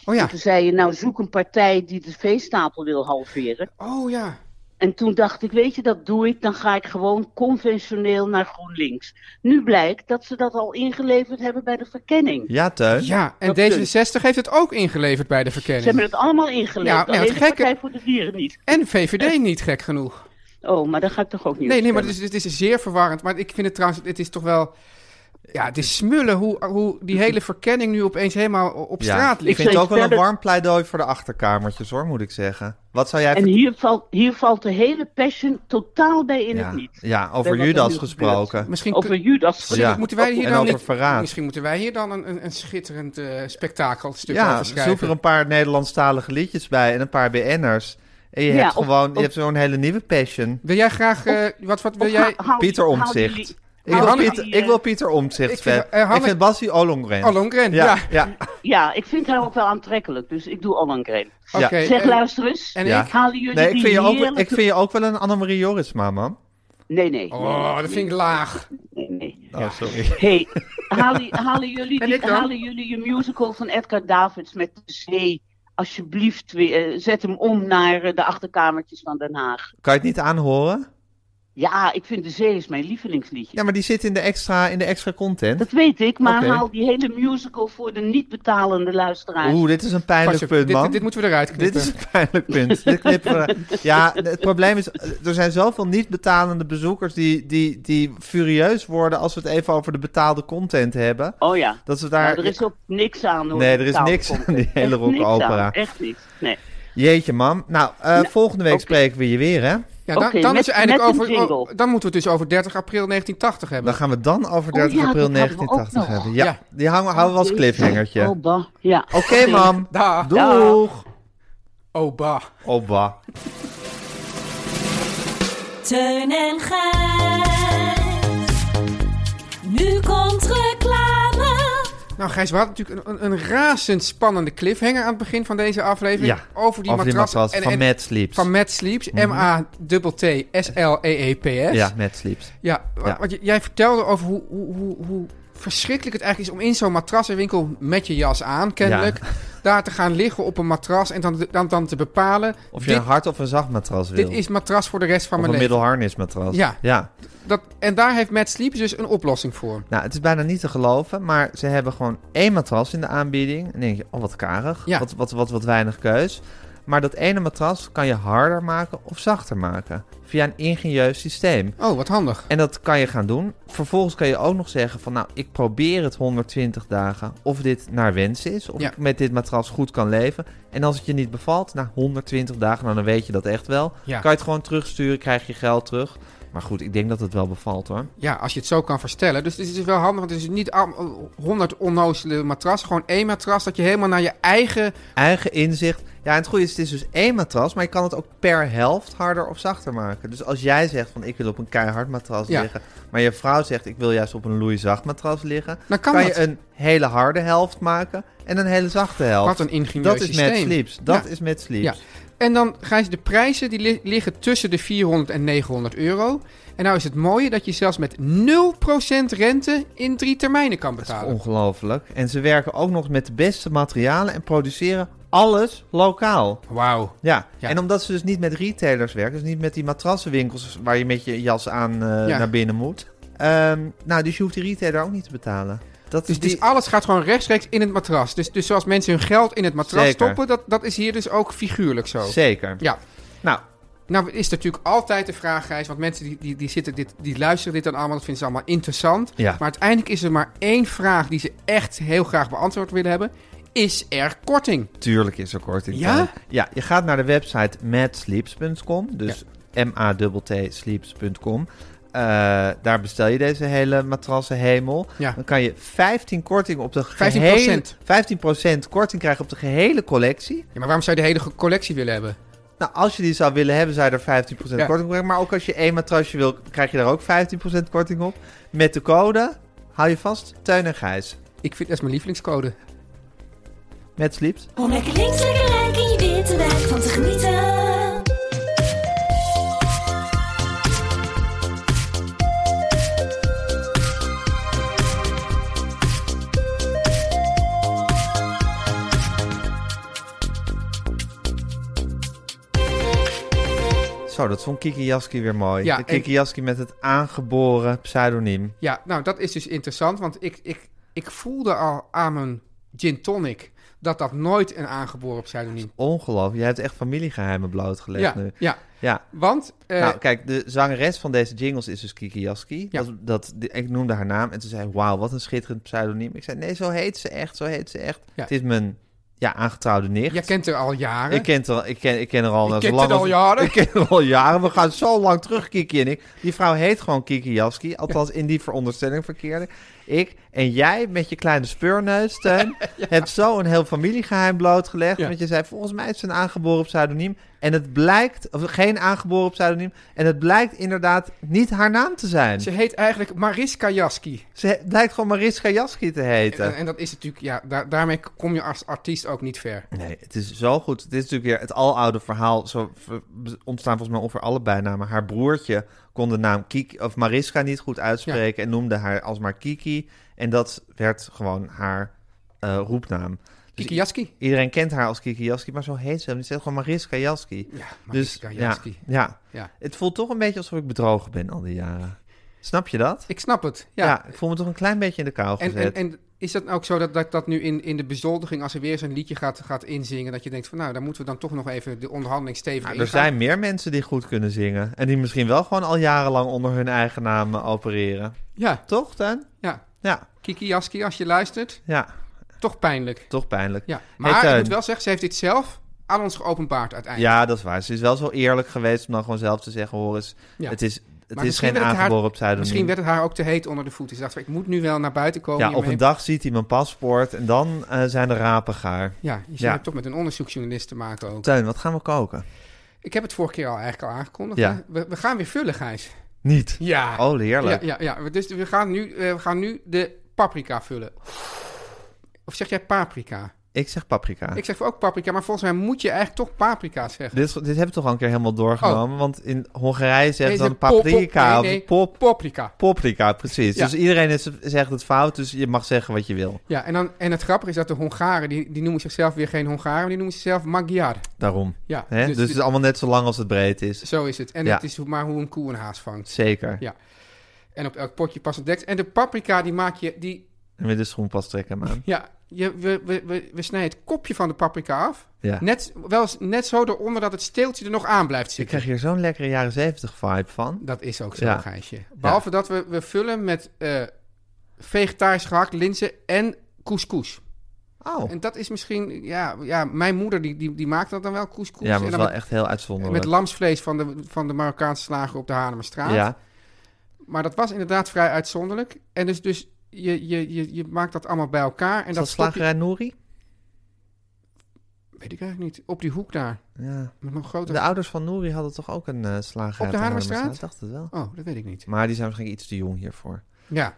[SPEAKER 2] Oh ja.
[SPEAKER 6] Toen zei je, nou zoek een partij die de veestapel wil halveren.
[SPEAKER 2] Oh ja.
[SPEAKER 6] En toen dacht ik, weet je, dat doe ik, dan ga ik gewoon conventioneel naar GroenLinks. Nu blijkt dat ze dat al ingeleverd hebben bij de verkenning.
[SPEAKER 1] Ja, Teun.
[SPEAKER 2] Ja, en
[SPEAKER 6] Dat
[SPEAKER 2] D66 heeft het ook ingeleverd bij de
[SPEAKER 6] Ze
[SPEAKER 2] verkenning.
[SPEAKER 6] hebben het allemaal ingeleverd,
[SPEAKER 2] Ja, nee,
[SPEAKER 6] alleen
[SPEAKER 2] het
[SPEAKER 6] de
[SPEAKER 2] gekke-
[SPEAKER 6] Partij voor de Dieren niet.
[SPEAKER 2] En VVD niet gek genoeg.
[SPEAKER 6] Oh, maar daar ga ik toch ook niet
[SPEAKER 2] Nee,
[SPEAKER 6] op
[SPEAKER 2] nee, maar
[SPEAKER 6] stemmen.
[SPEAKER 2] het is, het is zeer verwarrend. Maar ik vind het trouwens, het is toch wel... Ja, het is smullen hoe, hoe die hele verkenning nu opeens helemaal op
[SPEAKER 1] Ja.
[SPEAKER 2] straat
[SPEAKER 1] Ik
[SPEAKER 2] ligt.
[SPEAKER 1] vind het
[SPEAKER 6] weet
[SPEAKER 1] ook wel een
[SPEAKER 6] verder-
[SPEAKER 1] warm pleidooi voor de achterkamertjes, hoor, moet ik zeggen. Wat zou jij
[SPEAKER 6] En hier valt, hier valt de hele passion totaal bij in
[SPEAKER 1] ja.
[SPEAKER 6] het niet.
[SPEAKER 1] Ja,
[SPEAKER 6] Ben
[SPEAKER 1] over
[SPEAKER 6] wat er
[SPEAKER 1] Judas
[SPEAKER 6] nu
[SPEAKER 1] gesproken.
[SPEAKER 2] Misschien
[SPEAKER 6] Over Judas.
[SPEAKER 2] Misschien
[SPEAKER 1] Ja.
[SPEAKER 2] moeten wij hier
[SPEAKER 1] En
[SPEAKER 2] dan
[SPEAKER 1] over
[SPEAKER 2] niet-
[SPEAKER 1] verraad.
[SPEAKER 2] Misschien moeten wij hier dan een, een, een schitterend eh spektakelstuk
[SPEAKER 1] Ja,
[SPEAKER 2] over
[SPEAKER 1] zoek
[SPEAKER 2] schrijven.
[SPEAKER 1] er een paar Nederlandstalige liedjes bij en een paar BN'ers. En je
[SPEAKER 6] Ja,
[SPEAKER 1] hebt
[SPEAKER 6] of-
[SPEAKER 1] gewoon, je
[SPEAKER 6] of-
[SPEAKER 1] hebt zo'n hele nieuwe passion.
[SPEAKER 2] Wil jij graag... eh, wat, wat
[SPEAKER 6] Oh,
[SPEAKER 2] wil jij...
[SPEAKER 6] Hou- hou-
[SPEAKER 1] Pieter
[SPEAKER 6] hou die-
[SPEAKER 1] Omtzigt. Ik
[SPEAKER 6] hou
[SPEAKER 1] wil,
[SPEAKER 6] die,
[SPEAKER 1] Pieter,
[SPEAKER 6] eh,
[SPEAKER 1] ik wil Pieter Omtzigt,
[SPEAKER 2] ik vind-
[SPEAKER 1] vet.
[SPEAKER 2] eh, Hanne-
[SPEAKER 1] ik vind Bassie Ollongren.
[SPEAKER 2] Oh, Lohengrin, ja.
[SPEAKER 1] ja.
[SPEAKER 6] Ja, ik vind haar ook wel aantrekkelijk, dus ik doe Ollengren.
[SPEAKER 2] Oké. Eh,
[SPEAKER 1] Ja.
[SPEAKER 6] Zeg,
[SPEAKER 2] en-
[SPEAKER 6] luister eens.
[SPEAKER 2] en
[SPEAKER 6] En
[SPEAKER 1] Ja.
[SPEAKER 6] ik halen jullie
[SPEAKER 1] Nee, ik
[SPEAKER 6] die
[SPEAKER 1] vind, je ook, wel- ik
[SPEAKER 6] heerlijke-
[SPEAKER 1] vind je ook wel een Annemarie Jorisma, man.
[SPEAKER 6] Nee, nee.
[SPEAKER 2] Oh, dat vind ik laag.
[SPEAKER 6] nee, nee.
[SPEAKER 1] Oh, sorry.
[SPEAKER 6] Hey, halen, halen, jullie
[SPEAKER 2] En
[SPEAKER 6] die-
[SPEAKER 2] ik dan?
[SPEAKER 6] halen jullie je musical van Edgar Davids met de zee? Alsjeblieft, weer, eh, zet hem om naar eh, de achterkamertjes van Den Haag.
[SPEAKER 1] Kan je het niet aanhoren?
[SPEAKER 6] Ja, ik vind de zee is mijn lievelingsliedje.
[SPEAKER 1] Ja, maar die zit in de extra, in de extra content.
[SPEAKER 6] Dat weet ik, maar
[SPEAKER 1] Oké.
[SPEAKER 6] haal die hele musical voor de niet betalende luisteraars.
[SPEAKER 1] Oeh, dit is een pijnlijk
[SPEAKER 2] Pas op,
[SPEAKER 1] punt,
[SPEAKER 2] dit,
[SPEAKER 1] man.
[SPEAKER 2] dit, dit moeten we eruit knippen.
[SPEAKER 1] Dit is een pijnlijk punt. Dit knippen we- Ja, het probleem is, eh, er zijn zoveel niet betalende bezoekers die, die, die furieus worden als we het even over de betaalde content hebben.
[SPEAKER 6] Oh ja.
[SPEAKER 1] Dat we
[SPEAKER 6] Nou,
[SPEAKER 1] daar...
[SPEAKER 6] er is ook niks aan hoor.
[SPEAKER 1] Nee, er is
[SPEAKER 6] Taal
[SPEAKER 1] niks
[SPEAKER 6] komt
[SPEAKER 1] aan die
[SPEAKER 6] echt
[SPEAKER 1] hele
[SPEAKER 6] niks aan,
[SPEAKER 1] rockopera.
[SPEAKER 6] Echt niks. Nee.
[SPEAKER 1] Jeetje, mam. Nou, eh, volgende week
[SPEAKER 6] oké.
[SPEAKER 1] spreken we je weer, hè?
[SPEAKER 2] ja, dan,
[SPEAKER 6] Oké,
[SPEAKER 2] dan
[SPEAKER 6] met-
[SPEAKER 2] is het eigenlijk
[SPEAKER 6] met een
[SPEAKER 2] over,
[SPEAKER 6] jingle.
[SPEAKER 2] oh, dan moeten we het dus over 30 april 1980 hebben.
[SPEAKER 1] Dan gaan we het dan over 30
[SPEAKER 6] ja,
[SPEAKER 1] april
[SPEAKER 6] dat hadden we ook
[SPEAKER 1] 1980
[SPEAKER 6] nog.
[SPEAKER 1] hebben. Ja,
[SPEAKER 2] Ja.
[SPEAKER 1] die hangen, houden we als cliffhangertje.
[SPEAKER 6] Oh, bah. Ja.
[SPEAKER 1] Oké, mam.
[SPEAKER 2] Dag.
[SPEAKER 1] Doeg.
[SPEAKER 2] Oh, bah.
[SPEAKER 1] Oba.
[SPEAKER 4] Teun en Gijs. Nu komt reclame.
[SPEAKER 2] Nou, Gijs, we hadden natuurlijk een, een, een razendspannende cliffhanger aan het begin van deze aflevering.
[SPEAKER 1] Ja,
[SPEAKER 2] over die
[SPEAKER 1] Over die
[SPEAKER 2] matras,
[SPEAKER 1] matras
[SPEAKER 2] en-
[SPEAKER 1] van
[SPEAKER 2] en-
[SPEAKER 1] Mad Sleeps. Mhm.
[SPEAKER 2] Van Matt Sleeps. E M-A-T-T-S-L-E-E-P-S.
[SPEAKER 1] Ja, Mad Sleeps.
[SPEAKER 2] Ja, wa-
[SPEAKER 1] Ja.
[SPEAKER 2] want j- jij vertelde over hoe, hoe, hoe, hoe verschrikkelijk het eigenlijk is om in zo'n matrassenwinkel met je jas aan, kennelijk, daar te gaan liggen op een matras en dan, dan, dan te bepalen,
[SPEAKER 1] Of je
[SPEAKER 2] dit,
[SPEAKER 1] een hard of een zacht matras wil.
[SPEAKER 2] dit is matras voor de rest van
[SPEAKER 1] of
[SPEAKER 2] mijn
[SPEAKER 1] een
[SPEAKER 2] leven.
[SPEAKER 1] middelharnis matras.
[SPEAKER 2] Ja.
[SPEAKER 1] ja.
[SPEAKER 2] Dat, en daar heeft Matt Sleeps dus een oplossing voor.
[SPEAKER 1] Nou, het is bijna niet te geloven, maar ze hebben gewoon één matras in de aanbieding. En dan denk je, oh wat karig,
[SPEAKER 2] Ja.
[SPEAKER 1] wat, wat, wat, wat weinig keus. Maar dat ene matras kan je harder maken of zachter maken. Via een ingenieus systeem.
[SPEAKER 2] Oh, wat handig.
[SPEAKER 1] En dat kan je gaan doen. Vervolgens kan je ook nog zeggen van nou, ik probeer het 120 dagen. Of dit naar wens is. Of
[SPEAKER 2] Ja.
[SPEAKER 1] ik met dit matras goed kan leven. En als het je niet bevalt, na 120 dagen, nou dan weet je dat echt wel.
[SPEAKER 2] Ja.
[SPEAKER 1] Kan je het gewoon terugsturen, krijg je geld terug. Maar goed, ik denk dat het wel bevalt hoor.
[SPEAKER 2] Ja, als je het zo kan verstellen. Dus het is wel handig, want het is niet al- 100 onnozele matrassen. Gewoon één matras dat je helemaal naar je eigen...
[SPEAKER 1] Eigen inzicht. Ja, en het goede is, het is dus één matras, maar je kan het ook per helft harder of zachter maken. Dus als jij zegt van ik wil op een keihard matras
[SPEAKER 2] Ja.
[SPEAKER 1] liggen, maar je vrouw zegt ik wil juist op een loeizacht matras liggen,
[SPEAKER 2] Dan kan
[SPEAKER 1] je
[SPEAKER 2] dat.
[SPEAKER 1] een hele harde helft maken en een hele zachte helft.
[SPEAKER 2] Wat een ingenieus
[SPEAKER 1] dat is
[SPEAKER 2] systeem.
[SPEAKER 1] met sleeps. Dat
[SPEAKER 2] Ja.
[SPEAKER 1] is met sleeps.
[SPEAKER 2] Ja. En dan, Gijs, de prijzen die li- liggen tussen de 400 en 900 euro. En nou is het mooie dat je zelfs met 0% rente in drie termijnen kan betalen.
[SPEAKER 1] Ongelooflijk. En ze werken ook nog met de beste materialen en produceren alles lokaal.
[SPEAKER 2] Wauw.
[SPEAKER 1] Ja.
[SPEAKER 2] Ja.
[SPEAKER 1] en omdat ze dus niet met retailers werken, dus niet met die matrassenwinkels waar je met je jas aan eh,
[SPEAKER 2] Ja.
[SPEAKER 1] naar binnen moet. Ehm, nou, dus je hoeft die retailer ook niet te betalen. Dat
[SPEAKER 2] Dus,
[SPEAKER 1] is die...
[SPEAKER 2] dus alles gaat gewoon rechtstreeks in het matras. Dus, dus zoals mensen hun geld in het matras
[SPEAKER 1] Zeker.
[SPEAKER 2] stoppen, dat, dat is hier dus ook figuurlijk zo.
[SPEAKER 1] Zeker.
[SPEAKER 2] Ja.
[SPEAKER 1] Nou,
[SPEAKER 2] Nou, is natuurlijk altijd de vraag, Gijs, want mensen die, die, die, zitten dit, die luisteren dit dan allemaal, dat vinden ze allemaal interessant.
[SPEAKER 1] Ja.
[SPEAKER 2] Maar uiteindelijk is er maar één vraag die ze echt heel graag beantwoord willen hebben. Is er korting?
[SPEAKER 1] tuurlijk is er korting.
[SPEAKER 2] Ja?
[SPEAKER 1] bij. Ja, je gaat naar de website madsleeps.com. Dus M-A-T-T sleeps.com. Eh, daar bestel je deze hele matrassen hemel.
[SPEAKER 2] Ja.
[SPEAKER 1] Dan kan je 15 korting op de
[SPEAKER 2] 15%.
[SPEAKER 1] gehele... 15% korting krijgen op de gehele collectie.
[SPEAKER 2] Ja, maar waarom zou je de hele ge- collectie willen hebben?
[SPEAKER 1] Nou, als je die zou willen hebben, zou je er 15%
[SPEAKER 2] Ja.
[SPEAKER 1] korting op krijgen. Maar ook als je één matrasje wil, krijg je daar ook 15% korting op. Met de code, hou je vast, Teun en Gijs.
[SPEAKER 2] Ik vind dat is mijn lievelingscode.
[SPEAKER 1] Met Sleeps.
[SPEAKER 4] Om lekker links, lekker rijk in je witte wijk van te genieten.
[SPEAKER 1] Zo, dat vond Kiki Jaski weer mooi.
[SPEAKER 2] Ja,
[SPEAKER 1] de
[SPEAKER 2] en-
[SPEAKER 1] Kiki Jaski met het aangeboren pseudoniem.
[SPEAKER 2] Ja, nou, dat is dus interessant, want ik, ik, ik voelde al aan mijn gin tonic dat dat nooit een aangeboren pseudoniem
[SPEAKER 1] Ongelooflijk. Jij hebt echt familiegeheimen blootgelegd
[SPEAKER 2] Ja,
[SPEAKER 1] nu.
[SPEAKER 2] ja,
[SPEAKER 1] Ja.
[SPEAKER 2] want... eh,
[SPEAKER 1] nou, kijk, de zangeres van deze jingles is dus Kiki Jaski.
[SPEAKER 2] Ja.
[SPEAKER 1] Dat, dat, die- ik noemde haar naam en ze zei, wauw, wat een schitterend pseudoniem. Ik zei, nee, zo heet ze echt, zo heet ze echt.
[SPEAKER 2] Ja.
[SPEAKER 1] Het is mijn ja, aangetrouwde nicht.
[SPEAKER 2] Jij kent er al jaren.
[SPEAKER 1] Ik ken, haar- ik, ken, ik ken haar al,
[SPEAKER 2] Je
[SPEAKER 1] zo
[SPEAKER 2] kent
[SPEAKER 1] lang
[SPEAKER 2] het al
[SPEAKER 1] als-
[SPEAKER 2] jaren?
[SPEAKER 1] Ik ken haar al jaren. We gaan zo lang terug, Kiki en ik. Die vrouw heet gewoon Kiki Jaski. Althans, in die veronderstelling verkeerde. Ik en jij met je kleine speurneus, Teun, hebt zo een heel familiegeheim blootgelegd.
[SPEAKER 2] Ja.
[SPEAKER 1] Want je zei, volgens mij is ze een aangeboren pseudoniem. En het blijkt, of geen aangeboren pseudoniem. En het blijkt inderdaad niet haar naam te zijn.
[SPEAKER 2] Ze
[SPEAKER 1] Ze,
[SPEAKER 2] heet eigenlijk Mariska Jaski.
[SPEAKER 1] he- blijkt gewoon Mariska Jaski te heten.
[SPEAKER 2] En, en dat is natuurlijk, ja, daar, daarmee kom je als artiest ook niet ver.
[SPEAKER 1] Nee, het is zo goed. Dit is natuurlijk weer het aloude verhaal. Zo ver- ontstaan volgens mij ongeveer alle bijnamen. Haar broertje kon de naam Kiki of Mariska niet goed uitspreken en noemde haar alsmaar Kiki. En dat werd gewoon haar eh, roepnaam. Dus
[SPEAKER 2] Kiki
[SPEAKER 1] i-
[SPEAKER 2] Jaski.
[SPEAKER 1] iedereen kent haar als Kiki Jaski, maar zo heet ze hem. niet. Ze heet gewoon Mariska Jaski.
[SPEAKER 2] Ja,
[SPEAKER 1] Dus
[SPEAKER 2] Mariska
[SPEAKER 1] ja,
[SPEAKER 2] Jaski.
[SPEAKER 1] ja,
[SPEAKER 2] Ja.
[SPEAKER 1] het voelt toch een beetje alsof ik bedrogen ben al die jaren. Snap je dat?
[SPEAKER 2] Ik snap het, ja.
[SPEAKER 1] Ja, dus ik voel me toch een klein beetje in de kou gezet.
[SPEAKER 2] En, en, en is dat nou ook zo dat dat, dat nu in, in de bezoldiging, als er weer zo'n liedje gaat, gaat inzingen, dat je denkt van nou, daar moeten we dan toch nog even de onderhandeling stevig
[SPEAKER 1] Nou,
[SPEAKER 2] in
[SPEAKER 1] er zijn meer mensen die goed kunnen zingen. En die misschien wel gewoon al jarenlang onder hun eigen naam eh, opereren.
[SPEAKER 2] Ja,
[SPEAKER 1] Toch, Dan?
[SPEAKER 2] ja.
[SPEAKER 1] Ja,
[SPEAKER 2] Kiki Jaski, als je luistert,
[SPEAKER 1] ja.
[SPEAKER 2] toch pijnlijk.
[SPEAKER 1] Toch pijnlijk.
[SPEAKER 2] Ja,
[SPEAKER 1] Hey,
[SPEAKER 2] maar ik
[SPEAKER 1] Teun.
[SPEAKER 2] moet wel zeggen, ze heeft dit zelf aan ons geopenbaard uiteindelijk.
[SPEAKER 1] Ja, dat is waar. Ze is wel zo eerlijk geweest om dan gewoon zelf te zeggen... hoor eens,
[SPEAKER 2] Ja.
[SPEAKER 1] het is, het
[SPEAKER 2] Maar
[SPEAKER 1] is
[SPEAKER 2] misschien
[SPEAKER 1] geen
[SPEAKER 2] werd het haar-
[SPEAKER 1] aangeboren pseudoniem.
[SPEAKER 2] Misschien werd het haar ook te heet onder de voeten. Ze dacht, van, ik moet nu wel naar buiten komen.
[SPEAKER 1] ja, op
[SPEAKER 2] hiermee.
[SPEAKER 1] een dag ziet hij mijn paspoort en dan eh, zijn de rapen gaar.
[SPEAKER 2] Ja, je zit
[SPEAKER 1] Ja.
[SPEAKER 2] toch met een onderzoeksjournalist te maken ook.
[SPEAKER 1] Teun, wat gaan we koken?
[SPEAKER 2] Ik heb het vorige keer al eigenlijk al aangekondigd.
[SPEAKER 1] Ja.
[SPEAKER 2] hè? We, we gaan weer vullen, Gijs.
[SPEAKER 1] Niet.
[SPEAKER 2] Ja.
[SPEAKER 1] Oh, heerlijk.
[SPEAKER 2] Ja, ja, ja. Dus we gaan, nu, eh, we gaan nu de paprika vullen. Of zeg jij paprika?
[SPEAKER 1] Ik zeg paprika.
[SPEAKER 2] Ik zeg ook paprika, maar volgens mij moet je eigenlijk toch paprika zeggen.
[SPEAKER 1] Dit, is- dit hebben we toch al een keer helemaal doorgenomen? Want in Hongarije zeggen ze
[SPEAKER 2] Oh. Nee,
[SPEAKER 1] dan
[SPEAKER 2] ze- pop-
[SPEAKER 1] paprika
[SPEAKER 2] pop- nee,
[SPEAKER 1] of
[SPEAKER 2] nee,
[SPEAKER 1] pop.
[SPEAKER 2] Paprika.
[SPEAKER 1] Paprika, precies.
[SPEAKER 2] Ja.
[SPEAKER 1] Dus iedereen is, zegt het fout, dus je mag zeggen wat je wil.
[SPEAKER 2] Ja, en, dan, en het grappige is dat de Hongaren, die, die noemen zichzelf weer geen Hongaren, maar die noemen zichzelf Magyar.
[SPEAKER 1] Daarom.
[SPEAKER 2] Ja,
[SPEAKER 1] Hè? Dus,
[SPEAKER 2] dus-
[SPEAKER 1] het is allemaal net zo lang als het breed is.
[SPEAKER 2] Zo is het. En
[SPEAKER 1] Ja.
[SPEAKER 2] het is hoe- maar hoe een koe een haas vangt.
[SPEAKER 1] Zeker.
[SPEAKER 2] Ja. En op elk potje past een deks. En de paprika, die maak je, die
[SPEAKER 1] En met de schoenpas trekken hem aan.
[SPEAKER 2] Ja, je, we, we, we, we snijden het kopje van de paprika af.
[SPEAKER 1] Ja.
[SPEAKER 2] Net, wel, eens- net zo eronder dat het steeltje er nog aan blijft
[SPEAKER 1] Ik
[SPEAKER 2] zitten.
[SPEAKER 1] krijg hier zo'n lekkere jaren 70 vibe van.
[SPEAKER 2] Dat is ook zo,
[SPEAKER 1] Ja.
[SPEAKER 2] Gijsje. Behalve dat we, we vullen met eh, vegetarisch gehakt, linzen en couscous.
[SPEAKER 1] Oh.
[SPEAKER 2] En dat is misschien... Ja, ja mijn moeder die, die, die maakt dat dan wel, couscous.
[SPEAKER 1] Ja, maar dat is
[SPEAKER 2] en dan
[SPEAKER 1] wel
[SPEAKER 2] met,
[SPEAKER 1] echt heel
[SPEAKER 2] met
[SPEAKER 1] uitzonderlijk.
[SPEAKER 2] lamsvlees van de, van de Marokkaanse slager op de Haarlemmerstraat.
[SPEAKER 1] ja.
[SPEAKER 2] Maar dat was inderdaad vrij uitzonderlijk. En dus, dus je, je, je, je maakt dat allemaal bij elkaar. En
[SPEAKER 1] Is
[SPEAKER 2] dat
[SPEAKER 1] dat
[SPEAKER 2] stop je-
[SPEAKER 1] slagerij Nouri?
[SPEAKER 2] Weet ik eigenlijk niet. Op die hoek daar.
[SPEAKER 1] Ja.
[SPEAKER 2] Met nog grote...
[SPEAKER 1] De ouders van Nouri hadden toch ook een eh slagerij
[SPEAKER 2] Op de Haarlemmerstraat?
[SPEAKER 1] Ik dacht het wel.
[SPEAKER 2] Oh, dat weet ik niet.
[SPEAKER 1] Maar die zijn waarschijnlijk iets te jong hiervoor.
[SPEAKER 2] Ja.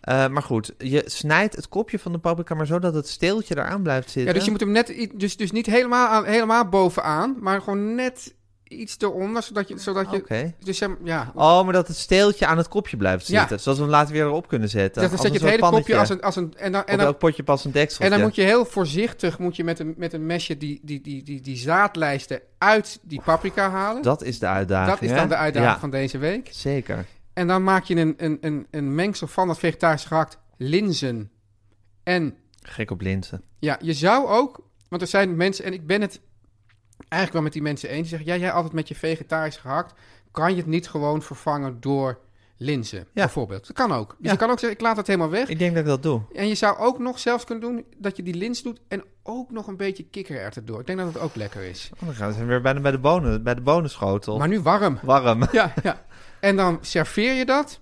[SPEAKER 1] Eh, maar goed, je snijdt het kopje van de paprika maar zodat het steeltje eraan blijft zitten.
[SPEAKER 2] ja, dus je moet hem net... i- Dus, dus niet helemaal, aan, helemaal bovenaan, maar gewoon net iets eronder, zodat je... Zodat
[SPEAKER 1] Oké.
[SPEAKER 2] je Dus zeg maar, ja...
[SPEAKER 1] Oh, maar dat het steeltje aan het kopje blijft
[SPEAKER 2] Ja.
[SPEAKER 1] zitten. Zodat we hem later weer erop kunnen zetten.
[SPEAKER 2] dat dan
[SPEAKER 1] als
[SPEAKER 2] zet je
[SPEAKER 1] een
[SPEAKER 2] het hele
[SPEAKER 1] soort
[SPEAKER 2] kopje als
[SPEAKER 1] pannetje.
[SPEAKER 2] een... Als een en dan,
[SPEAKER 1] Op
[SPEAKER 2] en dan,
[SPEAKER 1] elk potje past een dekseltje.
[SPEAKER 2] en dan moet je heel voorzichtig moet je met, een, met een mesje die, die, die, die, die zaadlijsten uit die paprika halen. Dat,
[SPEAKER 1] Dat is de uitdaging.
[SPEAKER 2] is
[SPEAKER 1] hè?
[SPEAKER 2] dan de uitdaging
[SPEAKER 1] Ja,
[SPEAKER 2] van deze week.
[SPEAKER 1] Zeker.
[SPEAKER 2] En dan maak je een, een, een, een mengsel van dat vegetarisch gehakt, linzen en
[SPEAKER 1] Gek op linzen.
[SPEAKER 2] Ja, je zou ook, want er zijn mensen, en ik ben het eigenlijk wel met die mensen eens, die zeggen, ja, jij altijd met je vegetarisch gehakt, kan je het niet gewoon vervangen door linzen, bijvoorbeeld. Dat kan ook. Dus
[SPEAKER 1] Ja.
[SPEAKER 2] je kan ook zeggen, ik laat dat helemaal weg.
[SPEAKER 1] Ik denk dat ik dat doe.
[SPEAKER 2] En je zou ook nog zelfs kunnen doen dat je die lins doet en ook nog een beetje kikkererwt erdoor. Ik denk dat dat ook lekker is.
[SPEAKER 1] Oh, dan gaan we zijn we weer bijna bij de, bonen, bij de bonenschotel.
[SPEAKER 2] Maar nu warm.
[SPEAKER 1] Warm.
[SPEAKER 2] Ja, ja. En dan serveer je dat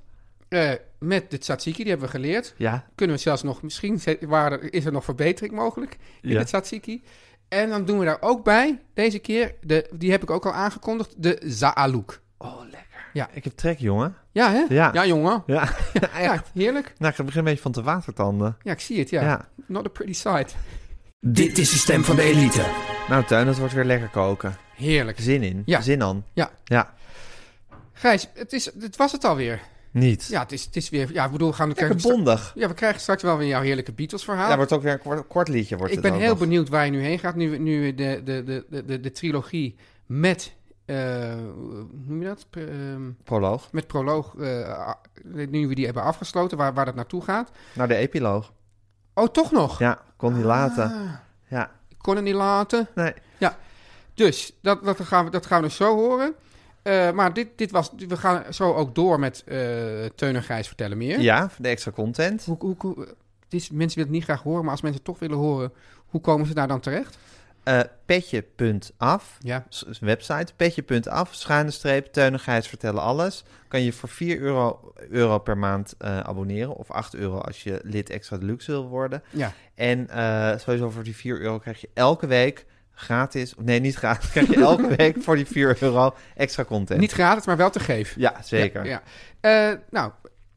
[SPEAKER 2] eh, met de tzatziki, die hebben we geleerd.
[SPEAKER 1] Ja,
[SPEAKER 2] kunnen we zelfs nog, misschien ze- waar er- is er nog verbetering mogelijk in
[SPEAKER 1] Ja.
[SPEAKER 2] het tzatziki. En dan doen we daar ook bij, deze keer, de, die heb ik ook al aangekondigd, de zaalouk.
[SPEAKER 1] ik heb trek, jongen.
[SPEAKER 2] Ja, hè?
[SPEAKER 1] Ja.
[SPEAKER 2] jongen.
[SPEAKER 1] Ja,
[SPEAKER 2] Ja, heerlijk.
[SPEAKER 1] Nou, ik begin een beetje van te watertanden.
[SPEAKER 2] Ja, ik zie het, ja.
[SPEAKER 1] Ja.
[SPEAKER 2] Not a pretty sight.
[SPEAKER 5] Dit is de stem van de elite.
[SPEAKER 1] Nou, Tuin, dat wordt weer lekker koken.
[SPEAKER 2] Heerlijk.
[SPEAKER 1] Zin in.
[SPEAKER 2] Ja.
[SPEAKER 1] Zin aan.
[SPEAKER 2] Ja.
[SPEAKER 1] Ja.
[SPEAKER 2] Gijs, het, is, het was het alweer.
[SPEAKER 1] Niet.
[SPEAKER 2] Ja, het is, het is weer... Ja, ik bedoel, we gaan...
[SPEAKER 1] Lekker
[SPEAKER 2] krijgen stra-
[SPEAKER 1] bondig.
[SPEAKER 2] ja, we krijgen straks wel weer jouw heerlijke Beatles-verhaal.
[SPEAKER 1] Ja, wordt ook weer een kort, kort liedje. Wordt
[SPEAKER 2] ik
[SPEAKER 1] het
[SPEAKER 2] ben
[SPEAKER 1] ook
[SPEAKER 2] heel
[SPEAKER 1] nog.
[SPEAKER 2] benieuwd waar je nu heen gaat. Nu, nu de, de, de, de, de, de trilogie met... eh, hoe noem je dat? Ehm,
[SPEAKER 1] Proloog.
[SPEAKER 2] met proloog, eh, a- nu we die hebben afgesloten, waar, waar dat naartoe gaat.
[SPEAKER 1] Naar de epiloog.
[SPEAKER 2] Oh, toch nog?
[SPEAKER 1] Ja, kon
[SPEAKER 2] Ah.
[SPEAKER 1] hij laten. Ja.
[SPEAKER 2] Ik kon het niet laten.
[SPEAKER 1] Nee.
[SPEAKER 2] Dus, dat, dat, gaan, we, dat gaan we dus zo horen. Eh, maar dit, dit was, we gaan zo ook door met eh Teun en Gijs vertellen meer.
[SPEAKER 1] Ja, voor de extra content.
[SPEAKER 2] Hoe, hoe, hoe- het is, mensen willen het niet graag horen, maar als mensen het toch willen horen, hoe komen ze daar dan terecht?
[SPEAKER 1] Eh petje.af.
[SPEAKER 2] Ja.
[SPEAKER 1] s- s- Website petje.af, schuine streep, teunigheid vertellen alles. Kan je voor 4 euro, euro per maand eh, abonneren. Of 8 euro als je lid extra deluxe wil worden.
[SPEAKER 2] Ja.
[SPEAKER 1] En eh, sowieso voor die 4 euro krijg je elke week gratis. Nee, niet gratis. Krijg je elke week voor die 4 euro extra content.
[SPEAKER 2] Niet gratis, maar wel te geven.
[SPEAKER 1] Ja, zeker.
[SPEAKER 2] Ja, ja. Eh, nou,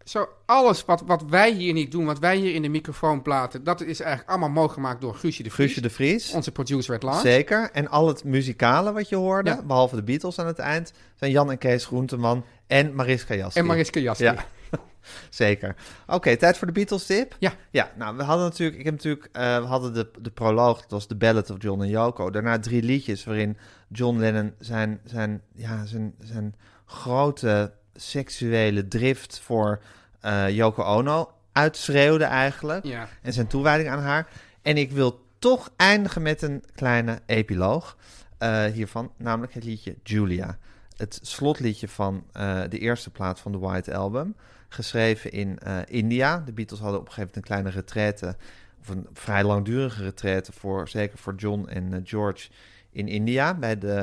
[SPEAKER 2] zo alles wat, wat wij hier niet doen, wat wij hier in de microfoon platen, dat is eigenlijk allemaal mogelijk gemaakt door Guusje de Vries.
[SPEAKER 1] Guusje de Vries.
[SPEAKER 2] Onze producer at large.
[SPEAKER 1] Zeker. En al het muzikale wat je hoorde,
[SPEAKER 2] Ja.
[SPEAKER 1] behalve de Beatles aan het eind, zijn Jan en Kees Groenteman en Mariska Jaski.
[SPEAKER 2] En Mariska Jasper.
[SPEAKER 1] Ja. Zeker. Oké, tijd voor de Beatles tip.
[SPEAKER 2] Ja.
[SPEAKER 1] Ja, nou, we hadden natuurlijk, ik heb natuurlijk, eh, we hadden de, de proloog, dat was The Ballad of John en Yoko. Daarna drie liedjes waarin John Lennon zijn, zijn, ja, zijn, zijn grote seksuele drift voor eh Yoko Ono uitschreeuwde eigenlijk.
[SPEAKER 2] Ja.
[SPEAKER 1] En zijn toewijding aan haar. En ik wil toch eindigen met een kleine epiloog eh, hiervan, namelijk het liedje Julia. Het slotliedje van eh, de eerste plaat van de White Album, geschreven in eh, India. De Beatles hadden op een gegeven moment een kleine retraite, of een vrij langdurige retraite, voor, zeker voor John en eh, George in India. Bij de,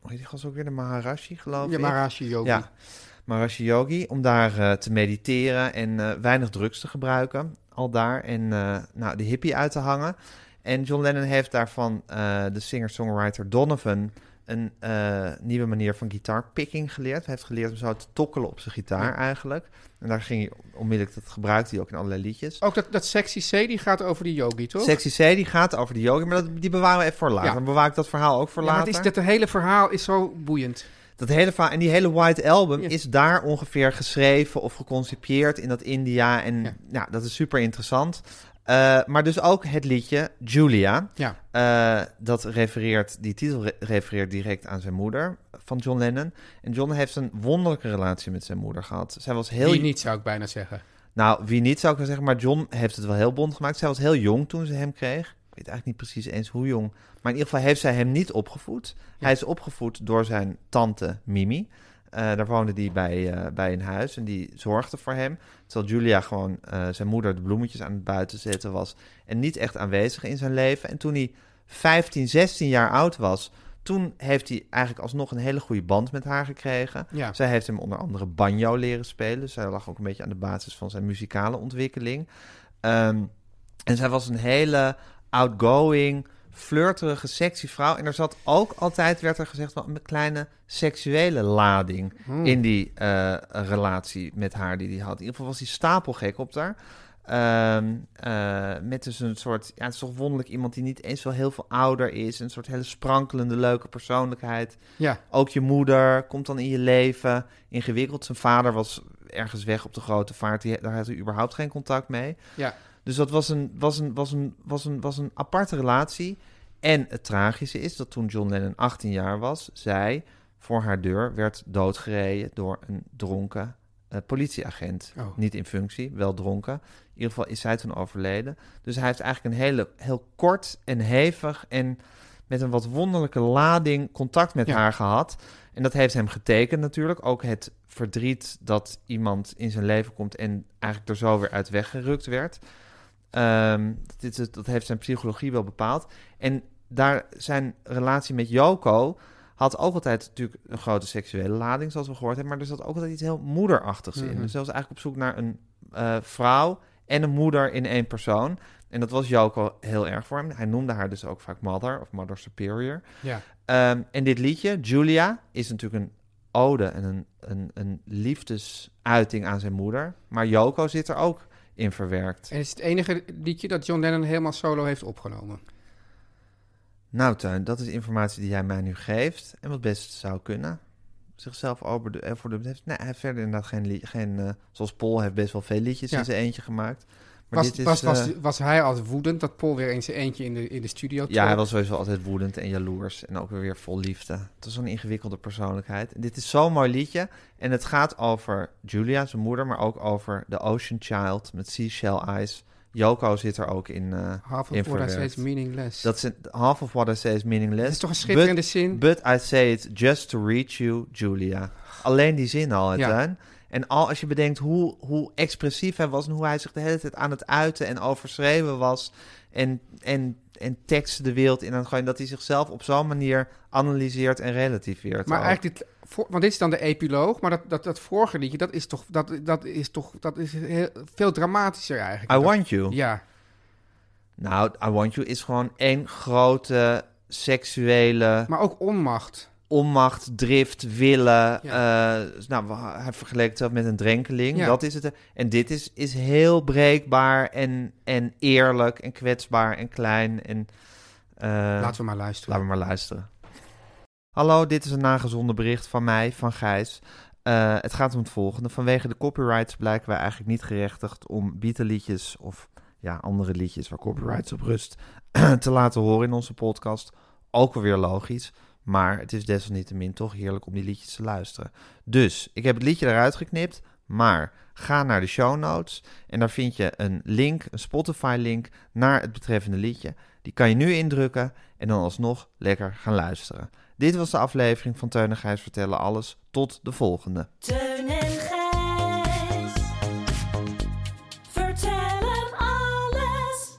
[SPEAKER 1] hoe heet die gast ook weer, de Maharashi geloof
[SPEAKER 2] Ja,
[SPEAKER 1] ik.
[SPEAKER 2] Maharashi Yogi.
[SPEAKER 1] Ja, Maharishi Yogi, om daar eh, te mediteren en eh, weinig drugs te gebruiken, al daar. En eh, nou, de hippie uit te hangen. En John Lennon heeft daarvan eh, de singer-songwriter Donovan een eh, nieuwe manier van gitaarpicking geleerd. Hij heeft geleerd om zo te tokkelen op zijn gitaar eigenlijk. En daar ging hij onmiddellijk, dat gebruikte hij ook in allerlei liedjes.
[SPEAKER 2] Ook dat, dat sexy C, die gaat over die yogi, toch?
[SPEAKER 1] Sexy C, die gaat over de yogi, maar dat, die bewaren we even voor later.
[SPEAKER 2] Ja.
[SPEAKER 1] Dan bewaar ik dat verhaal ook voor
[SPEAKER 2] Ja, maar het
[SPEAKER 1] later.
[SPEAKER 2] is, dat hele verhaal is zo boeiend.
[SPEAKER 1] Dat hele verhaal- en die hele White Album
[SPEAKER 2] Ja.
[SPEAKER 1] is daar ongeveer geschreven of geconcipieerd in dat India. En
[SPEAKER 2] Ja.
[SPEAKER 1] ja, dat is super interessant. Eh, maar dus ook het liedje Julia.
[SPEAKER 2] Ja.
[SPEAKER 1] Eh, dat refereert, die titel re- refereert direct aan zijn moeder van John Lennon. En John heeft een wonderlijke relatie met zijn moeder gehad. Zij was heel
[SPEAKER 2] Die niet, zou ik bijna zeggen.
[SPEAKER 1] Nou, wie niet zou ik wel zeggen, maar John heeft het wel heel bond gemaakt. Zij was heel jong toen ze hem kreeg. Ik weet eigenlijk niet precies eens hoe jong. Maar in ieder geval heeft zij hem niet opgevoed. Hij is opgevoed door zijn tante Mimi. Eh, daar woonde die bij, eh, bij een huis en die zorgde voor hem. Terwijl Julia gewoon eh, zijn moeder de bloemetjes aan het buiten zetten was. En niet echt aanwezig in zijn leven. En toen hij 15, 16 jaar oud was, toen heeft hij eigenlijk alsnog een hele goede band met haar gekregen.
[SPEAKER 2] Ja.
[SPEAKER 1] Zij heeft hem onder andere banjo leren spelen. Dus zij lag ook een beetje aan de basis van zijn muzikale ontwikkeling. Ehm, en zij was een hele outgoing, flirterige, sexy vrouw. En er zat ook altijd, werd er gezegd, wel een kleine seksuele lading in die eh, relatie met haar die hij had. In ieder geval was hij stapelgek op daar. Ehm, eh, met dus een soort, ja, het is toch wonderlijk iemand die niet eens wel heel veel ouder is. Een soort hele sprankelende, leuke persoonlijkheid.
[SPEAKER 2] Ja.
[SPEAKER 1] Ook je moeder komt dan in je leven. Ingewikkeld. Zijn vader was ergens weg op de grote vaart. Die, daar had hij überhaupt geen contact mee.
[SPEAKER 2] Ja.
[SPEAKER 1] Dus dat was een, was, een, was, een, was, een, was een aparte relatie. En het tragische is dat toen John Lennon 18 jaar was, zij voor haar deur werd doodgereden door een dronken eh, politieagent.
[SPEAKER 2] Oh.
[SPEAKER 1] Niet in functie, wel dronken. In ieder geval is zij toen overleden. Dus hij heeft eigenlijk een hele, heel kort en hevig en met een wat wonderlijke lading contact met
[SPEAKER 2] Ja.
[SPEAKER 1] haar gehad. En dat heeft hem getekend natuurlijk. Ook het verdriet dat iemand in zijn leven komt en eigenlijk er zo weer uit weggerukt werd. Ehm, dit, is- dat heeft zijn psychologie wel bepaald. En daar zijn relatie met Joko had ook altijd natuurlijk een grote seksuele lading, zoals we gehoord hebben. Maar er zat ook altijd iets heel moederachtigs in.
[SPEAKER 2] Mhm.
[SPEAKER 1] Dus hij was eigenlijk op zoek naar een eh, vrouw en een moeder in één persoon. En dat was Joko heel erg voor hem. Hij noemde haar dus ook vaak Mother of Mother Superior.
[SPEAKER 2] Ja.
[SPEAKER 1] Ehm, en dit liedje, Julia, is natuurlijk een ode en een, een, een liefdesuiting aan zijn moeder. Maar Joko zit er ook in verwerkt.
[SPEAKER 2] En het is het enige liedje dat John Lennon helemaal solo heeft opgenomen.
[SPEAKER 1] Nou, Tuin, dat is informatie die jij mij nu geeft. En wat best zou kunnen. Zichzelf over de, eh, voor de heeft. Nee, hij heeft verder inderdaad geen. lied- geen eh, zoals Paul heeft best wel veel liedjes
[SPEAKER 2] Ja.
[SPEAKER 1] in zijn eentje gemaakt. Maar
[SPEAKER 2] Was,
[SPEAKER 1] dit is.
[SPEAKER 2] was, was,
[SPEAKER 1] eh,
[SPEAKER 2] was hij als woedend dat Paul weer eens eentje in de, in de studio trok?
[SPEAKER 1] ja, hij was sowieso altijd woedend en jaloers. En ook weer vol liefde. Het was zo'n ingewikkelde persoonlijkheid. En dit is zo'n mooi liedje. En het gaat over Julia, zijn moeder. Maar ook over The Ocean Child met Seashell Eyes. Joko zit er ook in. eh,
[SPEAKER 2] Half
[SPEAKER 1] in
[SPEAKER 2] of what I say
[SPEAKER 1] verwerkt.
[SPEAKER 2] is meaningless.
[SPEAKER 1] Dat is een- half of what I say is meaningless.
[SPEAKER 2] Dat is toch een schitterende
[SPEAKER 1] but,
[SPEAKER 2] zin?
[SPEAKER 1] But I say it just to reach you, Julia. Alleen die zin al, het
[SPEAKER 2] Ja.
[SPEAKER 1] zijn. En al als je bedenkt hoe, hoe expressief hij was en hoe hij zich de hele tijd aan het uiten en overschreven was. En, en, en teksten de wereld in aan het gooien. Dat hij zichzelf op zo'n manier analyseert en relativeert.
[SPEAKER 2] maar
[SPEAKER 1] ook.
[SPEAKER 2] eigenlijk, dit, voor- want dit is dan de epiloog, maar dat, dat, dat vorige liedje, dat is toch, dat, dat is toch dat is heel, veel dramatischer eigenlijk.
[SPEAKER 1] I
[SPEAKER 2] Dat-
[SPEAKER 1] want you.
[SPEAKER 2] Ja,
[SPEAKER 1] Nou, I want you is gewoon één grote seksuele
[SPEAKER 2] maar ook onmacht.
[SPEAKER 1] onmacht, drift, willen. eh, nou, wa- hij vergeleek het zelf met een drenkeling.
[SPEAKER 2] Ja.
[SPEAKER 1] Dat is het. eh. En dit is, is heel breekbaar en, en eerlijk en kwetsbaar en klein. En, eh,
[SPEAKER 2] Laten we maar luisteren.
[SPEAKER 1] Laten we maar luisteren. Hallo, dit is een nagezonden bericht van mij, van Gijs. Eh, het gaat om het volgende. Vanwege de copyrights blijken wij eigenlijk niet gerechtigd om bietenliedjes of ja, andere liedjes waar copyrights op rust te laten horen in onze podcast. Ook alweer logisch, maar het is desalniettemin toch heerlijk om die liedjes te luisteren. Dus, ik heb het liedje eruit geknipt, maar ga naar de show notes en daar vind je een link, een Spotify link naar het betreffende liedje. Die kan je nu indrukken en dan alsnog lekker gaan luisteren. Dit was de aflevering van Teun en Gijs Vertellen Alles. Tot de volgende.
[SPEAKER 4] Teun en Gijs. Vertel hem alles.